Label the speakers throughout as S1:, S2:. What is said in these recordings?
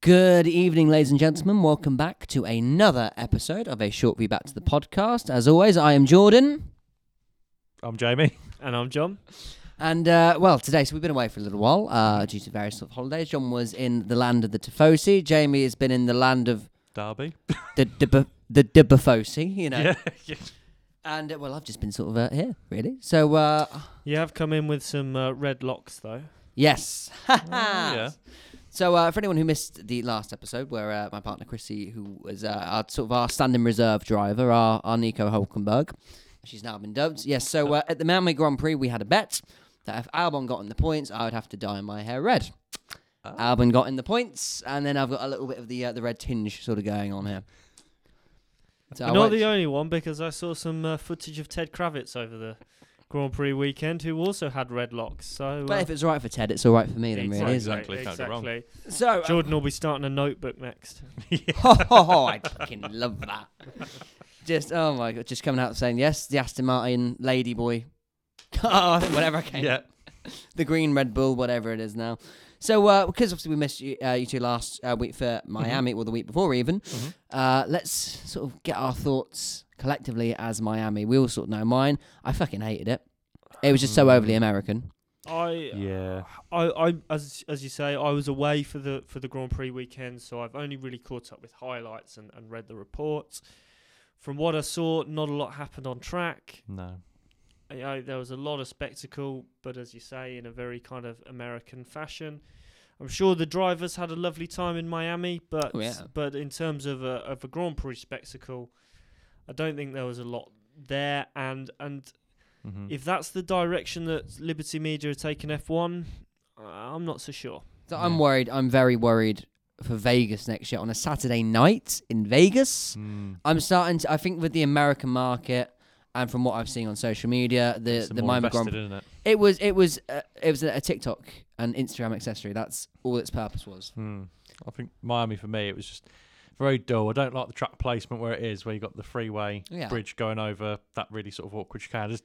S1: Good evening, ladies and gentlemen. Welcome back to another episode of a short view back to the podcast. As always, I am Jordan,
S2: I'm Jamie.
S3: And I'm John.
S1: and uh, well, today so we've been away for a little while uh, due to various sort of holidays. John was in the land of the Tifosi. Jamie has been in the land of
S2: Derby.
S1: the Dib- the Dibifosi, you know.
S2: Yeah. yeah.
S1: And uh, well, I've just been sort of uh, here really. So uh,
S3: You have come in with some uh, red locks, though.
S1: yes,
S2: Oh,
S1: Ah,
S2: yeah.
S1: So, uh, for anyone who missed the last episode, where uh, my partner Chrissy, who was uh, our sort of our standing reserve driver, our, our Nico Hulkenberg, she's now been dubbed. Yes. So uh, at the Manway Grand Prix, we had a bet that if Albon got in the points, I would have to dye my hair red. Albon got in the points, and then I've got a little bit of the uh, the red tinge sort of going on here. So I
S3: You're not
S1: won't-
S3: the only one because I saw some uh, footage of Ted Kravitz over the Grand Prix weekend who also had red locks. So, uh,
S1: but if it's all right for Ted, it's all right for me then, really, isn't
S2: Exactly, can't go wrong.
S3: exactly.
S1: it? So, uh,
S3: Jordan will be starting a notebook next.
S1: ho, ho, ho, Oh, I fucking love that. Just oh my god, just coming out saying yes, the Aston Martin Ladyboy, oh, whatever I came,
S2: Yeah.
S1: the green Red Bull, whatever it is now. So uh, because obviously we missed you, uh, you two last uh, week for
S2: Mm-hmm.
S1: Miami, or the week before even, uh, let's sort of get our thoughts collectively as Miami. We all sort of know mine. I fucking hated it. It was just so overly
S2: Mm.
S1: American.
S3: I,
S2: Yeah.
S3: I, I, as as you say, I was away for the for the Grand Prix weekend, so I've only really caught up with highlights and, and read the reports. From what I saw, not a lot happened on track.
S2: No.
S3: you know, there was a lot of spectacle, but as you say, in a very kind of American fashion. I'm sure the drivers had a lovely time in Miami, but
S1: Oh, yeah.
S3: but in terms of a of a Grand Prix spectacle, I don't think there was a lot there. And and
S1: Hmm.
S2: Mm-hmm.
S3: if that's the direction that Liberty Media are taking F1, uh, I'm not so sure.
S1: So I'm
S2: Yeah.
S1: worried. I'm very worried for Vegas next year on a Saturday night in Vegas.
S2: mm.
S1: I'm starting to. I think with the American market and from what I've seen on social media, the
S2: It's
S1: the
S2: more
S1: Miami
S2: invested,
S1: Grand
S2: isn't it?
S1: it was it was uh, it was a, a TikTok and Instagram accessory. That's all its purpose was.
S2: Mm. I think Miami for me, it was just very dull. I don't like the track placement where it is, where you got the freeway
S1: Yeah.
S2: bridge going over that really sort of awkward chicane. Just,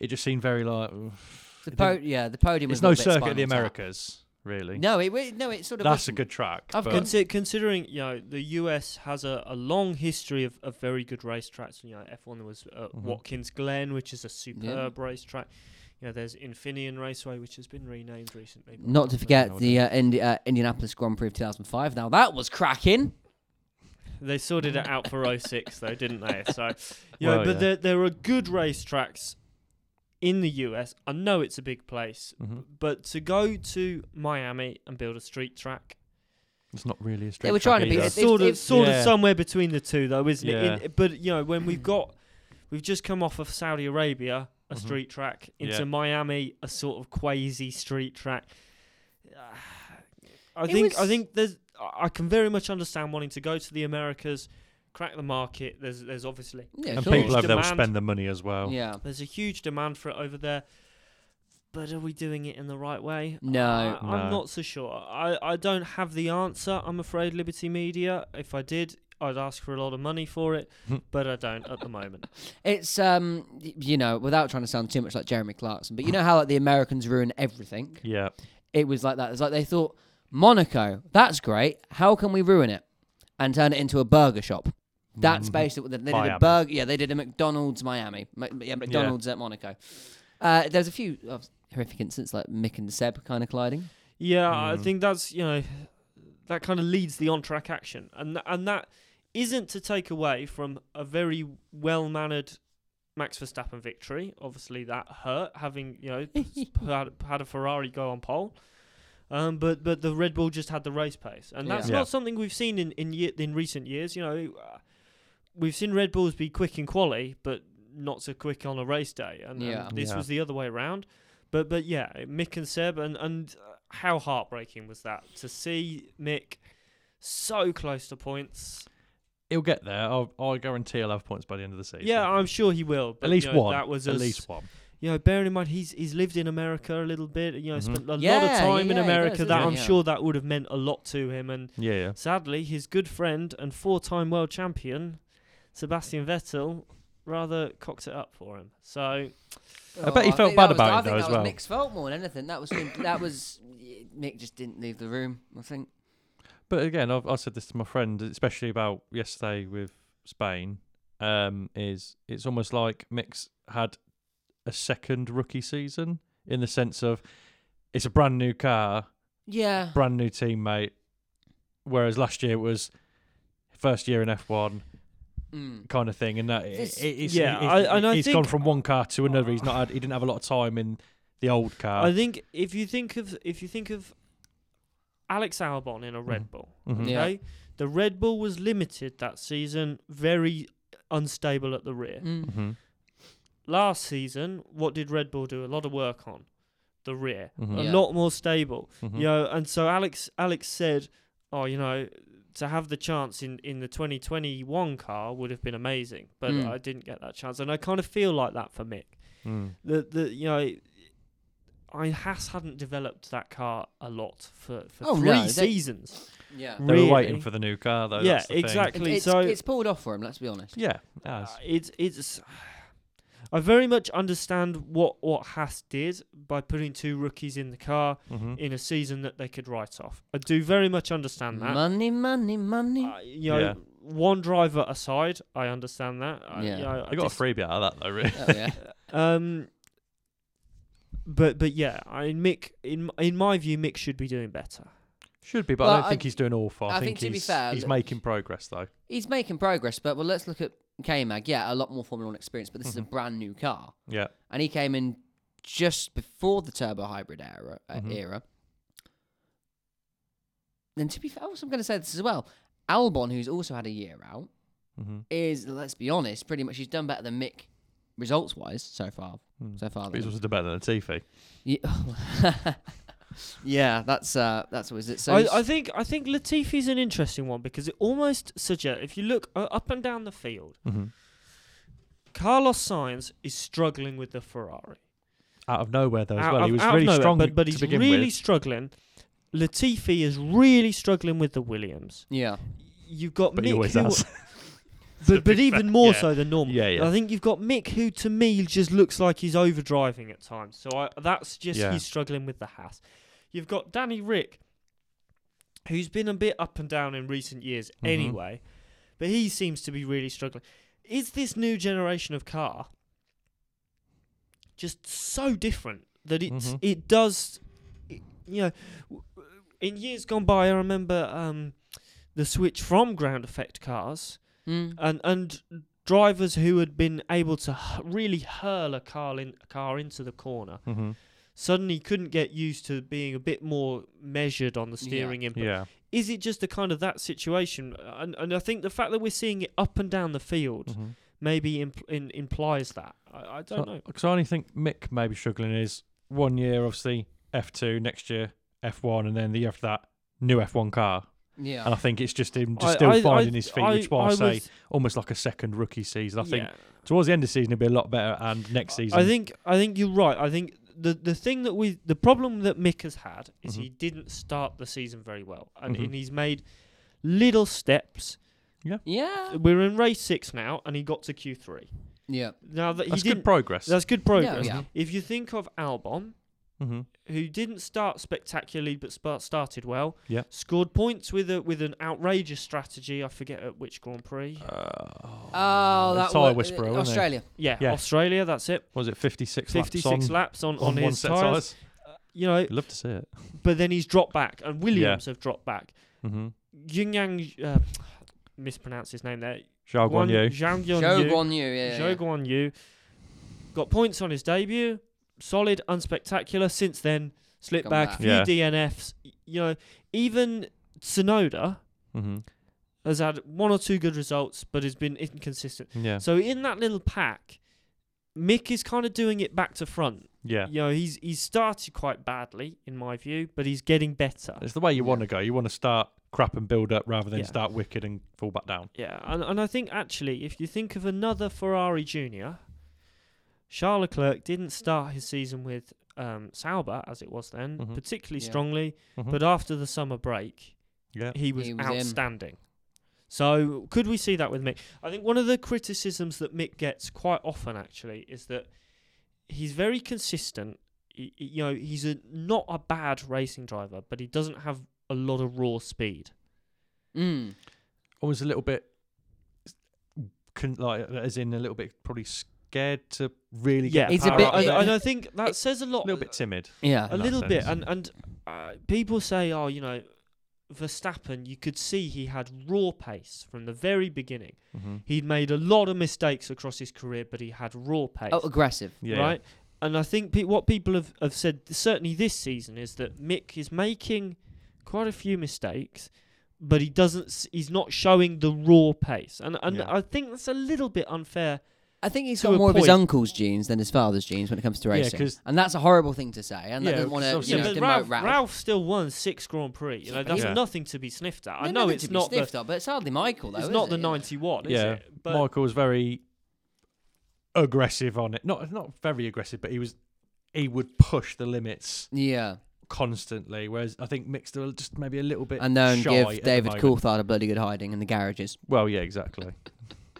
S2: it just seemed very like
S1: The
S2: It
S1: po- yeah, the podium was a
S2: it's no
S1: little bit
S2: circuit of the
S1: spinal tap.
S2: Americas, really.
S1: No, it wa- no, it sort of.
S2: That's a
S1: wasn't.
S2: good track.
S1: I've
S2: but
S1: got-
S3: Consi- considering you know the US has a, a long history of, of very good racetracks. You know, F1 there was uh,
S2: Mhm.
S3: Watkins Glen, which is a superb racetrack. You know, there's Infineon Raceway, which has been renamed recently. but
S1: Not to
S3: uh,
S1: forget
S2: No,
S1: the uh, Indi- uh, Indianapolis Grand Prix of 2005. Now that was cracking.
S3: they sorted it out for 06 though, didn't they? So, you know,
S2: Well,
S3: but
S2: yeah.
S3: there there are good racetracks in the US. I know it's a big place,
S2: Mhm.
S3: but to go to Miami and build a street track
S2: it's not really a straight
S1: They were
S2: track
S1: trying to be-
S2: either.
S1: it's-
S3: It's sort of
S1: it's-
S3: sort
S2: Yeah.
S3: of somewhere between the two though, isn't it?
S2: Yeah.
S3: In, but you know, when we've
S1: Hmm.
S3: got we've just come off of Saudi Arabia, a
S2: Mhm.
S3: street track, into
S2: Yeah.
S3: Miami, a sort of quasi street track. I
S1: It
S3: think I
S1: was-
S3: think there's I- I can very much understand wanting to go to the Americas, crack the market. There's there's obviously
S1: Yeah,
S2: and
S1: sure.
S2: people
S3: have-
S2: over there will
S3: Demand.
S2: spend the money as well.
S1: Yeah.
S3: there's a huge demand for it over there. But are we doing it in the right way?
S1: No.
S3: I, I'm
S2: No.
S3: not so sure. I, I don't have the answer, I'm afraid, Liberty Media. If I did, I'd ask for a lot of money for it, but I don't at the moment.
S1: It's um, y- you know, without trying to sound too much like Jeremy Clarkson, but you know how like the Americans ruin everything.
S2: Yeah.
S1: it was like that. It's like they thought, Monaco, that's great. How can we ruin it and turn it into a burger shop? That's
S2: Mhm.
S1: basically what they, they did. A
S2: Miami.
S1: burger, yeah, they did a McDonald's Miami, Mc- yeah, McDonald's at Monaco. Uh, there's a few uh, horrific incidents like Mick and Seb kind of colliding.
S3: Yeah, I
S2: Mm.
S3: think that's, you know, that kind of leads the on track action. And, th- and that isn't to take away from a very well mannered Max Verstappen victory. Obviously, that hurt having, you know, p- had, had a Ferrari go on pole. Um, but but the Red Bull just had the race pace, and that's
S2: Yeah. Yeah.
S3: not something we've seen in in, ye- in recent years. You know, uh, we've seen Red Bulls be quick in quali, but not so quick on a race day, and, and
S1: Yeah.
S3: this
S2: Yeah.
S3: was the other way around. But but yeah, Mick and Seb, and and uh, how heartbreaking was that to see Mick so close to points?
S2: He'll get there. I'll, I guarantee he'll have points by the end of the season.
S3: Yeah, I'm sure he will. But,
S2: at least
S3: you know,
S2: one.
S3: That was
S2: at
S3: us-
S2: least one.
S3: you know, bearing in mind he's he's lived in America a little bit, you know,
S2: Mhm.
S3: spent a lot of
S1: Mm-hmm. Yeah,
S3: time
S1: yeah,
S3: in
S1: he
S3: America.
S1: does,
S3: that
S1: doesn't
S3: I'm
S1: he? Yeah.
S3: sure that would have meant a lot to him. And
S2: Yeah, yeah.
S3: sadly, his good friend and four-time world champion Sebastian Vettel rather cocked it up for him. So
S2: I bet he felt
S1: think that
S2: bad
S1: was- Oh, I
S2: about it,
S1: think
S2: though,
S1: that
S2: as
S1: was
S2: well.
S1: Mick's fault more than anything. That was that was Mick just didn't leave the room. I think.
S2: But again, I've, I said this to my friend, especially about yesterday with Spain. Um, is it's almost like Mix had a second rookie season in the sense of it's a brand new car,
S1: Yeah.
S2: brand new teammate. Whereas last year it was first year in F1
S1: Mm.
S2: kind of thing, and that
S1: This-
S2: it, it's,
S3: Yeah,
S2: it,
S3: I- and I
S2: he's
S3: think-
S2: gone from one car to another. He's not had, he didn't have a lot of time in the old
S1: Uh,
S2: car.
S3: I think if you think of if you think of Alex Albon in a Red
S2: Mhm.
S3: Bull,
S2: Mhm.
S1: Mm. Yeah.
S3: okay, the Red Bull was limited that season, very unstable at the rear.
S1: Mm.
S2: Mhm.
S3: Last season, what did Red Bull do? A lot of work on the rear,
S2: Mhm.
S3: a
S1: Mm. Yeah.
S3: lot more stable.
S2: Mhm.
S1: Mm-hmm.
S3: You know, and so Alex Alex said, "Oh, you know, to have the chance in in the 2021 car would have been amazing, but
S1: Mm.
S3: I didn't get that chance." And I kind of feel like that for Mick.
S2: Mm.
S3: The the you know. I Haas hadn't developed that car a lot for, for
S1: Oh,
S3: three
S1: no, they-
S3: seasons.
S1: Yeah.
S2: They were waiting
S3: Really?
S2: for the new car, though.
S3: Yeah,
S2: that's the thing.
S3: exactly.
S1: It- it's,
S3: so-
S1: it's pulled off for him. Let's be honest.
S2: Yeah, it has.
S3: Uh, it's it's. I very much understand what what Haas did by putting two rookies in the car
S2: Mhm.
S3: in a season that they could write off. I do very much understand that.
S1: Money, money, money.
S3: Uh, you know,
S2: Yeah.
S3: one driver aside, I understand that. I,
S1: Yeah.
S3: you know,
S2: I got
S3: dis-
S2: a freebie out of that though, really.
S1: oh yeah.
S3: Um, but but yeah, I Mick in m- in my view, Mick should be doing better.
S2: Should be, but
S1: Well,
S2: I don't
S1: I-
S2: think he's doing awful. I,
S1: I think to be
S2: he's,
S1: fair,
S2: he's
S1: look-
S2: making progress though.
S1: He's making progress, but well, let's look at K Mag. Yeah, a lot more Formula One experience, but this
S2: Mm-hmm.
S1: is a brand new car,
S2: Yeah,
S1: and he came in just before the turbo hybrid era. Uh,
S2: Mhm.
S1: era. Then to be fair, I was going to say this as well. Albon, who's also had a year out,
S2: mm-hmm.
S1: is let's be honest, pretty much he's done better than Mick, results wise so far.
S2: Mm.
S1: So um, far,
S2: but he's
S1: than-
S2: also done better than Latifi.
S1: yeah, yeah, that's uh, that's what is it. So
S3: I, I
S1: he's-
S3: think I think Latifi's an interesting one because it almost suggests if you look uh, up and down the field,
S2: Mm-hmm.
S3: Carlos Sainz is struggling with the Ferrari.
S2: Out of nowhere though, as
S3: out
S2: well,
S3: of-
S2: he was
S3: out of
S2: really
S3: nowhere,
S2: strong
S3: but, but
S2: to
S3: he's
S2: begin
S3: really
S2: with.
S3: struggling. Latifi is really struggling with the Williams.
S2: Uh,
S1: yeah,
S3: You've got
S2: But
S3: Mick,
S2: he always
S3: who,
S2: has.
S3: but, but even more
S2: yeah.
S3: so than normal.
S2: Yeah, yeah.
S3: I think you've got Mick, who to me just looks like he's overdriving at times. So I, that's just
S2: Yeah.
S3: he's struggling with the Haas. You've got Danny Rick, who's been a bit up and down in recent years
S2: Mhm.
S3: anyway, but he seems to be really struggling. Is this new generation of car just so different that it's
S2: Mhm.
S3: it does, it, you know, w- w- in years gone by, I remember um, the switch from ground effect cars
S1: Mm.
S3: and and drivers who had been able to h- really hurl a car in a car into the corner
S2: Mm-hmm.
S3: suddenly couldn't get used to being a bit more measured on the
S1: Yeah.
S3: steering input.
S2: Yeah,
S3: Is it just a kind of that situation? And and I think the fact that we're seeing it up and down the field
S2: mm-hmm.
S3: maybe impl- in, implies that. I, I don't know.
S2: Because I only think Mick may be struggling is one year obviously F two, next year F one, and then the year after that new F one car.
S1: yeah.
S2: And I think it's just him
S3: I-
S2: just still
S3: I- I-
S2: finding his feet,
S3: I-
S2: which why I,
S3: I
S2: say
S3: was-
S2: almost like a second rookie season. I think
S3: yeah.
S2: towards the end of the season he'll be a lot better, and next season
S3: I think I think you're right. I think the the thing that we the problem that Mick has had is
S2: Mhm.
S3: he didn't start the season very well, and,
S2: Mhm.
S3: and he's made little steps.
S1: yeah,
S3: We're in race six now, and he got to Q three.
S1: yeah,
S3: Now that he
S2: that's
S3: didn't,
S2: good progress.
S3: that's good progress.
S1: yeah.
S3: If you think of Albon,
S2: mm-hmm.
S3: who didn't start spectacularly but spa- started well,
S2: Yeah.
S3: scored points with a with an outrageous strategy. I forget at which Grand Prix.
S2: Uh,
S1: Oh, that
S2: tire
S1: wa-
S2: whisperer, wasn't it?
S1: Australia.
S3: yeah,
S2: yeah.
S3: Australia. That's it.
S2: was it 56
S3: Fifty
S2: laps on,
S3: six laps on
S2: on
S3: on,
S2: one
S3: his
S2: set
S3: tyres.
S2: tyres?
S3: You know,
S2: You'd love to see it.
S3: but then he's dropped back, and Williams have dropped back.
S2: Mm-hmm.
S3: Ying Yang, uh, mispronounced his name there.
S2: Zhao
S3: Guan-
S2: Guanyu.
S3: Zhang Guan
S1: Joe
S3: Yu.
S1: Guan Yu, yeah,
S3: Zhou
S1: yeah.
S3: Guan Yu got points on his debut. Solid, unspectacular. Since then, slipped
S1: Gone back.
S3: back, few
S2: Yeah.
S3: DNFs. Y- You know, even Sonoda
S2: Mm-hmm.
S3: has had one or two good results, but has been inconsistent.
S2: Yeah.
S3: So in that little pack, Mick is kind of doing it back to front.
S2: yeah.
S3: You know, he's he's started quite badly in my view, but he's getting better.
S2: It's the way you
S1: Yeah.
S2: want to go. You want to start crap and build up rather than
S3: Yeah.
S2: start wicked and fall back down.
S3: Yeah, and, and I think actually, if you think of another Ferrari Junior, Charles Leclerc didn't start his season with um, Sauber as it was then,
S2: Mhm.
S3: particularly
S1: Yeah.
S3: strongly.
S2: Mhm.
S3: But uh, after the summer break,
S2: Yeah.
S3: he was,
S1: He was in.
S3: outstanding. So could we see that with Mick? I think one of the criticisms that Mick gets quite often actually is that he's very consistent. He, he- you know, he's a, not a bad racing driver, but he doesn't have a lot of raw speed.
S1: Mm.
S2: almost a little bit con- like as in a little bit probably scared to really get
S1: It's a
S2: power
S1: bit-
S2: out
S3: and,
S2: of
S1: yeah.
S2: it.
S3: and I think that
S2: It-
S3: says a
S2: a
S3: lot.
S2: little bit timid
S1: Yeah.
S3: a
S2: in that
S3: little bit,
S2: sense.
S3: and and uh, people say, oh, you know, Verstappen. You could see he had raw pace from the very beginning.
S2: mm-hmm.
S3: He'd made a lot of mistakes across his career, but he had raw pace,
S1: Oh, aggressive.
S2: yeah
S3: right? And I think pe- what people have, have said, certainly this season, is that Mick is making quite a few mistakes, but he doesn't. s- He's not showing the raw pace, and and
S2: Yeah.
S3: I think that's a little bit unfair.
S1: I think he's
S3: To
S1: got
S3: a
S1: more of his
S3: point.
S1: uncle's genes than his father's genes when it comes to
S2: Yeah,
S1: racing,
S2: 'cause-
S1: and that's a horrible thing to say. And
S2: Yeah,
S1: I don't want
S2: 'cause
S1: to, you
S2: obviously-
S1: know,
S3: but
S1: demote
S3: Ralph,
S1: Ralph.
S3: Ralph still won six Grand Prix. You
S1: Yeah,
S3: know,
S1: but
S3: that's
S2: he-
S3: nothing to be sniffed at. I
S1: No,
S3: know
S1: nothing
S3: it's
S1: to be
S3: not the
S1: sniffed at, but it's hardly Michael though.
S3: it's
S1: is
S3: not
S1: it?
S3: the
S1: Yeah.
S3: 91, is
S2: Yeah.
S3: it? But
S2: michael was very aggressive on it not not very aggressive but he was he would push the limits
S1: Yeah,
S2: constantly whereas i think mixed are just maybe a little bit
S1: and then
S2: shy
S1: give
S2: at the
S1: David
S2: moment.
S1: Coulthard a bloody good hiding in the garages.
S2: well yeah exactly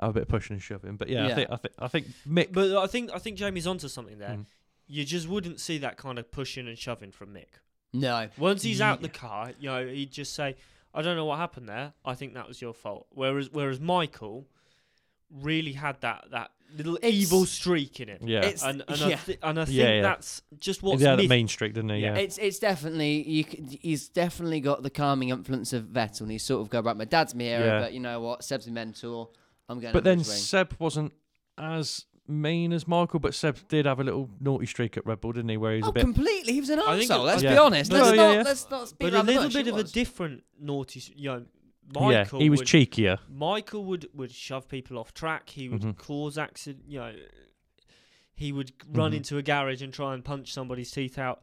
S2: have a bit of pushing and shoving but yeah,
S1: Yeah.
S2: i think i think i think mick
S3: but I think I think Jamie's onto something there.
S2: Mm.
S3: You just wouldn't see that kind of pushing and shoving from Mick.
S1: No,
S3: Once he's out the car, you know, he'd just say, "I don't know what happened there. I think that was your fault." Whereas whereas Michael really had that that little
S1: It's-
S3: evil streak in it.
S2: yeah
S1: it's
S3: And and I
S1: yeah.
S3: th- and I think
S2: Yeah, yeah.
S3: that's just
S2: He
S3: what's
S2: had
S3: myth-
S2: that main streak didn't he
S3: Yeah.
S2: yeah,
S1: It's it's definitely you. c- He's definitely got the calming influence of Vettel, and he's sort of go right. My dad's my hero,
S2: Yeah.
S1: but you know what? Seb's my mentor. I'm going.
S2: But
S1: under
S2: then
S1: his wing.
S2: Seb wasn't as mean as Michael, but Seb did have a little naughty streak at Red Bull, didn't he? Where he was
S1: oh,
S2: a bit.
S1: completely. He was an
S3: I think
S1: arsehole.
S3: it-
S1: Let's
S2: Yeah.
S1: be honest.
S2: No,
S1: let's,
S2: yeah,
S1: not,
S2: yeah.
S1: let's not speak
S3: but a
S1: around the
S3: little
S1: bush.
S3: bit
S1: He
S3: of a
S1: was.
S3: different naughty. s- You know, Michael
S2: yeah, he was
S3: would,
S2: cheekier.
S3: Michael would would shove people off track. He would
S2: Mhm.
S3: cause accident. You know, he would run
S2: Mhm.
S3: into a garage and try and punch somebody's teeth out.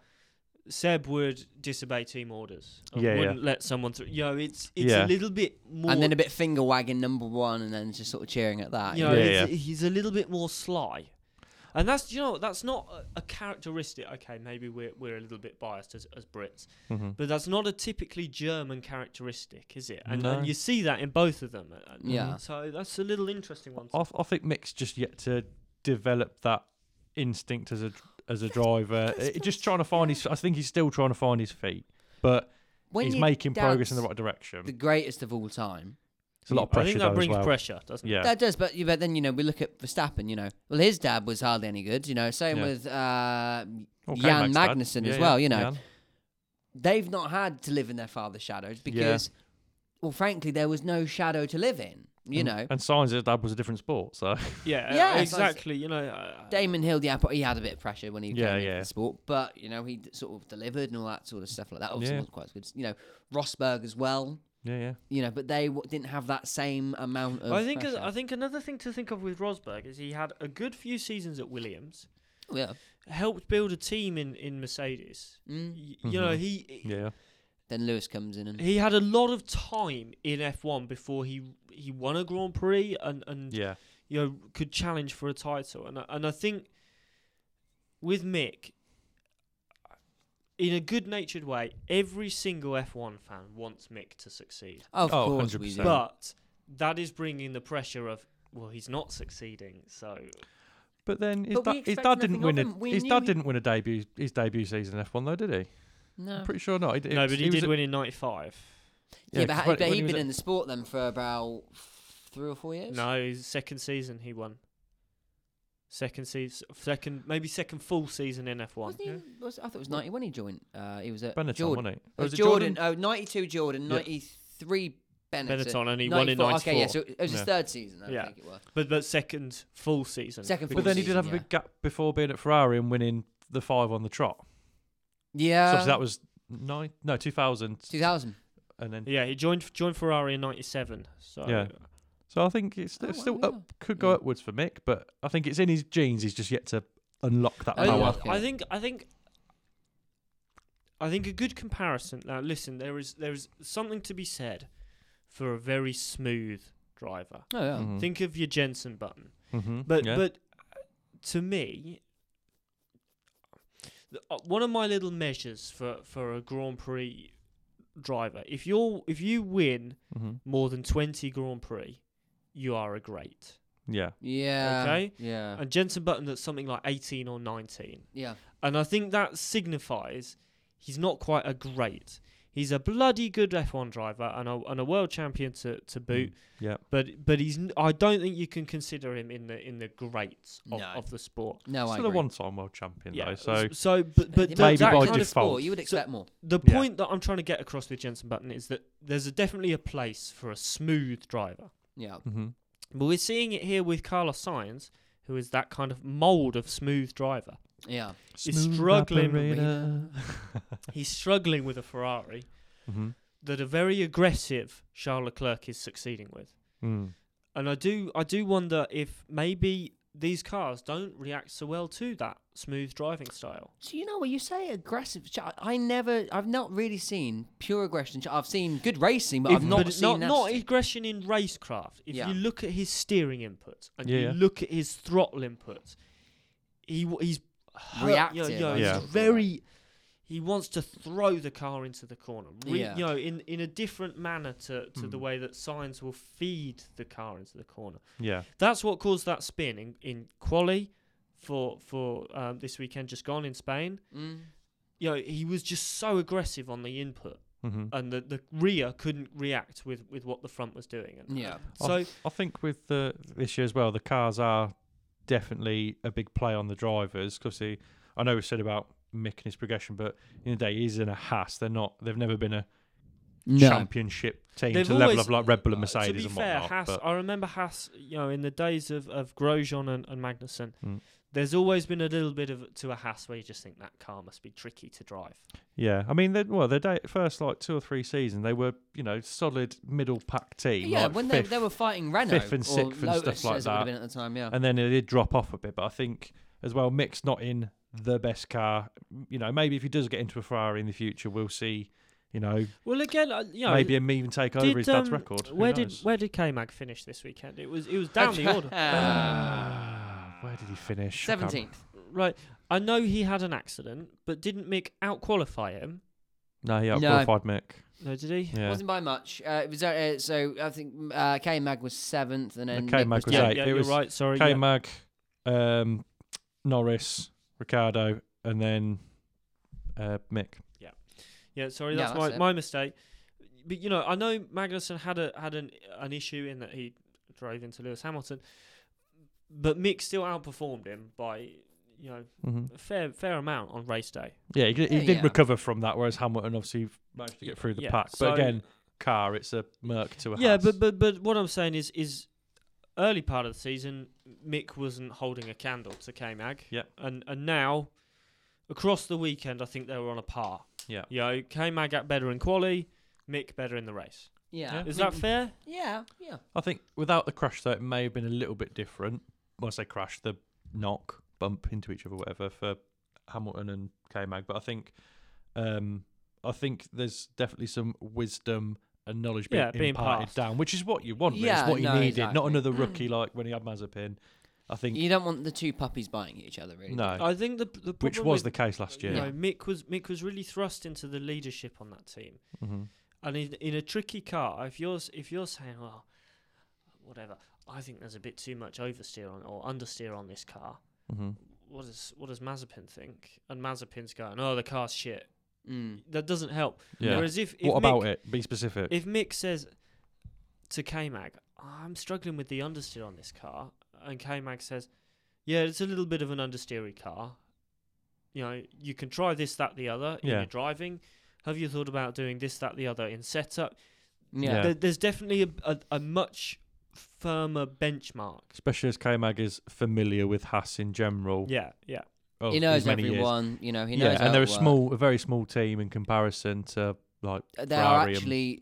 S3: Seb would disobey team orders. and
S2: Yeah, yeah.
S3: wouldn't let someone through. You know, it's it's
S2: Yeah.
S3: a little bit more.
S1: and then a bit finger wagging number one, and then just sort of cheering at that.
S3: you
S1: you
S3: know,
S1: know?
S2: Yeah,
S3: it's- he's a little bit more sly. And that's you know what, that's not a, a characteristic. Okay, maybe we're we're a little bit biased as as Brits,
S2: Mm-hmm.
S3: but that's not a typically German characteristic, is it? And,
S2: No.
S3: and you see that in both of them. uh,
S1: Yeah.
S3: So that's a little interesting one. to
S2: I, I think Mick's just yet to develop that instinct as a as a driver. It- just trying to find his. I think he's still trying to find his feet, but
S1: When
S2: he's
S1: your
S2: making progress in the
S1: dad's
S2: right direction.
S1: The greatest of all time.
S2: It's a lot of pressure.
S3: I think
S2: though,
S3: that
S2: as
S3: brings
S2: well.
S3: pressure, doesn't it?
S2: Yeah.
S1: That does, but you but then you know we look at Verstappen. You know, well his dad was hardly any good. You know, same
S2: Yeah.
S1: with uh,
S2: Okay,
S1: Jan
S2: Max dad.
S1: Magnussen
S2: Yeah,
S1: as
S2: yeah,
S1: well. You know,
S2: Jan.
S1: they've not had to live in their father's shadows because, well, frankly, there was no shadow to live in. You
S2: And-
S1: know,
S2: And signs dad was a different sport, so
S3: Yeah,
S1: Yeah, it's like-
S3: exactly. You know, uh,
S1: Damon Hill, yeah, but he had a bit of pressure when he
S2: Yeah,
S1: came into
S2: yeah.
S1: the sport, but you know he d- sort of delivered and all that sort of stuff like that. Obviously,
S2: Yeah.
S1: wasn't quite as good. You know, Rosberg as well.
S2: yeah, yeah.
S1: You know, but they w- didn't have that same amount of.
S3: I think uh,
S1: pressure.
S3: I think another thing to think of with Rosberg is he had a good few seasons at Williams,
S1: yeah.
S3: helped build a team in in Mercedes.
S1: Mm.
S3: Y- You know,
S2: Mhm.
S3: he
S2: Yeah.
S1: Then Lewis comes in and
S3: he had a lot of time in F1 before he he won a Grand Prix and and
S2: Yeah.
S3: you know could challenge for a title. And I- and I think with Mick, in a good-natured way, every single F1 fan wants Mick to succeed.
S1: of
S2: Oh,
S1: course we do.
S2: 100%.
S3: But that is bringing the pressure of well, he's not succeeding. So
S2: But then his,
S1: But
S2: da-
S1: we
S2: his
S1: expect
S2: dad didn't
S1: nothing
S2: win
S1: of
S2: a
S1: him. We
S2: his
S1: knew
S2: dad
S1: he-
S2: didn't win a debut his debut season in F one though, did he?
S1: no.
S2: I'm pretty sure not. He, did-
S3: no, but he,
S2: was
S3: did
S2: a-
S3: win in '95.
S1: Yeah,
S2: yeah,
S1: but,
S2: 'cause
S1: ha-
S2: when-
S1: but
S2: when he
S1: he'd
S2: was
S1: been
S2: at-
S1: in the sport then for about three or four years.
S3: No, his second season he won. Second season, second maybe second full season in F1.
S1: Wasn't he, was, I thought it was 90 when he joined. Uh, he was at
S2: Benetton,
S1: Jordan.
S2: wasn't it?
S1: It was
S2: it
S1: Jordan. Oh, 92 Jordan,
S2: Yeah.
S1: 93 Benetton.
S3: Benetton and he won in '94.
S1: Okay, yeah, so it was his
S2: Yeah.
S1: third season, I
S3: Yeah.
S1: think it was.
S3: But but second full season.
S1: Second full
S2: But then he
S1: season,
S2: did have a
S1: yeah.
S2: big gap before being at Ferrari and winning the five on the trot. So
S1: Yeah.
S2: obviously that was nine, no, two thousand,
S1: 2000.
S2: and then
S3: Yeah, he joined joined Ferrari in '97. So
S2: Yeah. so I think it's
S1: Oh,
S2: it's still
S1: wow, yeah.
S2: up, could go
S1: Yeah.
S2: upwards for Mick, but I think it's in his genes. He's just yet to unlock that
S1: Oh,
S3: I,
S1: yeah.
S2: power.
S1: okay.
S3: I think I think I think a good comparison. Now listen, there is there is something to be said for a very smooth driver.
S1: Oh, yeah.
S2: Mhm.
S3: Think of your Jensen button.
S2: Mhm,
S3: Mm-hmm. But
S2: yeah.
S3: but uh, to me, th- uh, one of my little measures for for a Grand Prix driver, if you're if you win
S2: Mhm,
S3: more than twenty Grand Prix, you are a great.
S2: yeah,
S1: Yeah.
S3: Okay.
S1: Yeah.
S3: And Jensen Button that's something like eighteen or nineteen,
S1: Yeah.
S3: and I think that signifies he's not quite a great. He's a bloody good F1 driver and a, and a world champion to, to boot.
S2: Mm, yeah.
S3: But but he's n- I don't think you can consider him in the in the greats of,
S1: No.
S3: of the sport.
S1: No, Oh, I
S2: Still
S1: agree.
S2: a one-time world champion though,
S3: s-
S2: so
S3: so but but
S1: The
S3: th-
S2: Maybe
S1: amount
S3: that
S2: by
S1: of
S3: kind
S1: kind of
S2: default.
S1: sport, you would expect more.
S3: the
S2: Yeah.
S3: point that I'm trying to get across with Jensen Button is that there's a, definitely a place for a smooth driver.
S1: Yeah.
S2: hmm
S3: But we're seeing it here with Carlos Sainz, who is that kind of mold of smooth driver.
S1: Yeah.
S3: He's struggling with- He's struggling with a Ferrari
S2: hmm
S3: that a very aggressive Charles Leclerc is succeeding with.
S2: Mm.
S3: And I do I do wonder if maybe these cars don't react so well to that smooth driving style.
S1: So you know what you say aggressive. ch- I never, I've not really seen pure aggression. ch- I've seen good racing, but I've
S2: Even-
S1: not
S3: but it's
S1: seen
S3: not, not
S1: nasty.
S3: aggression in racecraft. If
S1: Yeah.
S3: you look at his steering input and you
S2: Yeah.
S3: look at his throttle input, he w- he's hurt- You know,
S1: Reactive,
S3: you know,
S1: I
S3: he's
S2: would
S1: call
S3: very. He wants to throw the car into the corner. Re-
S1: Yeah.
S3: You know, in, in a different manner to, to the
S2: Mm.
S3: way that signs will feed the car into the corner.
S2: Yeah.
S3: That's what caused that spin in in quali for for um, this weekend just gone in Spain.
S1: Mm.
S3: You know, he was just so aggressive on the input
S2: hmm
S3: and the, the rear couldn't react with, with what the front was doing. And
S1: Yeah.
S3: So
S2: I think with the this year as well, the cars are definitely a big play on the drivers because I know we said about Mick and his progression, but in the day he's in a Haas. They're not. They've never been a championship team
S3: They've
S2: to the level
S3: always- Uh,
S2: of like Red Bull and
S3: to
S2: Mercedes
S3: be
S2: and
S3: fair, Haas,
S2: whatnot. but
S3: I remember Haas, you know, in the days of, of Grosjean and, and Magnussen,
S2: Mm.
S3: there's always been a little bit of to a Haas where you just think that car must be tricky to drive.
S2: yeah, I mean, they, well, their day, first like two or three seasons, they were you know solid middle pack team.
S1: Yeah,
S2: like
S1: when they,
S2: fifth.
S1: they were fighting Renault
S2: fifth and
S1: or
S2: sixth and
S1: Lotus,
S2: stuff like
S1: as it would have
S2: that.
S1: been at the time. Yeah.
S2: and then it did drop off a bit. But I think as well, Mick's not in the best car. You know, maybe if he does get into a Ferrari in the future, we'll see. You know,
S3: Well, again, uh, you know,
S2: maybe him even take over
S3: did,
S2: his dad's
S3: um,
S2: record. Who
S3: Where did
S2: knows?
S3: where did K Mag finish this weekend? It was it was down the order,
S2: Ah, where did he finish? I can't-
S1: Seventeenth.
S3: right? I know he had an accident, but didn't Mick out qualify him?
S2: No, he
S1: No.
S2: outqualified Mick.
S3: No, did he?
S2: Yeah.
S1: Wasn't by much. Uh, it was uh, uh, so I think uh, K Mag was seventh, and then
S2: K
S1: Mick
S2: Mag was
S3: yeah,
S2: eight.
S1: tenth.
S3: yeah,
S2: It
S3: you're
S2: was
S3: right. Sorry,
S2: K
S3: yeah.
S2: Mag, um, Norris, Ricardo, and then uh, Mick.
S3: Yeah, sorry,
S1: No,
S3: that's,
S1: that's
S3: my,
S1: it.
S3: my mistake. But you know, I know Magnussen had a had an an issue in that he drove into Lewis Hamilton, but Mick still outperformed him by you know
S2: Mm-hmm.
S3: a fair fair amount on race day.
S2: Yeah, he, did- he
S1: Yeah,
S2: did
S1: yeah.
S2: recover from that, whereas Hamilton obviously managed to get through the
S3: Yeah,
S2: pack. But
S3: so-
S2: again, car, it's a Merc to a
S3: yeah,
S2: Haas.
S3: but but but what I'm saying is is early part of the season Mick wasn't holding a candle to K Mag.
S2: Yeah.
S3: and and now across the weekend I think they were on a par.
S2: Yeah.
S3: you know, K Mag got better in quali, Mick better in the race.
S1: Yeah.
S3: Is
S1: I
S3: that
S1: mean,
S3: fair?
S1: Yeah. Yeah.
S2: I think without the crash, though, it may have been a little bit different. When I say crash, the knock, bump into each other, whatever, for Hamilton and K Mag. But I think, um, I think there's definitely some wisdom and knowledge being,
S3: Yeah, being
S2: imparted
S3: passed.
S2: down, which is what you want. really.
S1: Yeah,
S2: it's what you
S1: no,
S2: needed, not
S1: exactly. Mm.
S2: another rookie like when he had Mazepin. I think
S1: You don't want the two puppies biting each other, really.
S2: no,
S3: I think the the problem
S2: which was
S3: with-
S2: the case last year.
S3: You know, Mick was Mick was really thrust into the leadership on that team,
S2: Mm-hmm.
S3: and in, in a tricky car, if you're s- if you're saying, well, whatever, I think there's a bit too much oversteer on or understeer on this car.
S2: Mm-hmm.
S3: What does what does Mazepin think? And Mazepin's going, oh, the car's shit.
S1: Mm.
S3: That doesn't help.
S2: Yeah.
S3: Whereas if, if
S2: what
S3: Mick,
S2: about it? Be specific.
S3: If Mick says to K Mag, I'm struggling with the understeer on this car, and K Mag says, Yeah, it's a little bit of an understeery car. You know, you can try this, that, the other in
S2: Yeah.
S3: your driving. Have you thought about doing this, that, the other in setup?
S1: Yeah.
S2: Yeah.
S3: There, there's definitely a, a, a much firmer benchmark.
S2: Especially as K Mag is familiar with Haas in general.
S3: Yeah, yeah.
S2: of
S1: He
S2: his
S1: knows
S2: many years.
S1: everyone. You know. He knows.
S2: yeah,
S1: how
S2: and they're
S1: it
S2: a
S1: works.
S2: small, a very small team in comparison to like
S1: They are
S2: Ferrari and-
S1: actually.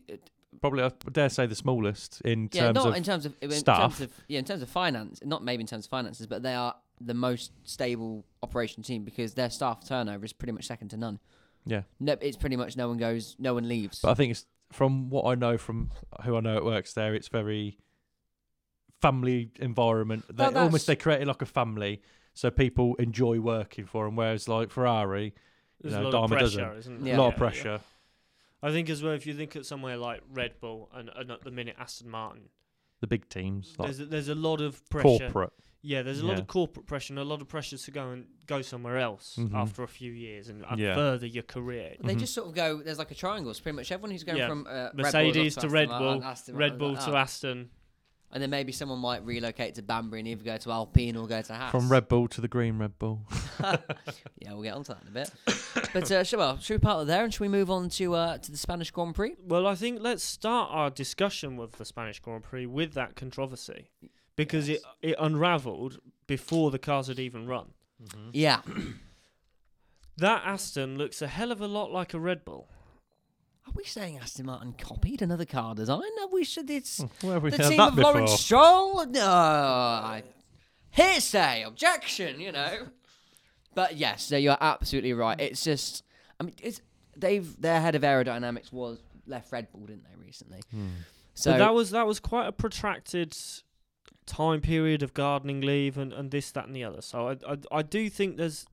S2: probably I dare say the smallest in
S1: Yeah,
S2: terms
S1: not
S2: of
S1: in terms of in
S2: staff.
S1: Terms of, yeah, in terms of finance, not maybe in terms of finances, but they are the most stable operation team because their staff turnover is pretty much second to none.
S2: yeah.
S1: No, it's pretty much no one goes, no one leaves.
S2: But I think it's from what I know from who I know it works there. It's very family environment. They
S1: Well, that's-
S2: almost they created like a family, so people enjoy working for them. Whereas like Ferrari,
S3: There's
S2: know,
S3: a lot of
S2: Dharma
S3: pressure,
S2: doesn't.
S3: isn't
S1: Yeah.
S2: a lot
S3: Yeah,
S2: of pressure.
S3: yeah. I think as well, if you think at somewhere like Red Bull and, and at the minute Aston Martin,
S2: the big teams, like
S3: There's a, there's a lot of pressure.
S2: corporate.
S3: Yeah, there's a lot
S2: Yeah.
S3: of corporate pressure and a lot of pressure to go and go somewhere else
S2: Mhm.
S3: after a few years and, and
S2: Yeah.
S3: further your career.
S1: They
S2: Mhm.
S1: just sort of go. There's like a triangle. It's pretty much everyone who's going
S3: Yeah.
S1: from uh,
S3: Mercedes to Red
S1: Aston
S3: Bull,
S1: Martin, Aston
S3: Red
S1: Martin,
S3: Bull
S1: like
S3: to
S1: that.
S3: Aston.
S1: Ah. and then maybe someone might relocate to Banbury and either go to Alpine or go to Haas.
S2: From Red Bull to the green Red Bull.
S1: yeah, we'll get onto that in a bit. but uh, should, well, should we part of there and should we move on to uh, to the Spanish Grand Prix?
S3: Well, I think let's start our discussion with the Spanish Grand Prix with that controversy because
S1: Yes.
S3: it it unravelled before the cars had even run. Mm-hmm.
S1: Yeah,
S3: That Aston looks a hell of a lot like a Red Bull.
S1: Are we saying Aston Martin copied another car design? Are we should it's
S2: Where have we
S1: the
S2: Hmm, heard
S1: team
S2: that
S1: of
S2: before?
S1: Lawrence Stroll? No, I, hearsay, objection. You know, but yes, no, you're absolutely right. It's just, I mean, it's they've their head of aerodynamics was left Red Bull, didn't they recently?
S2: Hmm.
S1: So
S3: but that was that was quite a protracted time period of gardening leave and, and this that and the other. So I I, I do think there's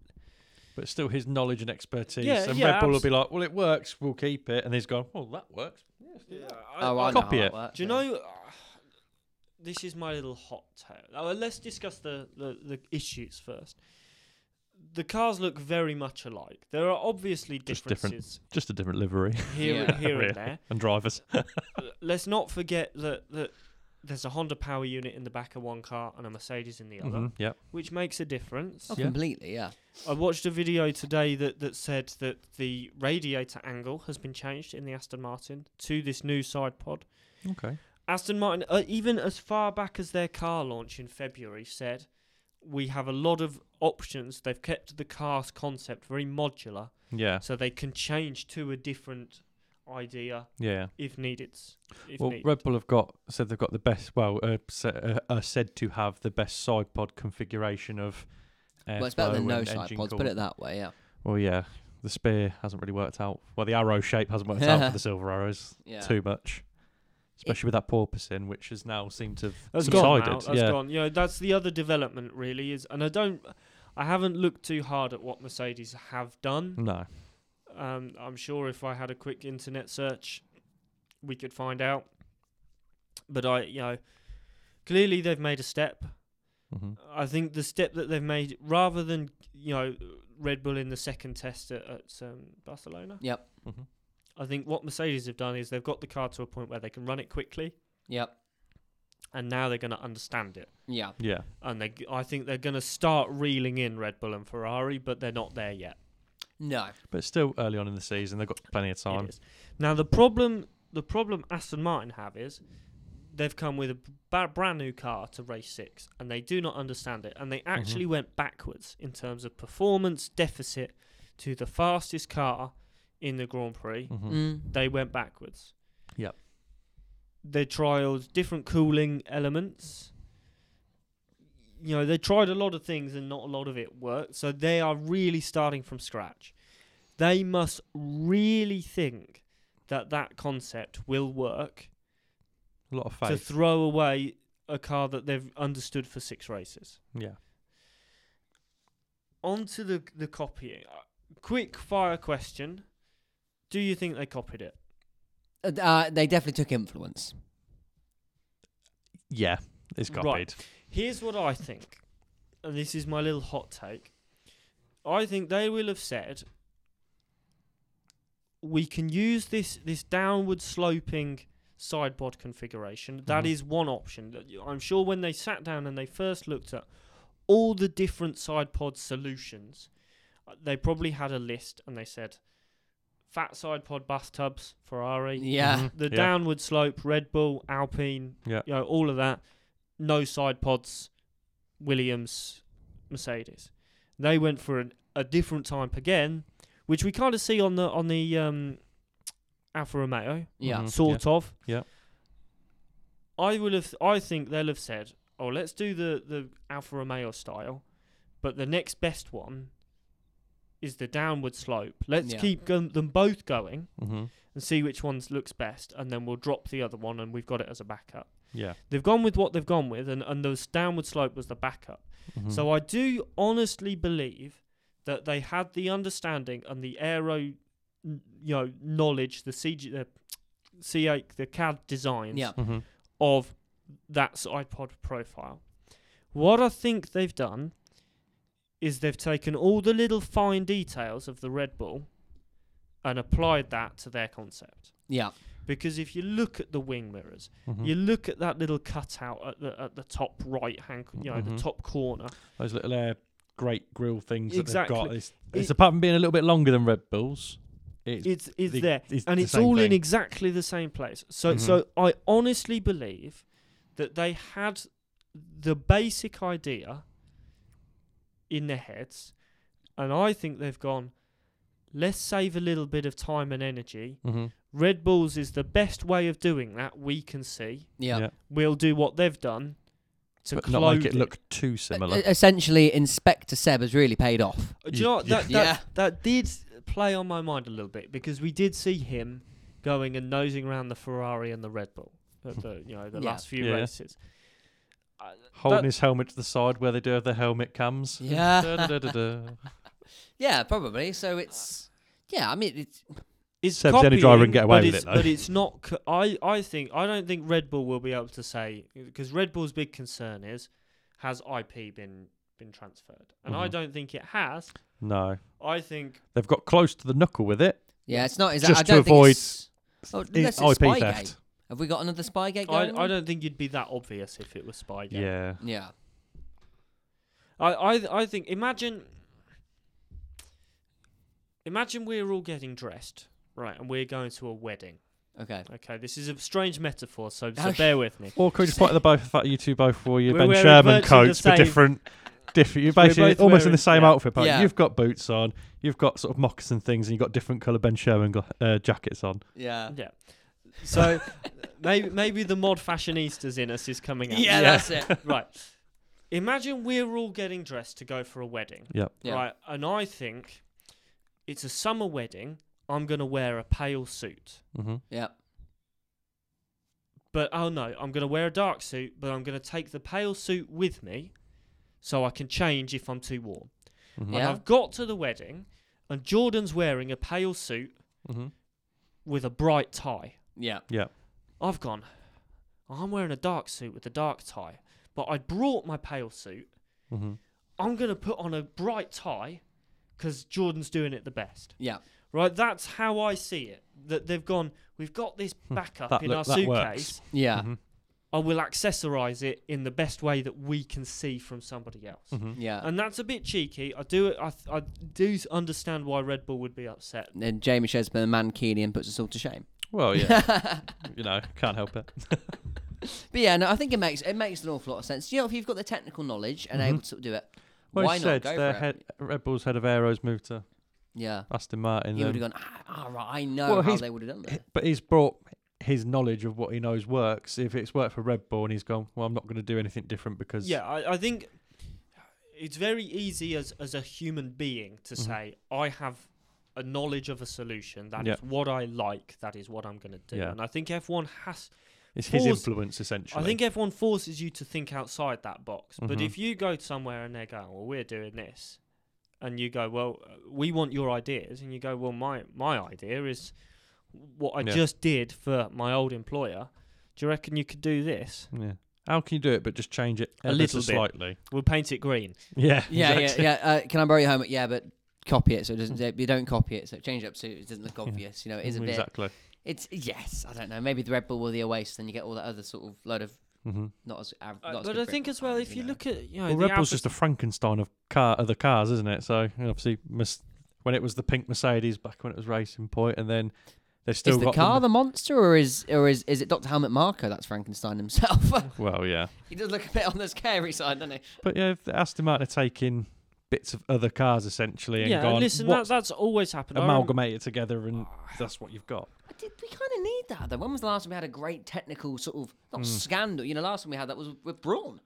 S2: But still, his knowledge and expertise.
S3: Yeah,
S2: and
S3: yeah,
S2: Red Bull will
S3: abs-
S2: be like, well, it works, we'll keep it. And he's gone, well, that works.
S3: I-
S1: oh, I,
S3: I-
S1: know
S2: uh, copy
S1: how
S2: it.
S1: works,
S3: do you
S1: yeah.
S3: know? this is my little hot take. Oh, let's discuss the, the the issues first. The cars look very much alike. There are obviously
S2: Just different.
S3: differences
S2: Just a different livery
S3: here
S1: Yeah.
S3: and here
S2: Really.
S3: and there.
S2: and drivers.
S3: L- Let's not forget that that there's a Honda power unit in the back of one car and a Mercedes in the other,
S2: Mhm, Yep.
S3: which makes a difference.
S1: Oh,
S2: Yeah.
S1: completely, yeah.
S3: I watched a video today that, that said that the radiator angle has been changed in the Aston Martin to this new side pod.
S2: Okay.
S3: Aston Martin, uh, even as far back as their car launch in February, said we have a lot of options. They've kept the car's concept very modular,
S2: Yeah.
S3: so they can change to a different idea
S2: Yeah.
S3: if needed. If
S2: well,
S3: needed.
S2: Red Bull have got said they've got the best. Well, uh, sa- uh, are said to have the best side pod configuration of.
S1: Well, it's better than
S2: airflow
S1: no
S2: and
S1: side
S2: engine
S1: pods. Put
S2: cool-
S1: it that way, yeah.
S2: Well, yeah, the spear hasn't really worked out. Well, the arrow shape hasn't worked out for the silver arrows
S1: Yeah.
S2: too much, especially with that porpoise in, which has now seemed to have
S3: That's
S2: subsided.
S3: gone now. That's
S2: yeah,
S3: gone. You know, that's the other development really is, and I don't, I haven't looked too hard at what Mercedes have done.
S2: no,
S3: Um, I'm sure if I had a quick internet search, we could find out. But I, you know, clearly they've made a step.
S2: hmm
S3: I think the step that they've made, rather than you know Red Bull in the second test at, at um, Barcelona,
S1: Yep,
S2: hmm
S3: I think what Mercedes have done is they've got the car to a point where they can run it quickly,
S1: yep,
S3: and now they're going to understand it.
S1: yeah.
S2: yeah.
S3: And they, I think they're going to start reeling in Red Bull and Ferrari, but they're not there yet.
S1: No.
S2: But still early on in the season, they've got plenty of
S3: It
S2: time.
S3: is. Now the problem, the problem Aston Martin have is they've come with a ba- brand new car to race six, and they do not understand it, and they actually went backwards in terms of performance deficit to the fastest car in the Grand Prix.
S2: Mhm.
S1: Mm.
S3: They went backwards.
S2: Yep.
S3: They trialed different cooling elements. You know, they tried a lot of things and not a lot of it worked. So they are really starting from scratch. They must really think that that concept will work
S2: A lot of
S3: to
S2: faith.
S3: throw away a car that they've understood for six races.
S2: yeah.
S3: On to the, the copying. Uh, quick fire question Do you think they copied it?
S1: Uh, they definitely took influence.
S2: Yeah. It's
S3: Right.
S2: copied.
S3: Here's what I think, and this is my little hot take. I think they will have said we can use this this downward sloping side pod configuration. That
S2: Mhm.
S3: is one option. That you- I'm sure when they sat down and they first looked at all the different side pod solutions, uh, they probably had a list and they said fat side pod bathtubs, Ferrari,
S1: Yeah.
S2: Mhm.
S3: the
S2: Yeah.
S3: downward slope, Red Bull, Alpine,
S2: Yeah.
S3: you know, all of that. No side pods, Williams, Mercedes. They went for an, a different type again, which we kind of see on the on the um, Alfa Romeo,
S1: Yeah.
S2: Mhm.
S3: sort of.
S2: Yeah.
S3: I will have. I think they'll have said, "Oh, let's do the the Alfa Romeo style, but the next best one is the downward slope. Let's
S1: Yeah.
S3: keep go- them both going."
S2: hmm
S3: and see which one looks best, and then we'll drop the other one, and we've got it as a backup.
S2: Yeah.
S3: They've gone with what they've gone with, and, and the downward slope was the backup.
S2: Mhm.
S3: So I do honestly believe that they had the understanding and the aero, n- you know, knowledge, the CG, the CA, the CAD designs
S1: Yeah.
S2: Mhm.
S3: of that iPod profile. What I think they've done is they've taken all the little fine details of the Red Bull and applied that to their concept.
S1: Yeah.
S3: Because if you look at the wing mirrors,
S2: Mhm.
S3: you look at that little cutout at the at the top right hand, you know, the
S2: Mhm.
S3: top corner.
S2: Those little uh, great grill things that they've got.
S3: Exactly.
S2: It's, it's
S3: It-
S2: apart from being a little bit longer than Red Bulls. It's,
S3: It's it's
S2: the-
S3: there,
S2: it's
S3: and
S2: the
S3: it's
S2: same
S3: all in
S2: thing.
S3: exactly the same place. So
S2: Mhm.
S3: so I honestly believe that they had the basic idea in their heads, and I think they've gone. Let's save a little bit of time and energy.
S2: Mhm.
S3: Red Bulls is the best way of doing that. We can see.
S1: Yeah.
S2: Yeah.
S3: We'll do what they've done to
S2: but
S3: clothe
S2: not make it look too
S1: E-
S2: similar.
S1: Essentially, Inspector Seb has really paid off.
S3: Uh, Do you know what?
S2: Yeah.
S3: That, that,
S1: Yeah.
S3: that did play on my mind a little bit because we did see him going and nosing around the Ferrari and the Red Bull at the you know the
S1: Yeah.
S3: last few
S2: Yeah.
S3: races. Uh,
S2: Holding
S3: that-
S2: his helmet to the side where they do have their helmet cams.
S1: Yeah.
S2: Da-da-da-da-da.
S1: yeah, probably. So it's. Yeah, I mean, it's,
S3: it's
S2: Seb's the only driver
S3: copying,
S2: and get away
S3: but
S2: with
S3: it's-
S2: it, though.
S3: But it's not. Co- I I think I don't think Red Bull will be able to say because Red Bull's big concern is has IP been been transferred, and I
S2: Mhm.
S3: don't think it has.
S2: no.
S3: I think
S2: They've got close to the knuckle with it.
S1: yeah, it's not. Is
S2: Just
S1: I
S2: to
S1: don't think
S2: avoid
S1: it's- Oh, unless it's
S2: IP
S1: Spygate.
S2: theft.
S1: Have we got another Spygate
S3: I,
S1: going?
S3: I
S1: on?
S3: don't think you'd be that obvious if it was Spygate.
S2: Yeah.
S1: Yeah.
S3: I, I I think imagine imagine we're all getting dressed, right, and we're going to a wedding.
S1: Okay.
S3: Okay, this is a strange metaphor, so, so
S1: Okay.
S3: bear with me.
S2: Or can we just point at the both the fact you two both wore your
S3: We're
S2: Ben
S3: wearing
S2: Sherman
S3: virtually the
S2: coats but
S3: same-
S2: different different you're
S3: We're
S2: basically
S3: both
S2: almost in
S3: wearing-
S2: the same
S3: yeah.
S2: outfit, but
S1: Yeah.
S2: you've got boots on, you've got sort of moccasin things and you've got different colour Ben Sherman gla- uh, jackets on.
S1: Yeah.
S3: Yeah. So maybe maybe the mod fashionistas in us is coming out.
S1: Yeah, that's it.
S3: Right. Imagine we're all getting dressed to go for a wedding.
S2: Yep.
S1: Yeah.
S3: Right. And I think it's a summer wedding. I'm gonna wear a pale suit.
S2: Mm-hmm.
S1: Yeah.
S3: but oh no, I'm going to wear a dark suit, but I'm going to take the pale suit with me so I can change if I'm too warm. And
S1: Yeah.
S3: I've got to the wedding, and Jordan's wearing a pale suit
S2: Mm-hmm.
S3: with a bright tie.
S1: Yeah.
S3: I've gone, I'm wearing a dark suit with a dark tie, but I brought my pale suit.
S2: Mm-hmm.
S3: I'm going to put on a bright tie because Jordan's doing it the best.
S1: Yeah.
S3: Right? That's how I see it. That they've gone, we've got this backup
S2: Hmm. That
S3: in
S2: look-
S3: our
S2: that
S3: suitcase.
S2: works."
S1: Yeah.
S2: Mhm.
S3: I will accessorize it in the best way that we can see from somebody else.
S2: Mhm.
S1: Yeah.
S3: And that's a bit cheeky. I do I, th- I do s- understand why Red Bull would be upset.
S1: And then Jamie Shesburn, Mankini, and puts us all to shame.
S2: Well, yeah, you know, can't help it.
S1: But yeah, no, I think it makes it makes an awful lot of sense. You know, if you've got the technical knowledge and
S2: Mhm.
S1: able to sort of do it,
S2: Well,
S1: why
S2: he
S1: not
S2: said
S1: go
S2: their
S1: for it?
S2: head, Red Bull's head of aeros moved to
S1: Yeah,
S2: Aston Martin.
S1: you
S2: then.
S1: would have gone. Ah, ah, right, I know
S2: Well,
S1: how
S2: he's-
S1: they would have done that.
S2: But he's brought his knowledge of what he knows works. If it's worked for Red Bull and he's gone, well, I'm not going to do anything different because
S3: Yeah, I, I think it's very easy as, as a human being to
S2: Mhm.
S3: say, I have a knowledge of a solution. That is
S2: Yeah.
S3: what I like. That is what I'm going to do.
S2: Yeah.
S3: And I think everyone has
S2: it's his
S3: Force-
S2: influence essentially.
S3: I think everyone forces you to think outside that box. But
S2: Mhm.
S3: if you go somewhere and they go, "Well, we're doing this," and you go, "Well, uh, we want your ideas," and you go, "Well, my my idea is what I
S2: Yeah.
S3: just did for my old employer. Do you reckon you could do this?
S2: Yeah. How can you do it but just change it
S3: A
S2: ever
S3: little
S2: so
S3: bit.
S2: slightly?
S3: We'll paint it green."
S2: Yeah.
S1: Yeah,
S2: exactly.
S1: yeah, yeah. Uh, can I borrow your helmet? Yeah, but copy it so it doesn't. You don't copy it, so change it up so it doesn't look obvious. You know, it is a bit.
S2: Exactly.
S1: It's yes, I don't know. Maybe the Red Bull were the away, so then you get all that other sort of load of
S2: hmm
S1: not as. av- not
S3: Uh,
S1: as
S3: but
S1: good
S3: I
S1: Brit
S3: think as well,
S1: fans,
S3: if you
S1: know.
S3: look at you know,
S2: Well,
S3: the
S2: Red Bull's
S3: adver-
S2: just a Frankenstein of car other cars, isn't it? So you know, obviously, mis- when it was the pink Mercedes back when it was Racing Point, and then they've still
S1: is the
S2: got
S1: car
S2: them-
S1: the monster, or is or is is it Dr. Helmet Marco? That's Frankenstein himself.
S2: Well, yeah.
S1: he does look a bit on the scary side, doesn't he?
S2: But yeah, if the Aston Martin are taking bits of other cars essentially and
S3: yeah,
S2: gone
S3: listen, that,
S2: "What's
S3: that's always happened. I rem-
S2: amalgamate it together and that's what you've got.
S1: I did, we kind of need that though. When was the last time we had a great technical sort of not
S2: Mm.
S1: scandal? You know, last time we had that was with Braun,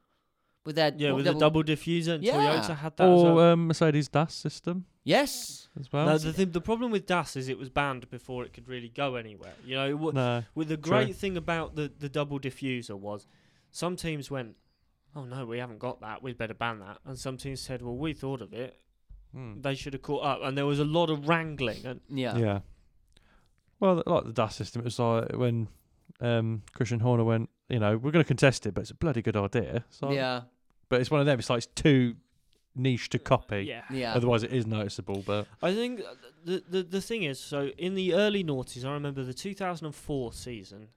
S1: with their
S3: yeah,
S1: what,
S3: with the double diffuser, and
S1: Yeah.
S3: Toyota had that. as well.
S2: Or um, Mercedes DAS system
S1: Yes,
S2: as well.
S3: No, the, thing the problem with DAS is it was banned before it could really go anywhere. You know, what,
S2: No.
S3: Well, the
S2: True.
S3: great thing about the, the double diffuser was some teams went, oh no, we haven't got that. We'd better ban that. And some teams said, well, we thought of it.
S2: Mm.
S3: They should have caught up. And there was a lot of wrangling. And
S1: yeah,
S2: Yeah. Well, th- like the DAS system, it was like when um, Christian Horner went, you know, we're going to contest it, but it's a bloody good idea. So,
S1: yeah,
S2: But it's one of them. It's like it's too niche to copy.
S3: Yeah.
S1: yeah.
S2: Otherwise, it is noticeable. But
S3: I think th- the, the the thing is, so in the early noughties, I remember the 2004 season,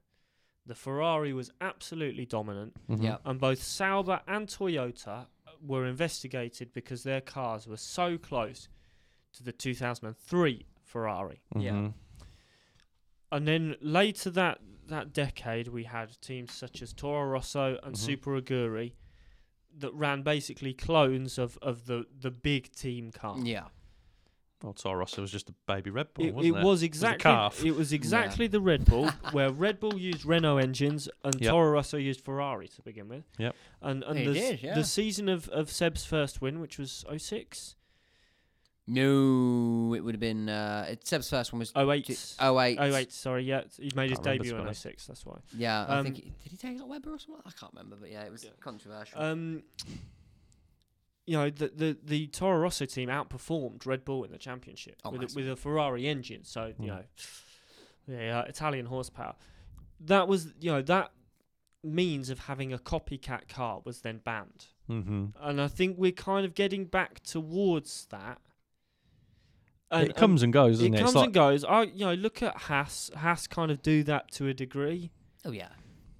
S3: the Ferrari was absolutely dominant,
S1: Yeah.
S3: and both Sauber and Toyota were investigated because their cars were so close to the 2003 Ferrari.
S1: Yeah.
S2: Mhm.
S3: And then later that that decade, we had teams such as Toro Rosso and
S2: Mhm.
S3: Super Aguri that ran basically clones of, of the, the big team car.
S1: Yeah.
S2: Well, Toro Rosso was just a baby Red Bull,
S3: It,
S2: wasn't it?
S3: it was exactly
S2: calf.
S3: it was exactly the Red Bull where Red Bull used Renault engines and
S2: Yep.
S3: Toro Rosso used Ferrari to begin with.
S2: Yep.
S3: And and
S1: They
S3: the,
S1: did,
S3: s-
S1: yeah.
S3: the season of, of Seb's first win, which was 06,
S1: No, it would have been. Uh, it, Seb's first one was
S3: 08,
S1: oh eight.
S3: 08, sorry, yeah, he made his
S2: Can't remember,
S3: debut
S2: to be
S3: in
S2: honest.
S3: 06. That's why.
S1: Yeah, I
S3: Um,
S1: think. He, did he take out Weber or something? I can't remember, but yeah, it was
S3: Yeah.
S1: controversial.
S3: Um, you know, the, the the Toro Rosso team outperformed Red Bull in the championship
S1: Oh,
S3: with, a,
S1: massive. Hmm.
S3: with a Ferrari engine. So
S2: Mm.
S3: you know, yeah, uh, Italian horsepower. That was you know that means of having a copycat car was then banned,
S2: Mm-hmm.
S3: and I think we're kind of getting back towards that. And-
S2: it comes and goes,
S3: and
S2: doesn't
S3: it
S2: it?
S3: comes
S2: it's like,
S3: and goes. I you know look at Haas. Haas kind of do that to a degree.
S1: oh yeah,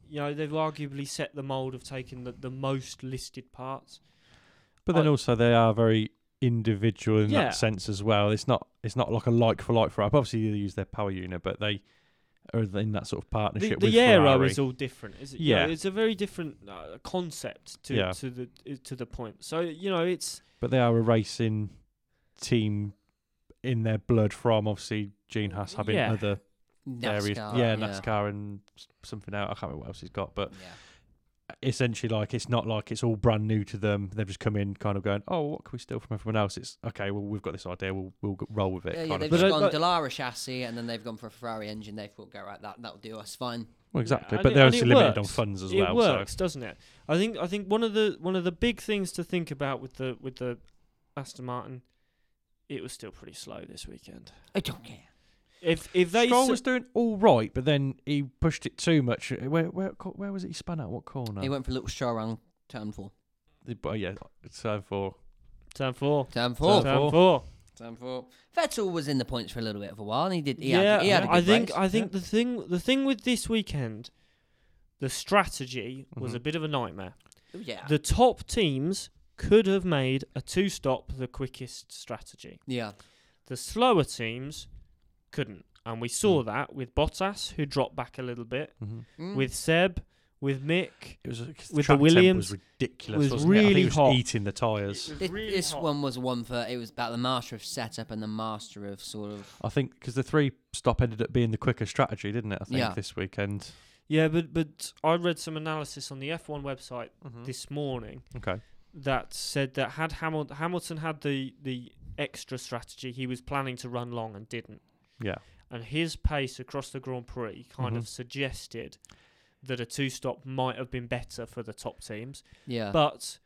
S3: You know they've arguably set the mold of taking the, the most listed parts.
S2: but then
S3: I-
S2: also they are very individual in
S3: Yeah.
S2: that sense as well. It's not it's not like a like for like for Obviously, they use their power unit, but they are in that sort of
S3: the,
S2: partnership with
S3: the aero
S2: Ferrari.
S3: is all different is it yeah
S2: Yeah.
S3: it's a very different uh, concept to
S2: Yeah.
S3: to the uh, to the point so you know it's
S2: but they are a racing team in their blood from obviously Gene Haas having
S3: Yeah.
S2: other
S1: NASCAR.
S2: areas. Yeah, NASCAR and s- something out. I can't remember what else he's got, but
S1: Yeah.
S2: essentially like it's not like it's all brand new to them. They've just come in kind of going, Oh, what can we steal from everyone else? It's okay, well we've got this idea, we'll we'll g- roll with it.
S1: Yeah, yeah,
S2: kind
S1: they've
S2: of
S3: But
S1: just
S2: thing.
S3: I-
S1: gone
S3: but-
S1: Delara chassis, and then they've gone for a Ferrari engine. They thought, go right, that that'll do us fine.
S2: Well, exactly.
S3: and it-
S2: but they're
S3: and it
S2: obviously limited on
S3: works.
S2: funds as
S3: it
S2: well.
S3: works doesn't it i think i think one of the one of the big things to think about with the with the aston martin it was still pretty slow this weekend
S1: I don't care.
S3: if if
S2: So
S3: they
S2: Stroll
S3: s-
S2: was doing all right, but then he pushed it too much. Where where co- where was it? He spun out what corner?
S1: He went for a little show around turn four.
S2: The- but yeah, so for
S3: turn four
S1: Turn four.
S3: turn
S2: four.
S3: four,
S1: Turn four. Vettel was in the points for a little bit of a while, and he did. He
S3: yeah
S1: had, he had a good
S3: i think
S1: race.
S3: i think the thing the thing with this weekend the strategy was
S2: Mhm.
S3: a bit of a nightmare
S1: Oh, yeah.
S3: the top teams could have made a two stop the quickest strategy.
S1: yeah.
S3: The slower teams couldn't. And we saw that with Bottas, who dropped back a little bit,
S2: Mhm.
S1: Mm.
S3: with Seb, with Mick.
S2: It was 'cause
S3: With the
S2: track temp
S3: Williams,
S2: was ridiculous.
S3: was
S2: wasn't it? I think
S3: really
S2: it was
S3: hot.
S2: eating the tires.
S1: Thi- this one was one for it was about the master of setup and the master of sort of
S2: I think because the three stop ended up being the quicker strategy, didn't it? I think
S1: Yeah.
S2: this weekend.
S3: Yeah, but but I read some analysis on the F1 website
S1: Mm-hmm.
S3: this morning
S2: Hmm. Okay.
S3: that said that had Hamil- Hamilton had the the extra strategy, he was planning to run long and didn't.
S2: Yeah.
S3: And his pace across the Grand Prix kind
S2: Mhm.
S3: of suggested that a two stop might have been better for the top teams.
S1: yeah
S3: But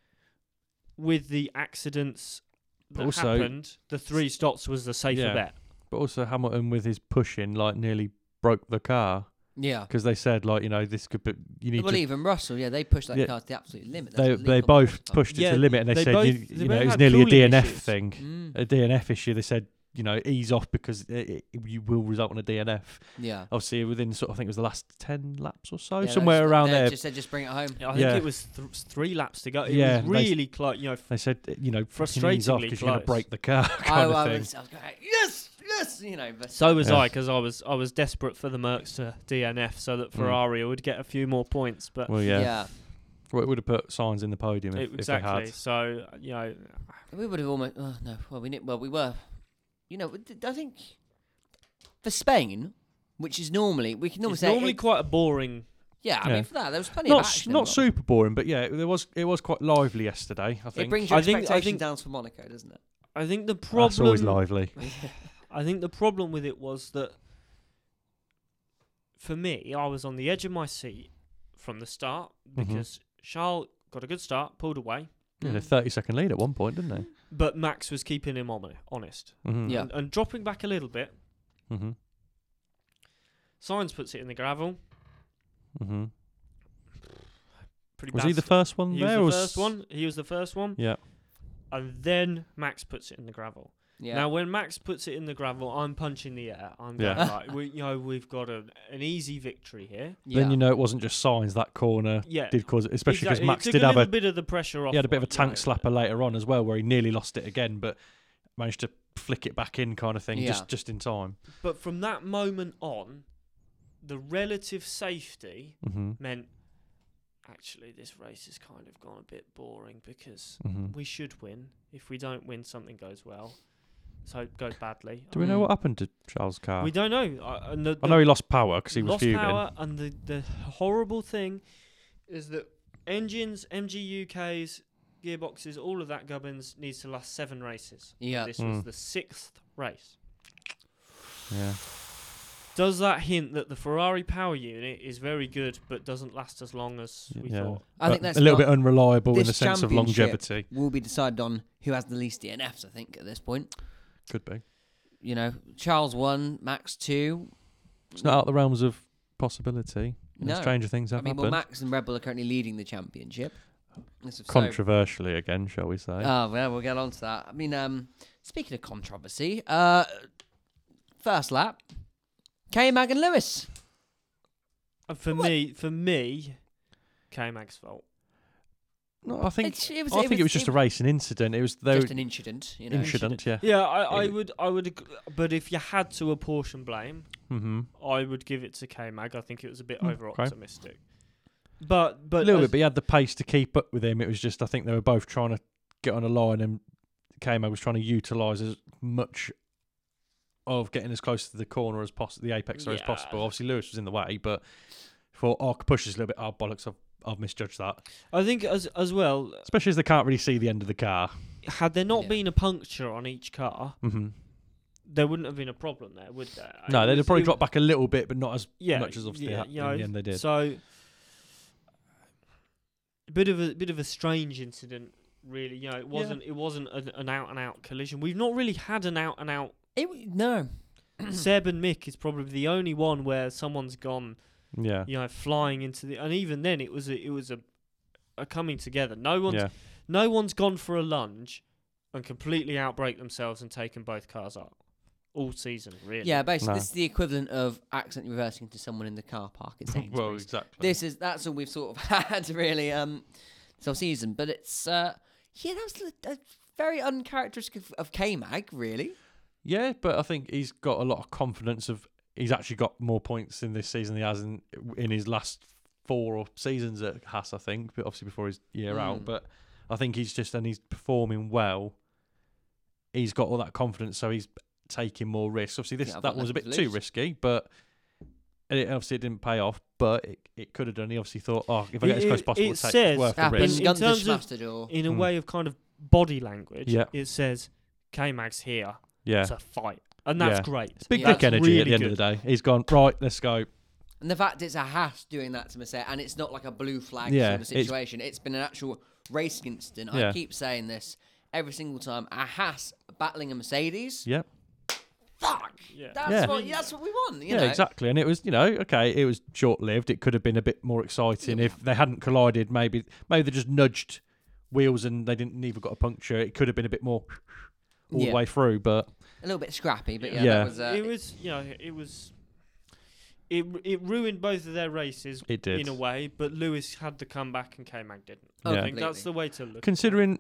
S3: with the accidents
S2: But
S3: that
S2: also-
S3: happened, the three stops was the safer
S2: Yeah.
S3: bet.
S2: But also Hamilton with his pushing like nearly broke the car
S1: yeah.
S2: because they said like you know this could be you need
S1: Well,
S2: to.
S1: even Russell, yeah, they pushed that
S2: Yeah.
S1: car to the absolute limit. That's
S2: They
S1: a
S2: they
S1: leap on
S2: both
S1: the
S2: pushed it
S3: Yeah,
S2: to the limit and they,
S3: they
S2: said
S3: both-
S2: you,
S3: they
S2: you know
S3: both
S2: it was
S3: had
S2: nearly a
S3: cooling
S2: DNF
S3: issues.
S2: thing,
S1: Mm.
S2: a DNF issue. They said you know ease off because it, it, you will result in a DNF.
S1: Yeah.
S2: Obviously within sort of I think it was the last ten laps or so
S1: Yeah,
S2: somewhere
S1: that's-
S2: around
S1: they
S2: there.
S1: Just said, just bring it home.
S3: I think
S2: Yeah.
S3: it was th- three laps to go. It
S2: Yeah,
S3: was
S2: they s-
S3: really close. You know, f-
S2: They said eh, you know fucking ease
S3: Frustratingly
S2: off because you're gonna
S3: close.
S2: break the car
S1: I,
S2: kind
S1: I
S2: of thing.
S1: was, I was going, yes, yes, you know. But
S3: so was
S2: Yeah.
S3: I because I was I was desperate for the Mercs to DNF so that
S2: Mm.
S3: Ferrari would get a few more points, but
S2: Well
S1: yeah.
S2: yeah. Well, it would have put signs in the podium if,
S3: it, exactly.
S2: if
S3: So you know,
S1: we would have almost. Oh, no, well we didn't, well we were, you know. I think for Spain, which is normally we can normally
S3: it's
S1: say
S3: normally
S1: it-
S3: quite a boring.
S1: yeah, I
S2: Yeah.
S1: mean for that there was
S2: they
S1: plenty
S2: had. Not
S1: of
S2: s-
S1: action,
S2: not
S1: but
S2: super boring, but yeah, there was it was quite lively yesterday. I think
S1: It brings your
S3: I think- I
S1: expectations
S3: think-
S1: down for Monaco, doesn't it?
S3: I think the
S2: that's always
S3: problem.
S2: lively.
S3: I think the problem with it was that for me, I was on the edge of my seat from the start because Charles got a good start, pulled away,
S1: Mm.
S2: Yeah, Mm-hmm. a thirty second lead at one point, didn't they?
S3: but Max was keeping him on, honest.
S2: Mm-hmm.
S1: Yeah.
S3: And, and dropping back a little bit,
S2: Mm-hmm.
S3: Signs puts it in the gravel.
S2: Mm-hmm.
S3: pretty
S2: Was
S3: bad
S2: he the
S3: stuff.
S2: first one
S3: He was
S2: there?
S3: the
S2: or
S3: first
S2: s-
S3: one. He was the first one.
S2: Yeah.
S3: And then Max puts it in the gravel.
S1: Yeah.
S3: Now, when Max puts it in the gravel, I'm punching the air. I'm going,
S2: Yeah.
S3: right, we, you know, we've got an, an easy victory here.
S2: Then you know it wasn't just signs that corner
S3: Yeah.
S2: did cause, it, especially because
S3: Exactly. It
S2: Max
S3: took
S2: did
S3: a
S2: have
S3: little
S2: a
S3: bit of the pressure off.
S2: he had a bit of a
S3: like, you
S2: tank
S3: know.
S2: slapper later on as well, where he nearly lost it again, but managed to flick it back in, kind of thing,
S1: Yeah.
S2: just just in time.
S3: But from that moment on, the relative safety
S2: Mm-hmm.
S3: meant actually this race has kind of gone a bit boring because
S2: Mm-hmm.
S3: we should win. If we don't win, something goes well. So it goes badly.
S2: Do we know
S1: Mm.
S2: what happened to Charles Carr?
S3: We don't know. I, and the,
S2: I
S3: the-
S2: know he lost power because he was
S3: lost
S2: fuming.
S3: power, and the, the horrible thing is that engines, MG UKs, gearboxes, all of that gubbins needs to last seven races.
S1: Yeah.
S3: This
S2: Mm.
S3: was the sixth race.
S2: Yeah.
S3: Does that hint that the Ferrari power unit is very good but doesn't last as long as we
S2: Yeah.
S3: thought?
S1: I think
S2: But
S1: that's
S2: a little
S1: not-
S2: bit unreliable in
S1: this
S2: the sense of
S1: championship-
S2: longevity.
S1: will be decided on who has the least DNFs. I think at this point,
S2: Could be.
S1: you know, Charles one, Max two.
S2: It's not out of the realms of possibility. You know,
S1: No.
S2: Stranger things
S1: I
S2: have
S1: mean, well,
S2: happened.
S1: Max and Red Bull are currently leading the championship. As of so-
S2: Controversially, again, shall we say?
S1: Oh, well, we'll get on to that. I mean, um, speaking of controversy, uh, first lap, K. Mag and Lewis.
S3: And for me, for me, K Mag's fault.
S2: no, I think oh,
S1: It's- it was-
S2: I
S1: it
S2: think it was just a racing incident. It was though
S1: just an incident, you know.
S2: incident, yeah.
S3: Yeah, I, I
S2: It-
S3: would, I would, ag- but if you had to apportion blame,
S2: Mm-hmm.
S3: I would give it to K Mag. I think it was a bit
S2: Mm,
S3: over
S2: okay.
S3: optimistic. But
S2: A
S3: but
S2: little
S3: as-
S2: bit, but he had the pace to keep up with him. It was just, I think they were both trying to get on a line, and Kamo was trying to utilise as much of getting as close to the corner as possible, the apex as
S3: Yeah.
S2: possible. Obviously, Lewis was in the way, but thought, oh, I could push this a little bit. Oh, bollocks, I've, I've misjudged that.
S3: I think as as well,
S2: Especially as they can't really see the end of the car.
S3: had there not
S1: Yeah.
S3: been a puncture on each car,
S2: Mm-hmm.
S3: there wouldn't have been a problem there, would there?
S2: No,
S3: It
S2: they'd
S3: was-
S2: have probably
S3: it-
S2: dropped back a little bit, but not as
S3: yeah,
S2: much as obviously
S3: yeah,
S2: ha-
S3: you know,
S2: in the end they did.
S3: So, a bit of a bit of a strange incident, really. You know, it wasn't it wasn't an, an out and out collision. We've not really had an out and out.
S1: It w- no,
S3: Seb and Mick is probably the only one where someone's gone,
S2: yeah.
S3: you know, flying into the. And even then, it was a, it was a, a coming together. No one's
S2: Yeah.
S3: no one's gone for a lunge and completely outbreak themselves and taken both cars out all season, really.
S1: yeah. Basically,
S2: No.
S1: this is the equivalent of accidentally reversing into someone in the car park at Sainsbury's.
S2: Well, exactly.
S1: this is that's all we've sort of had really um this whole season. But it's uh yeah, that was li- that's very uncharacteristic of, of K Mag, really.
S2: Yeah, but I think he's got a lot of confidence of he's actually got more points in this season than he has in in his last four or seasons at Haas, I think, but obviously before his year
S1: Mm.
S2: out. But I think he's just and he's performing well. He's got all that confidence, so he's taking more risks. Obviously, this
S1: Yeah, I've got
S2: that was a
S1: nothing
S2: bit
S1: to
S2: too
S1: lose.
S2: risky, but and it, obviously it didn't pay off. But it, it could have done. He obviously thought, oh, if I get
S3: It-
S2: as
S3: it-
S2: close as possible,
S3: it
S2: it's take-
S3: says
S2: it's worth the
S3: Apple-
S1: Happens,
S2: risk.
S3: in
S1: guns are
S3: terms of-
S1: smashed the door.
S3: In a
S2: Mm.
S3: way of kind of body language,
S2: Yeah.
S3: it says K Mag's here
S2: Yeah,
S3: to fight. And that's
S2: Yeah.
S3: great.
S2: big
S1: Yeah.
S2: dick energy at the
S3: really
S2: end of the day. He's gone right. Let's go.
S1: And the fact it's a Haas doing that to Mercedes, and it's not like a blue flag
S2: Yeah,
S1: sort of
S2: it's-
S1: situation. it's been an actual racing incident. I
S2: Yeah.
S1: keep saying this every single time. A Haas battling a Mercedes.
S2: Yep.
S1: Fuck.
S3: Yeah.
S1: That's
S2: Yeah.
S1: what that's what we want. You
S2: yeah,
S1: know?
S2: exactly. And it was, you know, okay, it was short lived. It could have been a bit more exciting if they hadn't collided. Maybe, maybe they just nudged wheels and they didn't even got a puncture. It could have been a bit more all
S1: Yeah.
S2: the way through. But
S1: A little bit scrappy, but yeah,
S2: Yeah.
S1: that was. Uh,
S3: it was, you know, it was. It, it ruined both of their races
S2: it did.
S3: in a way, but Lewis had the comeback and K Mag didn't.
S1: oh,
S2: Yeah.
S3: I think that's
S1: completely.
S3: the way to look.
S2: Considering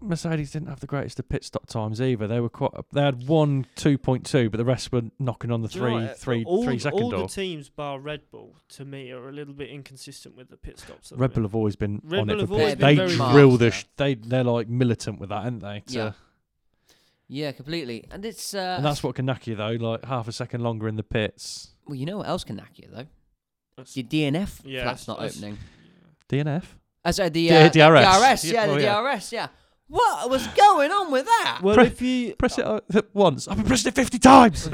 S2: Mercedes didn't have the greatest of pit stop times either. They were quite. They had one two point two, but the rest were knocking on the
S3: Do you know
S2: three,
S3: what,
S2: three,
S3: all,
S2: three second
S3: all
S2: door.
S3: the teams bar Red Bull to me are a little bit inconsistent with the pit stops. at the
S2: Red Bull
S3: minute.
S2: have always been
S3: Red
S2: on
S3: Bull
S2: it.
S3: have
S2: for
S1: always
S2: pit.
S1: been
S2: They
S1: very
S2: drill the.
S1: master.
S2: Sh- they they're like militant with that, aren't they? to-
S1: Yeah. Yeah, completely. And it's. Uh,
S2: And that's what can knock you though, like half a second longer in the pits.
S1: Well, you know what else can knock you though?
S3: That's-
S1: Your DNF
S3: Yeah,
S1: flap's
S3: that's-
S1: not
S3: that's-
S1: opening.
S2: DNF.
S1: Uh, sorry, the
S2: D-
S1: uh,
S2: DRS.
S1: DRS,
S2: Yeah,
S1: yeah, the
S2: well, yeah.
S1: DRS, yeah. What was going on with that?
S3: Well,
S2: Pre-
S3: if you
S2: Press it o- once. I've been pressing it 50 times.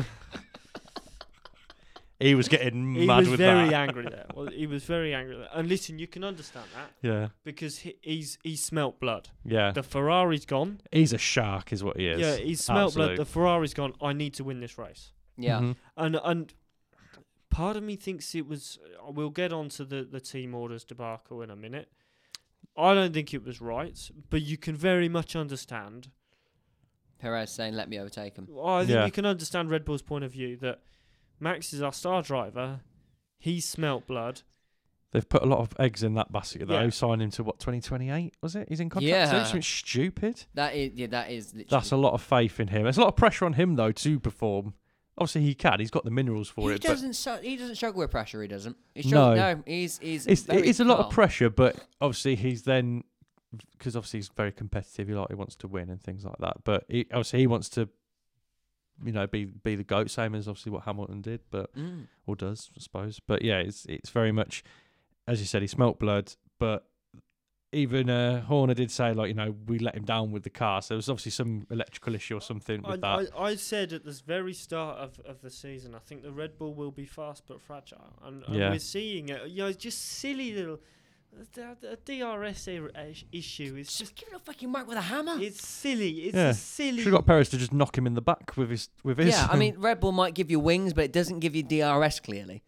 S2: he was getting
S3: he
S2: mad
S3: was
S2: with
S3: very
S2: that.
S3: angry there. Well, he was very angry there. And listen, you can understand that
S2: Yeah.
S3: because he, he's he smelt blood.
S2: Yeah.
S3: The Ferrari's gone.
S2: He's a shark, is what he is.
S3: Yeah, he smelt
S2: Absolute.
S3: blood. The Ferrari's gone. I need to win this race.
S1: yeah,
S2: Mhm.
S3: And and uh, part of me thinks it was. We'll get on to the the team orders debacle in a minute, I don't think it was right, but you can very much understand.
S1: Perez saying, "Let me overtake him."
S3: I think
S2: Yeah.
S3: you can understand Red Bull's point of view that Max is our star driver. He smelt blood.
S2: They've put a lot of eggs in that basket though.
S3: Yeah.
S2: Signed him to what 2028 was it? He's in contract.
S1: Yeah.
S2: soon? Something stupid.
S1: That is, yeah, that is. Literally
S2: That's a lot of faith in him. There's a lot of pressure on him though to perform. Obviously he can. He's got the minerals for
S1: he
S2: it. But
S1: doesn't. Su- he doesn't struggle with pressure. He doesn't. He struggles, no.
S2: No.
S1: he's he's.
S2: it's
S1: very
S2: it's a lot of
S1: calm.
S2: pressure. But obviously he's then because obviously he's very competitive. He like he wants to win and things like that. But he, obviously he wants to, you know, be be the goat. Same as obviously what Hamilton did. But
S1: Mm.
S2: or does, I suppose. But yeah, it's it's very much, as you said, he smelt blood. But even uh, Horner did say, like, you know, we let him down with the car. So there was obviously some electrical issue or something
S3: I,
S2: with that.
S3: I, I said at this very start of, of the season, I think the Red Bull will be fast but fragile, and, and
S2: Yeah.
S3: we're seeing it. You know, it's just silly little the, the DRS i- issue e, uh, is just
S1: Just give it a fucking whack with a hammer.
S3: it's silly. It's
S2: Yeah.
S3: a silly.
S2: Should have got Perez to just knock him in the back with his with his.
S1: Yeah, I mean, Red Bull might give you wings, but it doesn't give you DRS clearly.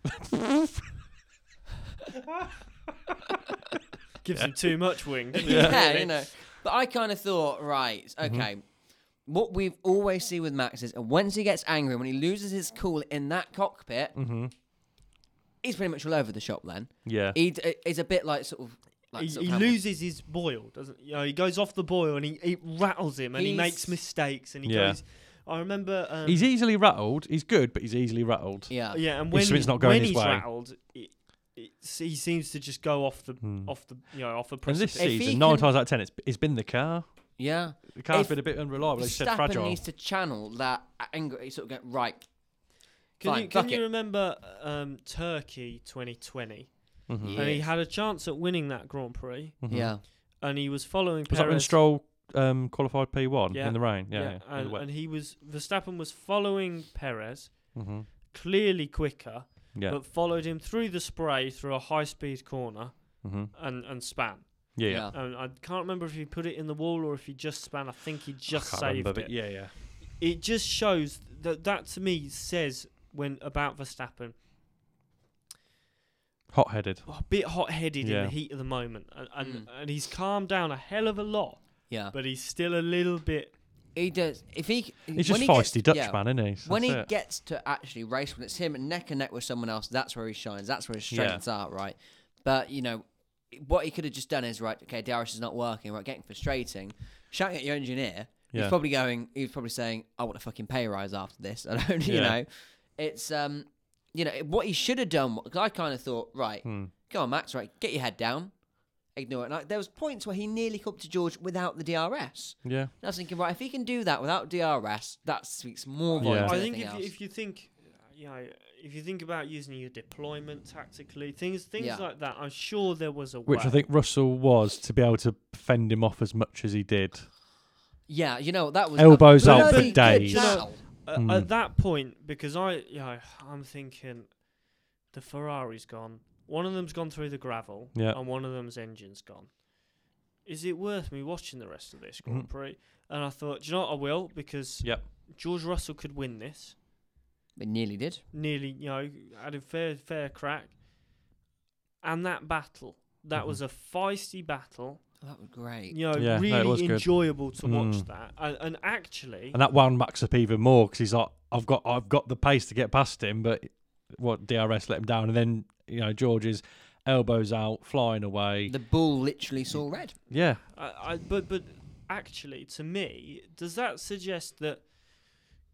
S3: gives him too much wing. Doesn't it,
S1: yeah,
S3: really?
S1: you know. But I kind of thought, right,
S2: Mm-hmm.
S1: okay. What we've always seen with Max is, once he gets angry, when he loses his cool in that cockpit,
S2: hmm
S1: he's pretty much all over the shop. Then
S2: yeah,
S1: he d- is a bit like sort of. Like
S3: He,
S1: sort
S3: he
S1: of Hamilton.
S3: loses his boil, doesn't? You know, he goes off the boil and he it rattles him, and he
S1: He's-
S3: makes mistakes, and he
S2: Yeah.
S3: goes. I remember. Um,
S2: he's easily rattled. He's good, but he's easily rattled.
S1: Yeah.
S3: yeah, and when,
S2: something's
S3: he-
S2: not going
S3: when
S2: his
S3: he's
S2: way.
S3: rattled, it, it, he seems to just go off the
S2: Hmm.
S3: off the you know off the
S2: And this
S3: precipice.
S1: If he
S2: season, nine
S1: can-
S2: times out of ten, it's, it's been the car.
S1: Yeah.
S2: The car's
S1: If
S2: been a bit unreliable. Oh, They said
S1: Verstappen
S2: fragile.
S1: needs to channel that anger. He sort of go right.
S3: Can
S1: Fine,
S3: you can
S1: fuck
S3: you
S1: it.
S3: remember um, Turkey 2020?
S2: Mhm.
S1: Yeah.
S3: And he
S1: Yes.
S3: had a chance at winning that Grand Prix,
S2: Mhm.
S1: Yeah.
S3: and he was following
S2: Was that when
S3: Perez.
S2: Stroll um, qualified P one
S3: Yeah.
S2: in the rain? Yeah, yeah. in the
S3: and,
S2: wet.
S3: and he was Verstappen was following Perez,
S2: Mhm.
S3: clearly quicker,
S2: yeah.
S3: but followed him through the spray through a high-speed corner
S2: Mhm.
S3: and and span.
S2: yeah, yeah.
S3: And I can't remember if he put it in the wall or if he just span. I think he just
S2: can't
S3: saved
S2: remember,
S3: it.
S2: but Yeah, yeah.
S3: it just shows that that to me says when about Verstappen,
S2: Hot headed.
S3: a bit hot-headed in
S2: Yeah.
S3: the heat of the moment, and
S1: Mm.
S3: and, and he's calmed down a hell of a lot,
S1: Yeah.
S3: but he's still a little bit.
S1: He does. If he.
S2: He's
S1: when
S2: just
S1: he gets-
S2: feisty Dutchman,
S1: yeah.
S2: isn't he? So
S1: when he
S2: that's it.
S1: gets to actually race, when it's him neck and neck with someone else, that's where he shines. That's where his strengths are, right? But you know, what he could have just done is right. Okay, DRS is not working. Right, getting frustrating. Shouting at your engineer. He's
S2: Yeah.
S1: probably going. He's probably saying, "I want a fucking pay rise after this." I don't. You
S2: Yeah.
S1: know, it's um, you know, what he should have done. Because I kind of thought, right,
S2: Hmm.
S1: go on, Max, right, get your head down. Ignore it. And like, there was points where he nearly caught up to George without the DRS.
S2: Yeah.
S1: And I was thinking, right, if he can do that without DRS, that speaks more volumes. than
S2: Yeah.
S3: I think
S1: anything
S3: if
S1: else.
S3: you, if you think, you know, if you think about using your deployment tactically, things things
S1: Yeah.
S3: like that, I'm sure there was a
S2: Which
S3: way.
S2: I think Russell was to be able to fend him off as much as he did.
S1: Yeah, you know that was
S2: Elbows
S1: a
S3: out for
S1: bloody good
S2: days.
S1: battle.
S3: Uh,
S2: Hmm.
S3: At that point, because I, you know, I'm thinking, the Ferrari's gone. One of them's gone through the gravel,
S2: Yeah.
S3: and one of them's engine's gone. Is it worth me watching the rest of this Grand
S2: Mhm.
S3: Prix? And I thought, do you know what, I will because
S2: Yep.
S3: George Russell could win this.
S1: It nearly did.
S3: Nearly, you know, had a fair fair crack. And that battle, that was a feisty battle.
S1: Oh, that was great.
S3: You know,
S2: Mm-hmm. Yeah, no, it was
S3: really
S2: good.
S3: enjoyable to watch
S2: Mm.
S3: that. And, and actually,
S2: And that wound Max up even more because he's like, I've got, I've got the pace to get past him, but what DRS let him down, and then you know George's elbows out, flying away.
S1: The bull literally saw red.
S2: yeah.
S3: I, I, but but actually, to me, does that suggest that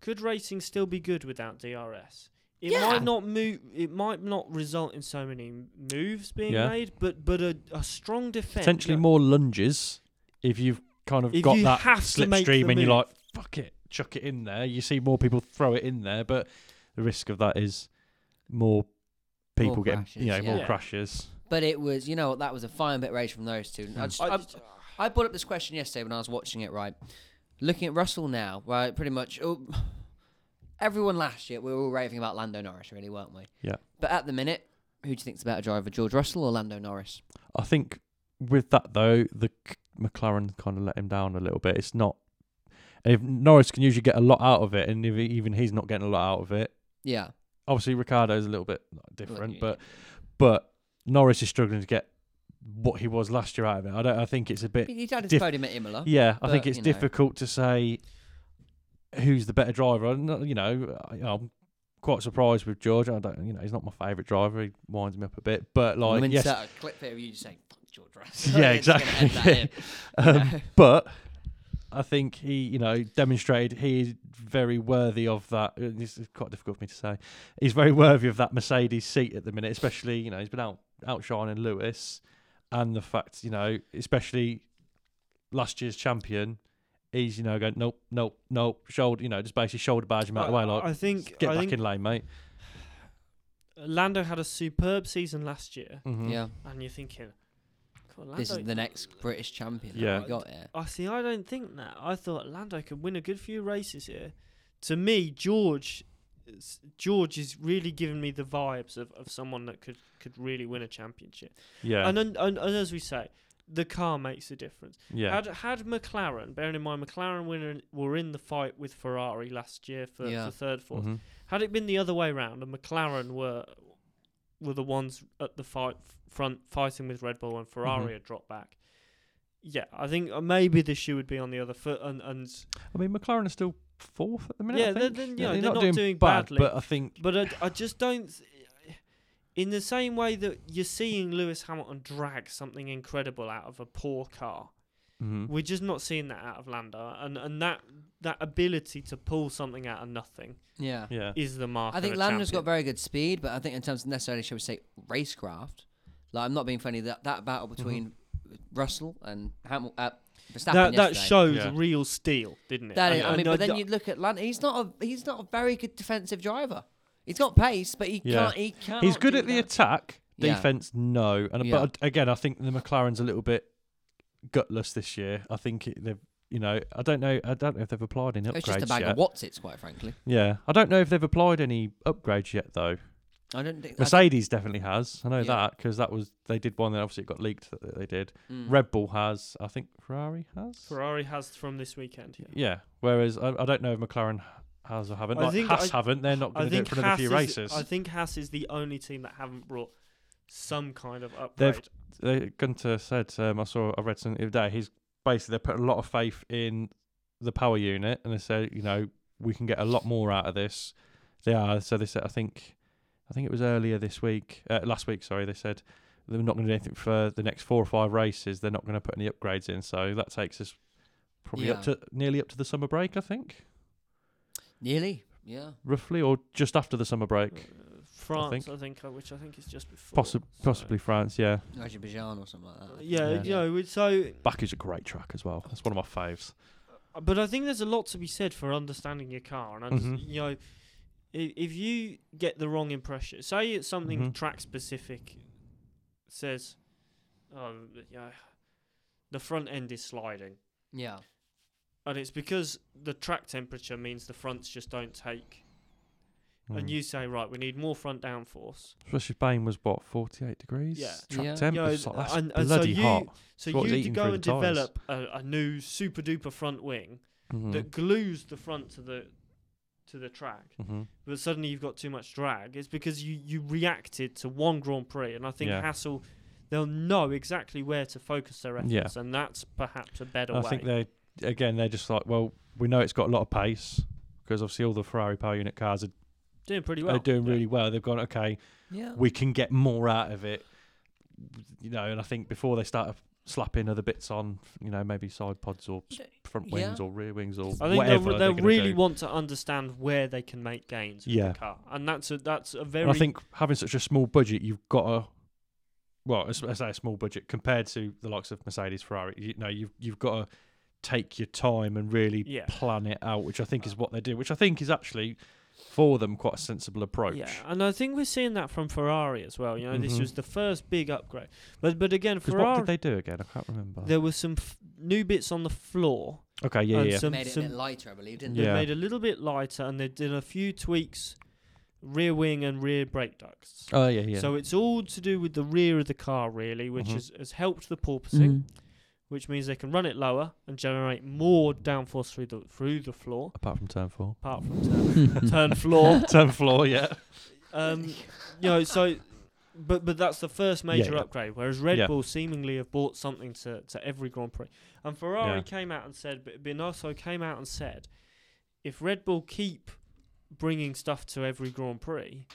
S3: could racing still be good without DRS? It
S1: Yeah.
S3: might not move. It might not result in so many m- moves being
S2: Yeah.
S3: made, but but a, a strong defense
S2: Potentially more lunges if you've kind of
S3: If
S2: got
S3: you
S2: that
S3: have to make the
S2: slipstream and
S3: move.
S2: you're like, fuck it, chuck it in there. You see more people throw it in there, but the risk of that is more people
S1: More
S2: getting,
S1: crashes,
S2: you know, more
S3: yeah.
S2: crashes.
S1: But it was, you know, that was a fine bit of rage from those two. I, just,
S3: I
S1: I,
S3: just-
S1: I brought up this question yesterday when I was watching it. Right, looking at Russell now, right, pretty much. Oh, everyone last year we were all raving about Lando Norris, really, weren't we?
S2: Yeah.
S1: But at the minute, who do you think's a better driver, George Russell or Lando Norris?
S2: I think with that though, the c- McLaren kind of let him down a little bit. It's not. If Norris can usually get a lot out of it, and if he- even he's not getting a lot out of it,
S1: Yeah.
S2: obviously Ricardo's a little bit different,
S1: yeah.
S2: but but Norris is struggling to get what he was last year out of it. I don't. I think it's a bit.
S1: He's had his
S2: diff-
S1: podium at Imola.
S2: Yeah, I
S1: but,
S2: think it's
S1: you know.
S2: difficult to say who's the better driver. I'm not- You know, I, I'm quite surprised with George. I don't. You know, he's not my favourite driver. He winds me up a bit, but
S1: I'm
S2: like,
S1: gonna
S2: yes,
S1: insert a clip here of you just saying "fuck George Russell."
S2: yeah,
S1: It's gonna
S2: exactly.
S1: end that in, you
S2: um,
S1: know?
S2: but I think he, you know, demonstrated he is very worthy of that. uh, This is quite difficult for me to say. He's very worthy of that Mercedes seat at the minute, especially you know he's been out outshining Lewis, and the fact you know, especially last year's champion, he's you know going nope, nope, nope, shoulder, you know, just basically shoulder barge him out of the way, like
S3: I think
S2: get
S3: I
S2: back
S3: think
S2: in lane, mate.
S3: Lando had a superb season last year,
S2: Mhm.
S1: Yeah,
S3: and you're thinking, God, Lando,
S1: this is the next British champion.
S2: Yeah.
S1: Yeah, we got it.
S3: I see. I don't think that. I thought Lando could win a good few races here. To me, George, s- George is really giving me the vibes of, of someone that could could really win a championship.
S2: yeah,
S3: And, un- and and as we say, the car makes a difference.
S2: yeah.
S3: Had had McLaren, bearing in mind McLaren were in, were in the fight with Ferrari last year for,
S1: Yeah.
S3: for third, 4th
S2: Mhm.
S3: Had it been the other way round, and McLaren were were the ones at the fight front fighting with Red Bull, and Ferrari
S2: Mhm.
S3: had dropped back. Yeah, I think uh, maybe the shoe would be on the other foot, and and
S2: I mean, McLaren is still fourth at the minute. I
S3: Yeah, they're-
S2: think.
S3: they're- you know,
S2: they're, not, doing,
S3: bad, badly.
S2: but I think
S3: but I, I just don't. th- In the same way that you're seeing Lewis Hamilton drag something incredible out of a poor car,
S2: Mhm.
S3: we're just not seeing that out of Lando, and and that that ability to pull something out of nothing
S1: Yeah.
S2: yeah.
S3: is the mark.
S1: I think
S3: of a
S1: Lando's got
S3: champion.
S1: very good speed, but I think in terms of necessarily, shall we say, racecraft, like I'm not being funny, that, that battle
S2: Mm-hmm.
S1: between Russell and Hamil- uh, Verstappen
S3: that that
S1: yesterday,
S3: shows
S2: Yeah.
S3: real steel, didn't it?
S1: That
S3: And-
S1: is, I
S3: and
S1: mean, but then
S2: uh,
S3: d-
S1: you look at Lando. He's not a he's not a very good defensive driver. He's got pace, but he
S2: Yeah.
S1: can't. He can't.
S2: He's good
S1: Oh, do
S2: at the
S1: that.
S2: attack.
S1: Yeah.
S2: Defense, no. And
S1: Yeah.
S2: but again, I think the McLaren's a little bit gutless this year. I think it, they've, you know, I don't know. I don't know if they've applied any upgrades
S1: It's just a bag
S2: yet.
S1: of what's it's quite frankly.
S2: Yeah, I don't know if they've applied any upgrades yet though.
S1: I don't think. I,
S2: Mercedes definitely has. I know
S1: Yeah.
S2: that because that was they did one. Then obviously it got leaked that they did.
S1: mm.
S2: Red Bull has. I think Ferrari has.
S3: Ferrari has from this weekend. yeah.
S2: Yeah. Whereas I, I don't know if McLaren has or haven't.
S3: I
S2: Like,
S3: think
S2: Haas
S3: I-
S2: haven't. They're not
S3: I
S2: going to do it
S3: think
S2: for another
S3: Haas
S2: few
S3: is,
S2: races.
S3: I think Haas is the only team that haven't brought some kind of upgrade.
S2: They've- they, Gunter said, um, I saw, I read something the other day. He's basically they put a lot of faith in the power unit, and they said, you know, we can get a lot more out of this. They are. So they said, I think, I think it was earlier this week, uh, last week. Sorry, they said they're not going to do anything for the next four or five races. They're not going to put any upgrades in. So that takes us probably up
S1: Yeah.
S2: to nearly up to the summer break, I think,
S1: Nearly. Yeah.
S2: roughly, or just after the summer break.
S3: Uh, France,
S2: think.
S3: I think, uh, which I think is just before.
S2: Possi-
S3: so-
S2: possibly France, yeah.
S1: Azerbaijan or something like that. I
S3: Uh,
S1: think.
S3: yeah,
S2: Yeah.
S3: you know, it's so.
S2: Baku's a great track as well. That's one of my faves.
S3: uh, But I think there's a lot to be said for understanding your car, and I just,
S2: Mhm.
S3: you know, if, if you get the wrong impression, say it's something
S2: Mhm.
S3: track specific, says, oh, yeah, the front end is sliding.
S1: Yeah.
S3: And it's because the track temperature means the fronts just don't take.
S2: Mm.
S3: And you say, right, we need more front downforce.
S2: Especially Spain was what forty eight degrees.
S3: Yeah.
S2: track
S1: Yeah.
S2: temp.
S3: Yeah,
S2: it's like, that's
S3: and- and so
S2: bloody
S3: you-
S2: hot.
S3: So
S2: It's what it's
S3: you d-
S2: eating
S3: go
S2: through
S3: and
S2: the tyres.
S3: develop a, a new super duper front wing
S1: Mm-hmm.
S2: Mhm.
S3: that glues the front to the to the track,
S2: Mhm.
S3: but suddenly you've got too much drag. It's because you you reacted to one Grand Prix, and I think
S2: Yeah.
S3: Hassel they'll know exactly where to focus their efforts,
S2: Yeah.
S3: and that's perhaps a better
S2: And I
S3: way.
S2: think they again they're just like, well, we know it's got a lot of pace because obviously all the Ferrari power unit cars are,
S3: doing pretty well.
S2: are doing
S3: Yeah.
S2: really well. They've gone okay,
S1: Yeah.
S2: we can get more out of it, you know. And I think before they start slapping other bits on, you know, maybe side pods or s- front
S1: Yeah.
S2: wings or rear wings or
S3: I think
S2: whatever,
S3: they
S2: they're
S3: they
S2: gonna
S3: really
S2: do.
S3: want to understand where they can make gains with
S2: Yeah.
S3: the car, and that's a that's a
S2: And
S3: very
S2: I think having such a small budget, you've got to, well, as I say, a small budget compared to the likes of Mercedes, Ferrari. You know, you've you've got to take your time and really
S3: Yeah.
S2: plan it out, which I think is what they do. Which I think is actually for them quite a sensible approach.
S3: yeah, and I think we're seeing that from Ferrari as well. You know, this
S2: Mhm.
S3: was the first big upgrade, but but again,
S2: Because
S3: Ferrari
S2: what did they do again? I can't remember.
S3: there were some f- new bits on the floor.
S2: okay, yeah,
S3: and
S2: yeah,
S3: Some,
S1: made it a
S3: some-
S1: bit lighter, I believe, didn't
S3: they
S2: Yeah.
S3: made a little bit lighter, and they did a few tweaks, rear wing and rear brake ducts.
S2: oh yeah, yeah.
S3: So it's all to do with the rear of the car, really, which
S2: Mhm.
S3: has, has helped the
S2: Mm-hmm.
S1: they?
S3: porpoising, which means they can run it lower and generate more downforce through the through the floor,
S2: apart from turn four,
S3: apart from turn, turn floor.
S2: turn floor, yeah.
S3: Um, you know, so but but that's the first major
S2: yeah.
S3: upgrade. Whereas Red
S2: Yeah.
S3: Bull seemingly have bought something to, to every Grand Prix, and Ferrari
S2: Yeah.
S3: came out and said, but Binotto came out and said, if Red Bull keep bringing stuff to every Grand Prix,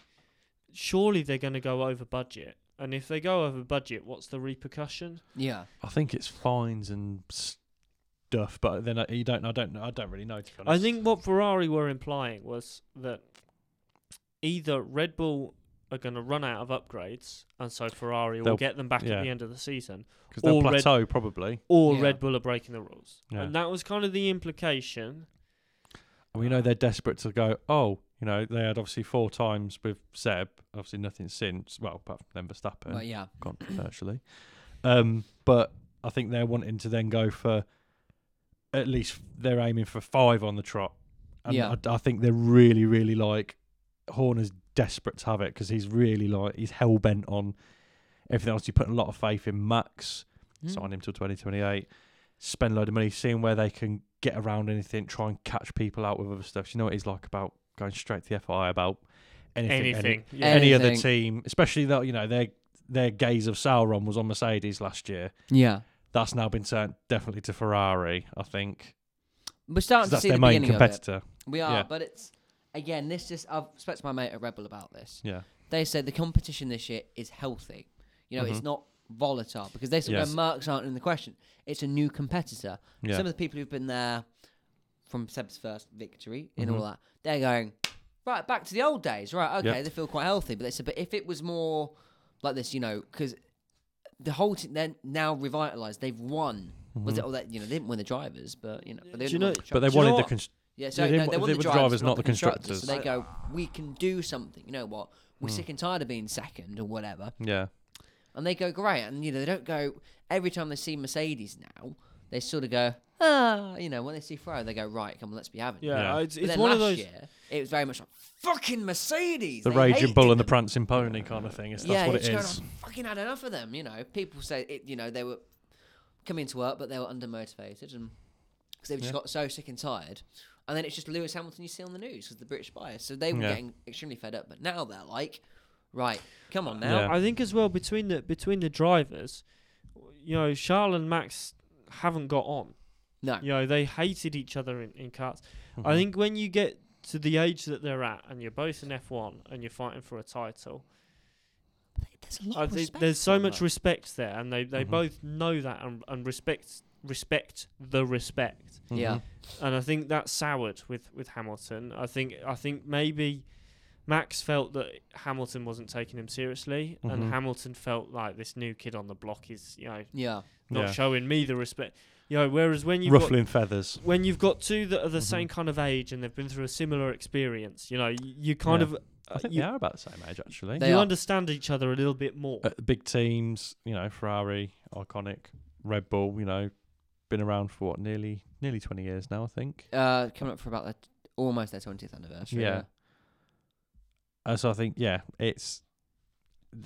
S3: surely they're going to go over budget. And if they go over budget, what's the repercussion?
S1: Yeah.
S2: I think it's fines and stuff, but then I, you don't. I don't. know- I don't really know. To be
S3: I
S2: honest.
S3: think what Ferrari were implying was that either Red Bull are going to run out of upgrades, and so Ferrari will
S2: They'll-
S3: get them back
S2: yeah.
S3: at the end of the season,
S2: because they'll
S3: all red-
S2: plateau probably.
S3: or
S1: Yeah.
S3: Red Bull are breaking the rules.
S2: Yeah.
S3: And that was kind of the implication.
S2: And we know they're desperate to go. Oh, you know they had obviously four times with Seb. Obviously nothing since. Well, apart from then Verstappen.
S1: But yeah.
S2: controversially. Um, but I think they're wanting to then go for at least they're aiming for five on the trot. And
S1: Yeah.
S2: I, I think they're really, really like Horner's desperate to have it because he's really like he's hell bent on everything else. You put a lot of faith in Max,
S1: Mm.
S2: sign him till twenty twenty eight, spend a load of money, seeing where they can get around anything, try and catch people out with other stuff. You know what he's like about going straight to the FI about anything, any-
S3: Anything. yeah.
S1: Any-
S2: any other
S1: Anything.
S2: team, especially though you know their their gaze of Sauron was on Mercedes last year.
S1: Yeah.
S2: That's now been turned definitely to Ferrari, I think.
S1: We're
S2: 'cause
S1: starting to
S2: That's
S1: see the
S2: their main
S1: beginning of it.
S2: competitor.
S1: We are,
S2: Yeah.
S1: but it's again this just I've spoke to my mate at Rebel about this.
S2: Yeah,
S1: They said the competition this year is healthy. You know, it's
S2: Mhm.
S1: not volatile because they said
S2: Yes.
S1: their marks aren't in the question. It's a new competitor.
S2: yeah,
S1: Some of the people who've been there from Seb's first victory and
S2: Mhm.
S1: all that, they're going right back to the old days. Right, okay,
S2: Yep.
S1: they feel quite healthy. But they said, but if it was more like this, you know, because the whole team they're now revitalized. They've won. Was
S2: Mhm.
S1: it all that you know? They didn't win the drivers, but you know, but
S3: Do
S1: they
S3: you
S1: didn't
S3: know-
S1: win the
S2: but they
S1: champions.
S3: Do you know
S2: wanted the
S3: what?
S2: const-
S1: Yeah, so
S2: Yeah, they
S1: no,
S2: wa-
S1: they want
S2: they
S1: the
S2: were
S1: drivers,
S2: drivers,
S1: not, the constructors. So they
S2: constructors.
S1: go, we can do something. You know what? We're sick and tired of being second or whatever.
S2: yeah,
S1: And they go, great. And, you know, they don't go, every time they see Mercedes now, they sort of go, ah, you know, when they see Ferrari, they go, right, come on, let's be having it.
S3: Yeah,
S2: Yeah.
S3: it's,
S1: But
S3: it's
S1: then
S3: one
S1: last
S3: of those.
S1: year, it was very much like, fucking Mercedes.
S2: the
S1: they
S2: raging bull
S1: hated
S2: and the
S1: them."
S2: prancing pony kind of thing. It's, that's
S1: yeah,
S2: what
S1: it's
S2: it
S1: going,
S2: is.
S1: "I've fucking had enough of them, you know. People say, it, you know, they were coming to work, but they were undermotivated and because they've just
S2: Yeah.
S1: got so sick and tired. And then it's just Lewis Hamilton you see on the news because the British bias. So they were
S2: Yeah.
S1: getting extremely fed up, but now they're like, right, come on now.
S2: Yeah.
S3: I think as well between the between the drivers, you know, Charles and Max haven't got on.
S1: No.
S3: You know, they hated each other in, in cars.
S2: Mm-hmm.
S3: I think when you get to the age that they're at and you're both in F1 and you're fighting for a title,
S1: There's a lot
S3: I
S1: of
S3: think
S1: respect
S3: there's so
S1: for
S3: much
S1: them.
S3: respect there and they, they
S2: Mhm.
S3: both know that and, and respect respect the respect.
S2: Mhm.
S1: Yeah.
S3: And I think that soured with, with Hamilton. I think I think maybe Max felt that Hamilton wasn't taking him seriously
S2: Mhm.
S3: and Hamilton felt like this new kid on the block is, you know,
S1: Yeah.
S3: not
S2: Yeah.
S3: showing me the respect. You know, whereas when you've got,
S2: ruffling feathers.
S3: when you've got two that are the
S2: Mhm.
S3: same kind of age and they've been through a similar experience, you know, you, you kind
S2: Yeah.
S3: of uh,
S2: I think
S3: you,
S2: they are about the same age actually.
S1: They
S3: you
S1: are.
S3: understand each other a little bit more.
S2: Uh, big teams, you know, Ferrari, iconic, Red Bull, you know, been around for what nearly nearly twenty years now, I think.
S1: Uh, coming up for about their, almost their 20th anniversary.
S2: Yeah. Uh, so I think, yeah, it's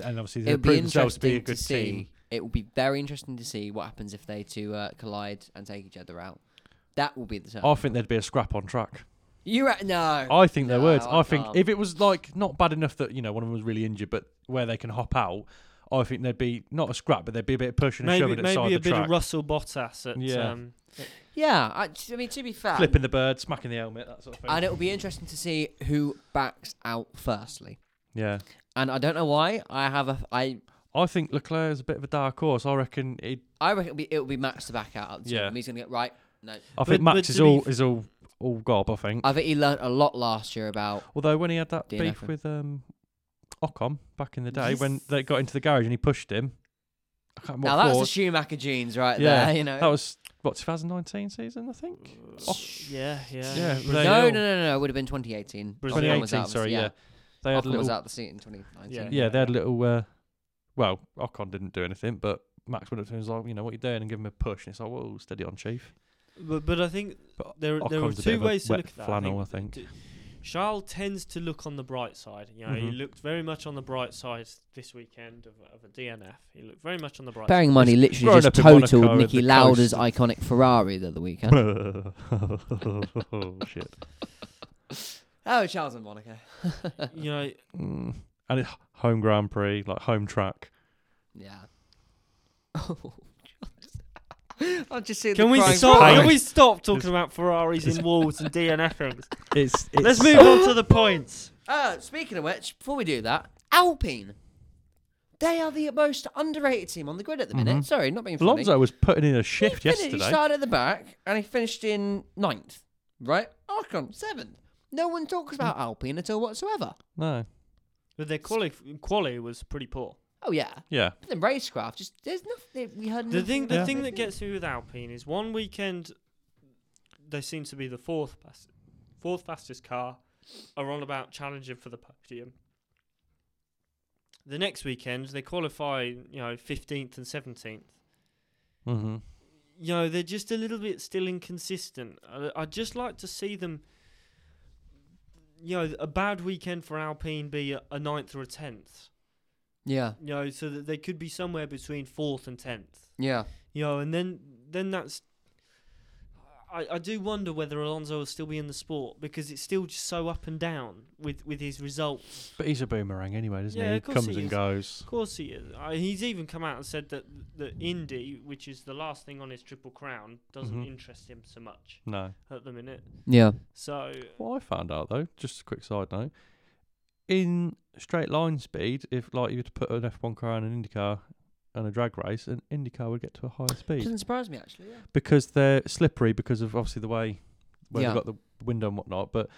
S2: and obviously
S1: It
S2: they
S1: would be
S2: proved themselves
S1: interesting
S2: to be a
S1: to
S2: good
S1: see.
S2: team.
S1: It will be very interesting to see what happens if they two uh, collide and take each other out. That will be the turn.
S2: I think there'd be a scrap on track.
S1: You ra- no.
S2: I think there would.
S1: No,
S2: I,
S1: I
S2: think
S1: can't.
S2: if it was like not bad enough that you know one of them was really injured, but where they can hop out, I think there'd be not a scrap, but there'd be a bit of pushing and
S3: Maybe
S2: shoving at the side
S3: maybe a
S2: of the
S3: bit
S2: track,
S3: of Russell Bottas at
S2: Yeah.
S3: um,
S1: yeah. I, I mean, to be fair,
S2: flipping the bird, smacking the helmet, that sort of thing.
S1: and it will be interesting to see who backs out firstly.
S2: yeah,
S1: And I don't know why. I have a. I
S2: I think Leclerc is a bit of a dark horse. I reckon. It,
S1: I reckon it'll be, it'll be Max to back out. At the
S2: Yeah.
S1: yeah. He's gonna get right. No.
S2: I
S3: But-
S2: think
S3: but
S2: Max
S3: to
S2: is
S3: be
S2: all
S3: f-
S2: is all all gob. I think.
S1: I think he learnt a lot last year about.
S2: Although when he had that
S1: DNF
S2: beef
S1: him.
S2: with um, Ocon back in the day, when they got into the garage and he pushed him, I can't remember.
S1: Now
S2: what
S1: that's
S2: Ford-
S1: the Schumacher genes right
S2: Yeah,
S1: there. You know.
S2: That was what 2019 season, I think.
S3: uh, yeah, yeah.
S2: Oh. Yeah,
S3: Brazil.
S2: they-
S1: no, no, no, no, no. It would have been 2018.
S3: Brazil.
S1: Ocon was
S2: 2018,
S1: out of the-
S2: sorry, yeah. They had
S1: Ocon was
S2: little,
S1: out of the seat in 2019.
S3: Yeah.
S2: yeah, they had little. Uh, well, Ocon didn't do anything, but Max went up to him and was like, you know, what you doing, and give him a push, and it's like, whoa, steady on, chief.
S3: But, but I think
S2: But
S3: there there are
S2: Ocon's a bit
S3: two
S2: of a
S3: ways to
S2: wet
S3: look at that.
S2: flannel,
S3: I
S2: I
S3: think.
S2: think.
S3: d- Charles tends to look on the bright side. You know, he
S2: Mhm.
S3: looked very much on the bright side this weekend of, of a DNF. He looked very much on the bright side.
S1: Bearing in mind, he
S2: It's
S1: literally
S2: grown
S1: just
S2: up in Monaco
S1: totaled
S2: and
S1: Nicky
S2: the
S1: Lauder's
S2: coast.
S1: iconic Ferrari the other weekend.
S2: oh shit!
S1: oh, Charles and Monica.
S3: You know,
S2: Mm. And it, home Grand Prix, like home track.
S1: Yeah. Oh, I'll just see.
S3: Can we
S2: crying
S3: stop?
S2: Pain.
S3: Can we stop
S2: Just-
S3: talking about Ferraris in walls and DNFs?
S4: It's, it's
S3: Let's move on to the points.
S1: Uh, speaking of which, before we do that, Alpine. They are the most underrated team on the grid at the minute. Sorry, not being funny.
S2: Alonso was putting in a
S1: He
S2: shift
S1: finished- He
S2: yesterday.
S1: started at the back and he finished in ninth, right? Arcon seventh. No one talks about
S3: Mm.
S1: Alpine at all whatsoever.
S2: No,
S3: But their quali quali was pretty poor.
S1: Oh yeah,
S2: yeah,
S1: but then racecraft just there's nothing. We heard
S3: The
S1: nothing
S3: thing, the
S1: about
S3: thing
S1: it.
S3: that gets me with Alpine is one weekend they seem to be the fourth fast, fourth fastest car, are on about challenging for the podium. The next weekend they qualify, you know, fifteenth and seventeenth.
S2: mm-hmm.
S3: You know, they're just a little bit still inconsistent. I, I'd just like to see them. You know, a bad weekend for Alpine be a, a ninth or a tenth.
S1: yeah,
S3: You know, so that they could be somewhere between fourth and tenth.
S1: yeah.
S3: You know, and then then that's. I, I do wonder whether Alonso will still be in the sport because it's still just so up and down with, with his results.
S2: but he's a boomerang anyway, doesn't
S3: Yeah,
S2: he? He
S3: of course
S2: comes
S3: he
S2: and
S3: is.
S2: goes.
S3: Of course he is. I, he's even come out and said that the Indy, which is the last thing on his Triple Crown, doesn't
S2: Mhm.
S3: interest him so much
S2: No.
S3: at the minute.
S1: Yeah.
S3: So
S2: What I found out though, just a quick side note, in straight line speed, if like you were to put an F1 car and an IndyCar and a drag race, an IndyCar would get to a higher speed
S1: Doesn't surprise me actually. Yeah.
S2: because they're slippery because of obviously the way where
S1: Yeah.
S2: they've got the window and whatnot. But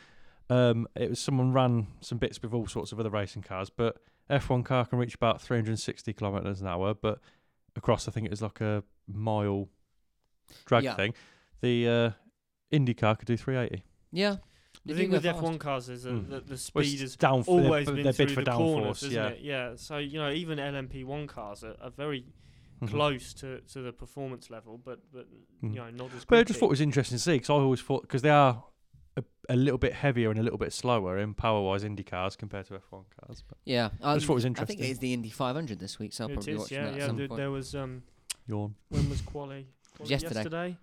S2: um, it was someone ran some bits with all sorts of other racing cars, but F1 car can reach about 360 kilometers an hour, but across I think it was like a mile drag
S1: Yeah.
S2: thing. The uh, IndyCar could do 380.
S1: Yeah.
S3: the
S1: They
S3: thing
S1: do
S3: with
S1: go
S3: F1
S1: fast.
S3: cars is that
S2: Mm.
S3: the, the
S2: Well,
S3: speed
S2: it's
S3: has
S2: down, they're-
S3: always been
S2: they're
S3: through
S2: bid for
S3: the
S2: downforce,
S3: corners, isn't
S2: yeah.
S3: it? Yeah. So you know, even LMP1 cars are, are very
S2: Mhm.
S3: close to, to the performance level, but but
S2: Mm.
S3: you know, not as.
S2: But I just
S3: quickly.
S2: thought it was interesting to see because I always thought because they are a, a little bit heavier and a little bit slower in power wise Indy cars compared to F1 cars. But
S1: Yeah, um,
S2: I just thought it was
S1: I think it
S2: interesting.
S1: is the Indy 500 this week, so I'll
S3: It
S1: probably
S3: is,
S1: watch
S3: yeah,
S1: that
S3: yeah.
S1: at some
S3: there,
S1: point.
S3: there was um,
S2: Yawn.
S3: when was quali? quali
S1: yesterday.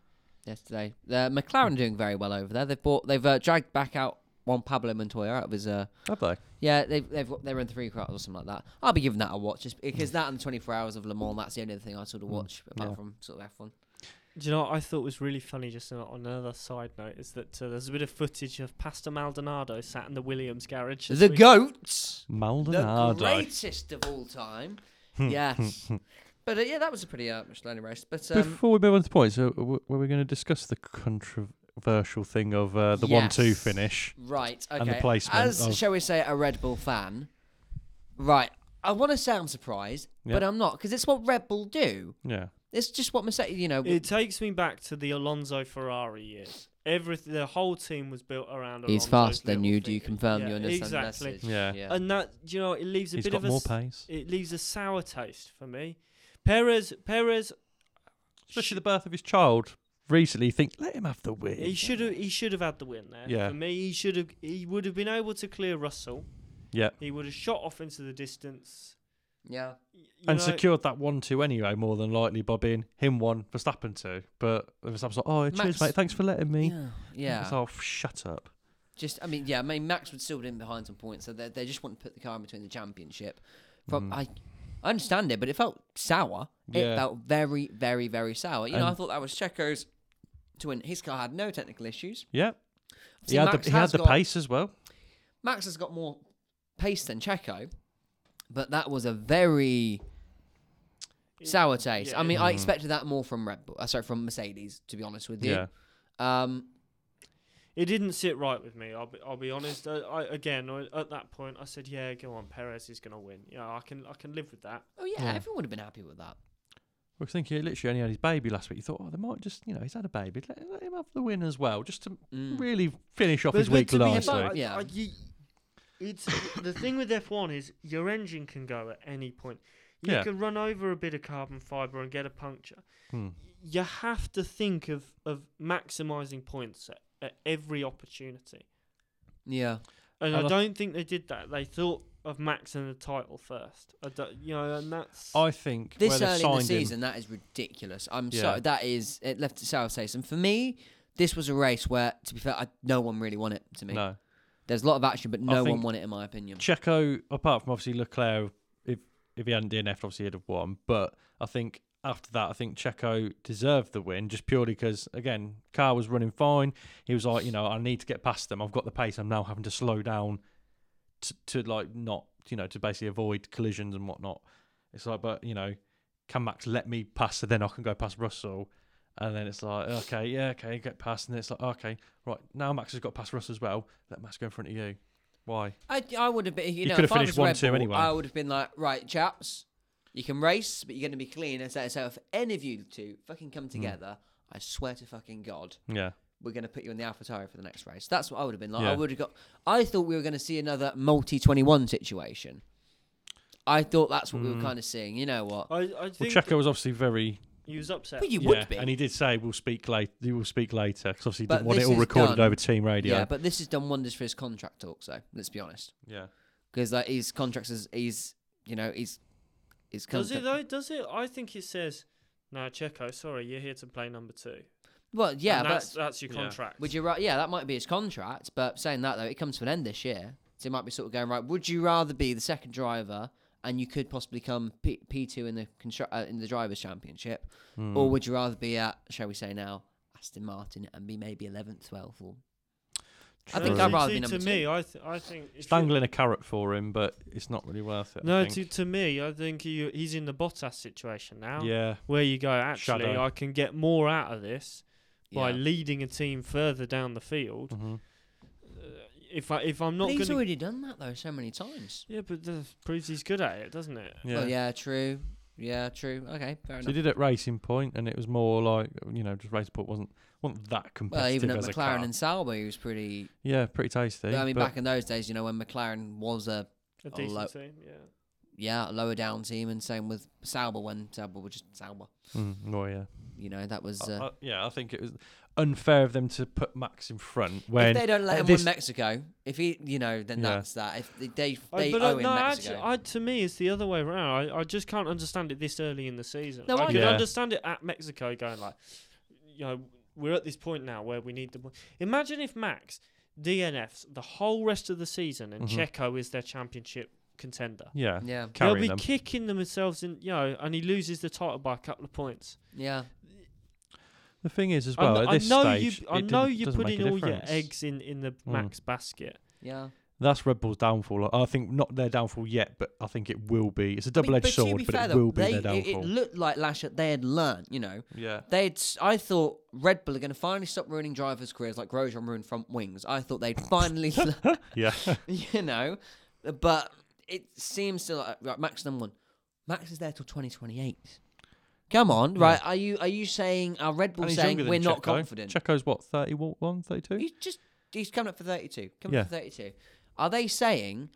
S1: yesterday. Uh, McLaren doing very well over there. They've bought, they've uh, dragged back out Juan Pablo Montoya out of his. Uh,
S2: Have they?
S1: yeah, they've they've got, they're in three crowds or something like that. I'll be giving that a watch just because that and the 24 hours of Le Mans. That's the only other thing I sort of
S2: Mm,
S1: watch apart
S2: yeah.
S1: from sort of F1.
S3: Do you know what I thought was really funny? Just on on another side note, is that uh, there's a bit of footage of Pastor Maldonado sat in the Williams garage. this
S1: The
S3: week.
S1: goats, the
S2: Maldonado.
S1: greatest of all time.
S2: Hmm.
S1: yes, but uh, yeah, that was a pretty uh, Michelin race. But um,
S2: Before we move on to points, so w- were we going to discuss the controversial thing of uh, the one-two
S1: Yes.
S2: finish?
S1: Right. Okay.
S2: and the placement
S1: As
S2: of-
S1: shall we say, a Red Bull fan. Right. I want to say I'm surprised, but
S2: Yeah.
S1: I'm not because it's what Red Bull do.
S2: Yeah,
S1: It's just what Mercedes. You know.
S3: It takes me back to the Alonso Ferrari years. Everything, the whole team was built around.
S1: He's
S3: Alonso's
S1: faster
S3: little
S1: than you. Do you
S3: finger.
S1: confirm
S3: Yeah,
S1: you understand
S3: exactly.
S1: the message?
S2: Yeah.
S3: And that, do you know, it leaves a
S2: he's
S3: bit
S2: got
S3: of a
S2: more
S3: s-
S2: pace,
S3: it leaves a sour taste for me. Perez, Perez,
S2: especially the birth of his child recently. you Think, let him have the win.
S3: he should have he should have had the win there.
S2: Yeah.
S3: For me, he should have he would have been able to clear Russell.
S2: Yeah,
S3: He would have shot off into the distance.
S1: Yeah.
S3: Y- you
S2: and
S3: know,
S2: secured that one-two anyway, more than likely by being him one, Verstappen two. But Verstappen's like, oh, cheers,
S1: Max-
S2: mate, thanks for letting me.
S1: Yeah. Yeah.
S2: It's like, "Oh, shut up.
S1: Just. I mean. Yeah. I mean, Max would still be in behind some points, so they, they just want to put the car in between the championship. From
S2: Mm.
S1: I. I understand it, but it felt sour. It
S2: Yeah.
S1: felt very, very, very sour. You know, I
S2: And-
S1: thought that was Checo's to win. His car had no technical issues.
S2: Yeah, he
S1: See,
S2: had
S1: Max
S2: the, he had
S1: has
S2: the
S1: got-
S2: pace as well.
S1: Max has got more pace than Checo, but that was a very sour taste. I
S3: yeah.
S1: mean, I
S2: Mhm.
S1: expected that more from Red Bull. Uh, sorry, from Mercedes, to be honest with you.
S2: Yeah,
S1: Um,
S3: It didn't sit right with me. I'll be, I'll be honest. I, I again I- at that point I said, yeah, go on, Perez is gonna win. Yeah, I can I can live with that.
S1: oh yeah,
S2: Yeah.
S1: everyone would have been happy with that.
S2: I was thinking he literally only had his baby last week. You thought, oh, they might just, you know, he's had a baby. Let, let him have the win as well, just to
S1: Mm.
S2: really finish off
S3: But-
S2: his
S3: but
S2: week
S3: to be
S2: last
S3: fair,
S1: lastly.
S2: week.
S3: I-
S1: Yeah.
S3: I- you- it's the thing with F1 is your engine can go at any point. You
S2: Yeah.
S3: can run over a bit of carbon fiber and get a puncture.
S2: Hmm.
S3: You have to think of of maximizing points at, at every opportunity.
S1: Yeah,
S3: And
S2: And
S3: I
S2: I-
S3: don't think they did that. They thought of Max and the title first. I don't, you know, and that's
S2: I think where
S1: this
S2: they
S1: early in
S2: signed
S1: the season,
S2: him,
S1: that is ridiculous. I'm
S2: Yeah.
S1: sorry, that is it left a sour taste. And for me, this was a race where, to be fair, I, no one really won it to me.
S2: no,
S1: There's a lot of action, but
S2: I
S1: no one
S2: think-
S1: won it, in my opinion.
S2: Checo, apart from obviously Leclerc, if if he hadn't DNF'd, obviously he'd have won. But I think after that, I think Checo deserved the win just purely because again, car was running fine. He was like, you know, I need to get past them. I've got the pace. I'm now having to slow down to to like not, you know, to basically avoid collisions and whatnot. It's like, but you know, can Max let me pass? So then I can go past Russell. And then it's like, okay, yeah, okay, get past. And it's like, okay, right, now Max has got past Russell as well. Let Max go in front of you. Why?
S1: I, I would have been, you,
S2: You
S1: know,
S2: could have
S1: if I
S2: finished
S1: was Red
S2: 1-2
S1: Bull,
S2: anyway.
S1: I would have been like, right, chaps, you can race, but you're going to be clean. And so, so if any of you two fucking
S2: Hmm.
S1: come together, I swear to fucking God,
S2: Yeah.
S1: we're going to put you in the AlphaTauri for the next race. That's what I would have been like. I
S2: Yeah.
S1: would have got. I thought we were going to see another multi twenty one situation. I thought that's what we
S2: Hmm.
S1: were kind of seeing. You know what?
S3: I, I
S2: Well,
S3: think
S2: Checo was obviously very.
S3: he was upset.
S1: But you
S2: yeah,
S1: would be.
S2: and he did say we'll speak later. He will speak later because obviously he
S1: But
S2: didn't want it
S1: this
S2: all
S1: is
S2: recorded
S1: done.
S2: over team radio.
S1: yeah, but this has done wonders for his contract talk. So let's be honest,
S2: yeah.
S1: because like his contracts is he's you know he's he's
S3: Does it
S1: contract-
S3: though? Does it? I think it says, "No, Checo, sorry, you're here to play number two.
S1: Well, yeah,
S3: and that's
S1: but
S3: that's your
S2: Yeah.
S3: contract.
S1: Would you right? Yeah, that might be his contract. But saying that though, it comes to an end this year, so he might be sort of going right. Would you rather be the second driver, and you could possibly come P P two in the constru- uh, in the drivers' championship,
S2: Hmm.
S1: or would you rather be at, shall we say now, Aston Martin and be maybe eleventh, twelfth, or I think
S2: True.
S1: I'd rather be
S3: See,
S1: number
S3: Uh, to
S1: two.
S3: me, I th- I think if
S2: It's
S3: you-
S2: dangling a carrot for him, but it's not really worth it. I
S3: No,
S2: think.
S3: to to me, I think he, he's in the Bottas situation now,
S2: yeah,
S3: where you go. Actually,
S2: Shadow.
S3: I can get more out of this by
S1: Yeah.
S3: leading a team further down the field. Uh,
S2: Mhm.
S1: Hmm.
S3: If I if I'm
S1: But
S3: not
S1: he's
S3: going, to
S1: already done that though so many times.
S3: yeah, but that proves he's good at it, doesn't it?
S2: yeah.
S1: Well, yeah, true. Yeah, true. Okay, fair
S2: So he
S1: enough.
S2: did it at Racing Point, and it was more like you know, just Racing Point wasn't wasn't that competitive
S1: Well, even at
S2: as a car.
S1: McLaren and Sauber, he was pretty.
S2: yeah, pretty tasty.
S1: I mean,
S2: but
S1: back in those days, you know, when McLaren was a
S3: A
S1: Oh,
S3: decent
S1: lo-
S3: team, yeah.
S1: yeah a lower down team, and same with Sauber when Sauber were just Sauber.
S2: Mm, well, yeah,
S1: You know, that was.
S2: I-
S1: Uh,
S2: I- yeah. I think it was unfair of them to put Max in front
S1: if
S2: when
S1: they don't let
S2: uh,
S1: him
S2: this-
S1: win Mexico, if he, you know, then
S2: Yeah. Oh, uh,
S1: that's that. If they they,
S3: I-
S1: they
S3: but
S1: owe
S3: I,
S1: him
S3: no,
S1: Mexico.
S3: actually, I, to me, it's the other way around. I, I just can't understand it this early in the season.
S1: No,
S3: I,
S1: I
S3: can
S2: Yeah.
S3: understand it at Mexico going like, you know, we're at this point now where we need the. mo- Imagine if Max DNFs the whole rest of the season and
S1: Mm-hmm.
S2: Mhm.
S3: Checo is their championship contender.
S2: yeah,
S1: yeah,
S3: They'll
S2: carrying
S3: be
S2: them.
S3: kicking themselves in, you know, and he loses the title by a couple of points.
S1: yeah.
S2: The thing is, as
S3: I
S2: well,
S3: kn-
S2: at
S3: I
S2: this
S3: know
S2: stage,
S3: you. I
S2: it
S3: know
S2: didn't-
S3: you're
S2: doesn't make
S3: putting
S2: a
S3: all your
S2: difference. Hmm.
S3: eggs in in the Max basket.
S1: Yeah,
S2: That's Red Bull's downfall. I think not their downfall yet, but I think it will be. It's
S1: I
S2: a
S1: mean,
S2: double-edged
S1: but to
S2: sword,
S1: be
S2: but
S1: fair,
S2: it
S1: though,
S2: will be
S1: they,
S2: their
S1: it, it
S2: downfall.
S1: looked like last year they had learnt. You know,
S2: yeah,
S1: they'd. s- I thought Red Bull are going to finally stop ruining drivers' careers like Grosjean ruined front wings. I thought they'd finally, learn,
S2: yeah,
S1: you know, but it seems to like right, Max number one. Max is there till twenty twenty eight. Come on, right? Are you are you saying are Red Bull
S2: And he's
S1: saying
S2: younger than
S1: we're not
S2: Checo.
S1: confident?
S2: Checo's what 31, 32?
S1: He's just he's coming up for thirty two. Coming up
S2: Yeah.
S1: for thirty two. Are they saying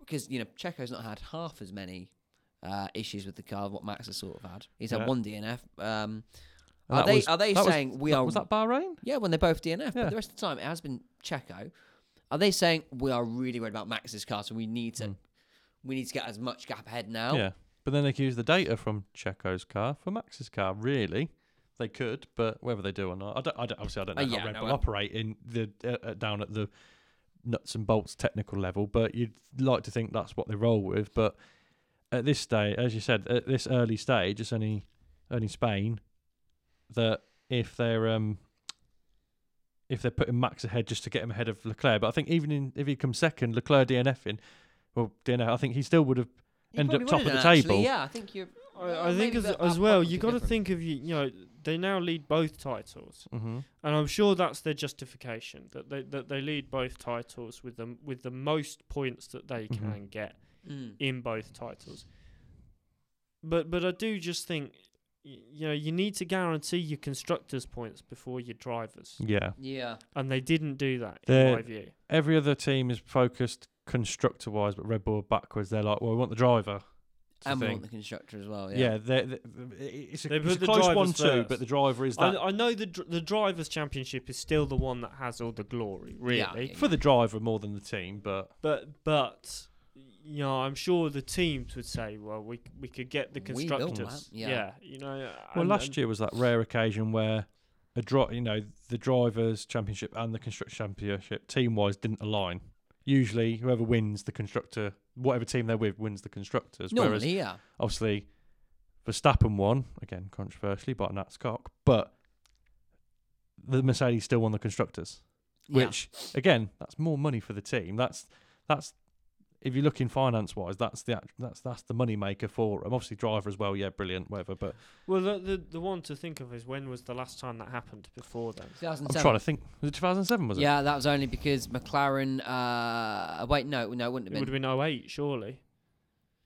S1: because you know Checo's not had half as many uh, issues with the car what Max has sort of had. He's
S2: Yeah.
S1: had one DNF. Um,
S2: And
S1: are
S2: that
S1: they
S2: was-
S1: are they
S2: that was-
S1: saying we
S2: that-
S1: are?
S2: Was that Bahrain?
S1: yeah, when they're both DNF,
S2: Yeah.
S1: but the rest of the time it has been Checo. Are they saying we are really worried about Max's car, so we need to we need to get as much gap ahead now?
S2: Hmm. Yeah, but then they could use the data from Checo's car for Max's car. Really, they could, but whether they do or not, I don't. I don't obviously, I don't know
S1: Uh,
S2: how
S1: yeah,
S2: Red
S1: no,
S2: Bull
S1: I-
S2: operate in the uh, uh, down at the nuts and bolts technical level, but you'd like to think that's what they roll with. But at this stage, as you said, at this early stage, it's only only Spain that if they're um if they're putting Max ahead just to get him ahead of Leclerc, but I think even in, if he comes second, Leclerc DNF in, well DNF, I think he still would have
S1: You
S2: End up
S1: probably
S2: top
S1: would
S2: of
S1: have
S2: the
S1: done, actually.
S2: table.
S1: Yeah, I think you're. Well,
S3: I, I think
S1: maybe
S3: as,
S1: that-
S3: as
S1: that
S3: well,
S1: point
S3: you
S1: would be
S3: got to
S1: different.
S3: think of you. You know, they now lead both titles,
S2: mm-hmm.
S3: and I'm sure that's their justification that they that they lead both titles with them with the most points that they
S2: Mhm.
S3: can get
S1: Mm.
S3: in both titles. But but I do just think, y- you know, you need to guarantee your constructors' points before your drivers,
S2: Yeah.
S1: Yeah.
S3: and they didn't do that in
S2: They're-
S3: my view.
S2: Every other team is focused constructor wise, but Red Bull are backwards. They're like, well, we want the driver. It's the
S1: And we
S2: thing.
S1: want the constructor as well.
S2: yeah, they're, they're, it's a,
S3: They
S2: it's
S3: put
S2: a
S3: the
S2: close
S3: drivers
S2: one too,
S3: first.
S2: but the driver is that.
S3: I, I know the dr- the drivers' championship is still the one that has all the glory, really.
S1: Yeah, yeah,
S2: for the driver more than the team, but
S3: But but you know, I'm sure the teams would say, well, we we could get the
S1: We built that,
S3: constructors.
S1: yeah.
S3: you know.
S2: well,
S3: and-
S2: last
S3: and-
S2: year was that rare occasion where a dri you know, the drivers' championship and the constructor championship team wise didn't align. usually whoever wins the constructor, whatever team they're with, wins the constructors. Whereas
S1: Normally, yeah.
S2: obviously Verstappen won again controversially by Nats Cock, but the Mercedes still won the constructors,
S1: Yeah.
S2: which again that's more money for the team. That's that's if you look in finance wise, that's the act- that's that's the money maker for. I'm obviously driver as well. Yeah, brilliant, whatever. But
S3: Well, the, the the one to think of is when was the last time that happened before then?
S1: 2007.
S2: I'm trying to think. Was it 2007? Was it?
S1: Yeah, that was only because McLaren. Uh, wait, no, no, it wouldn't
S3: It
S1: have
S3: would
S1: been.
S3: have been 08, surely.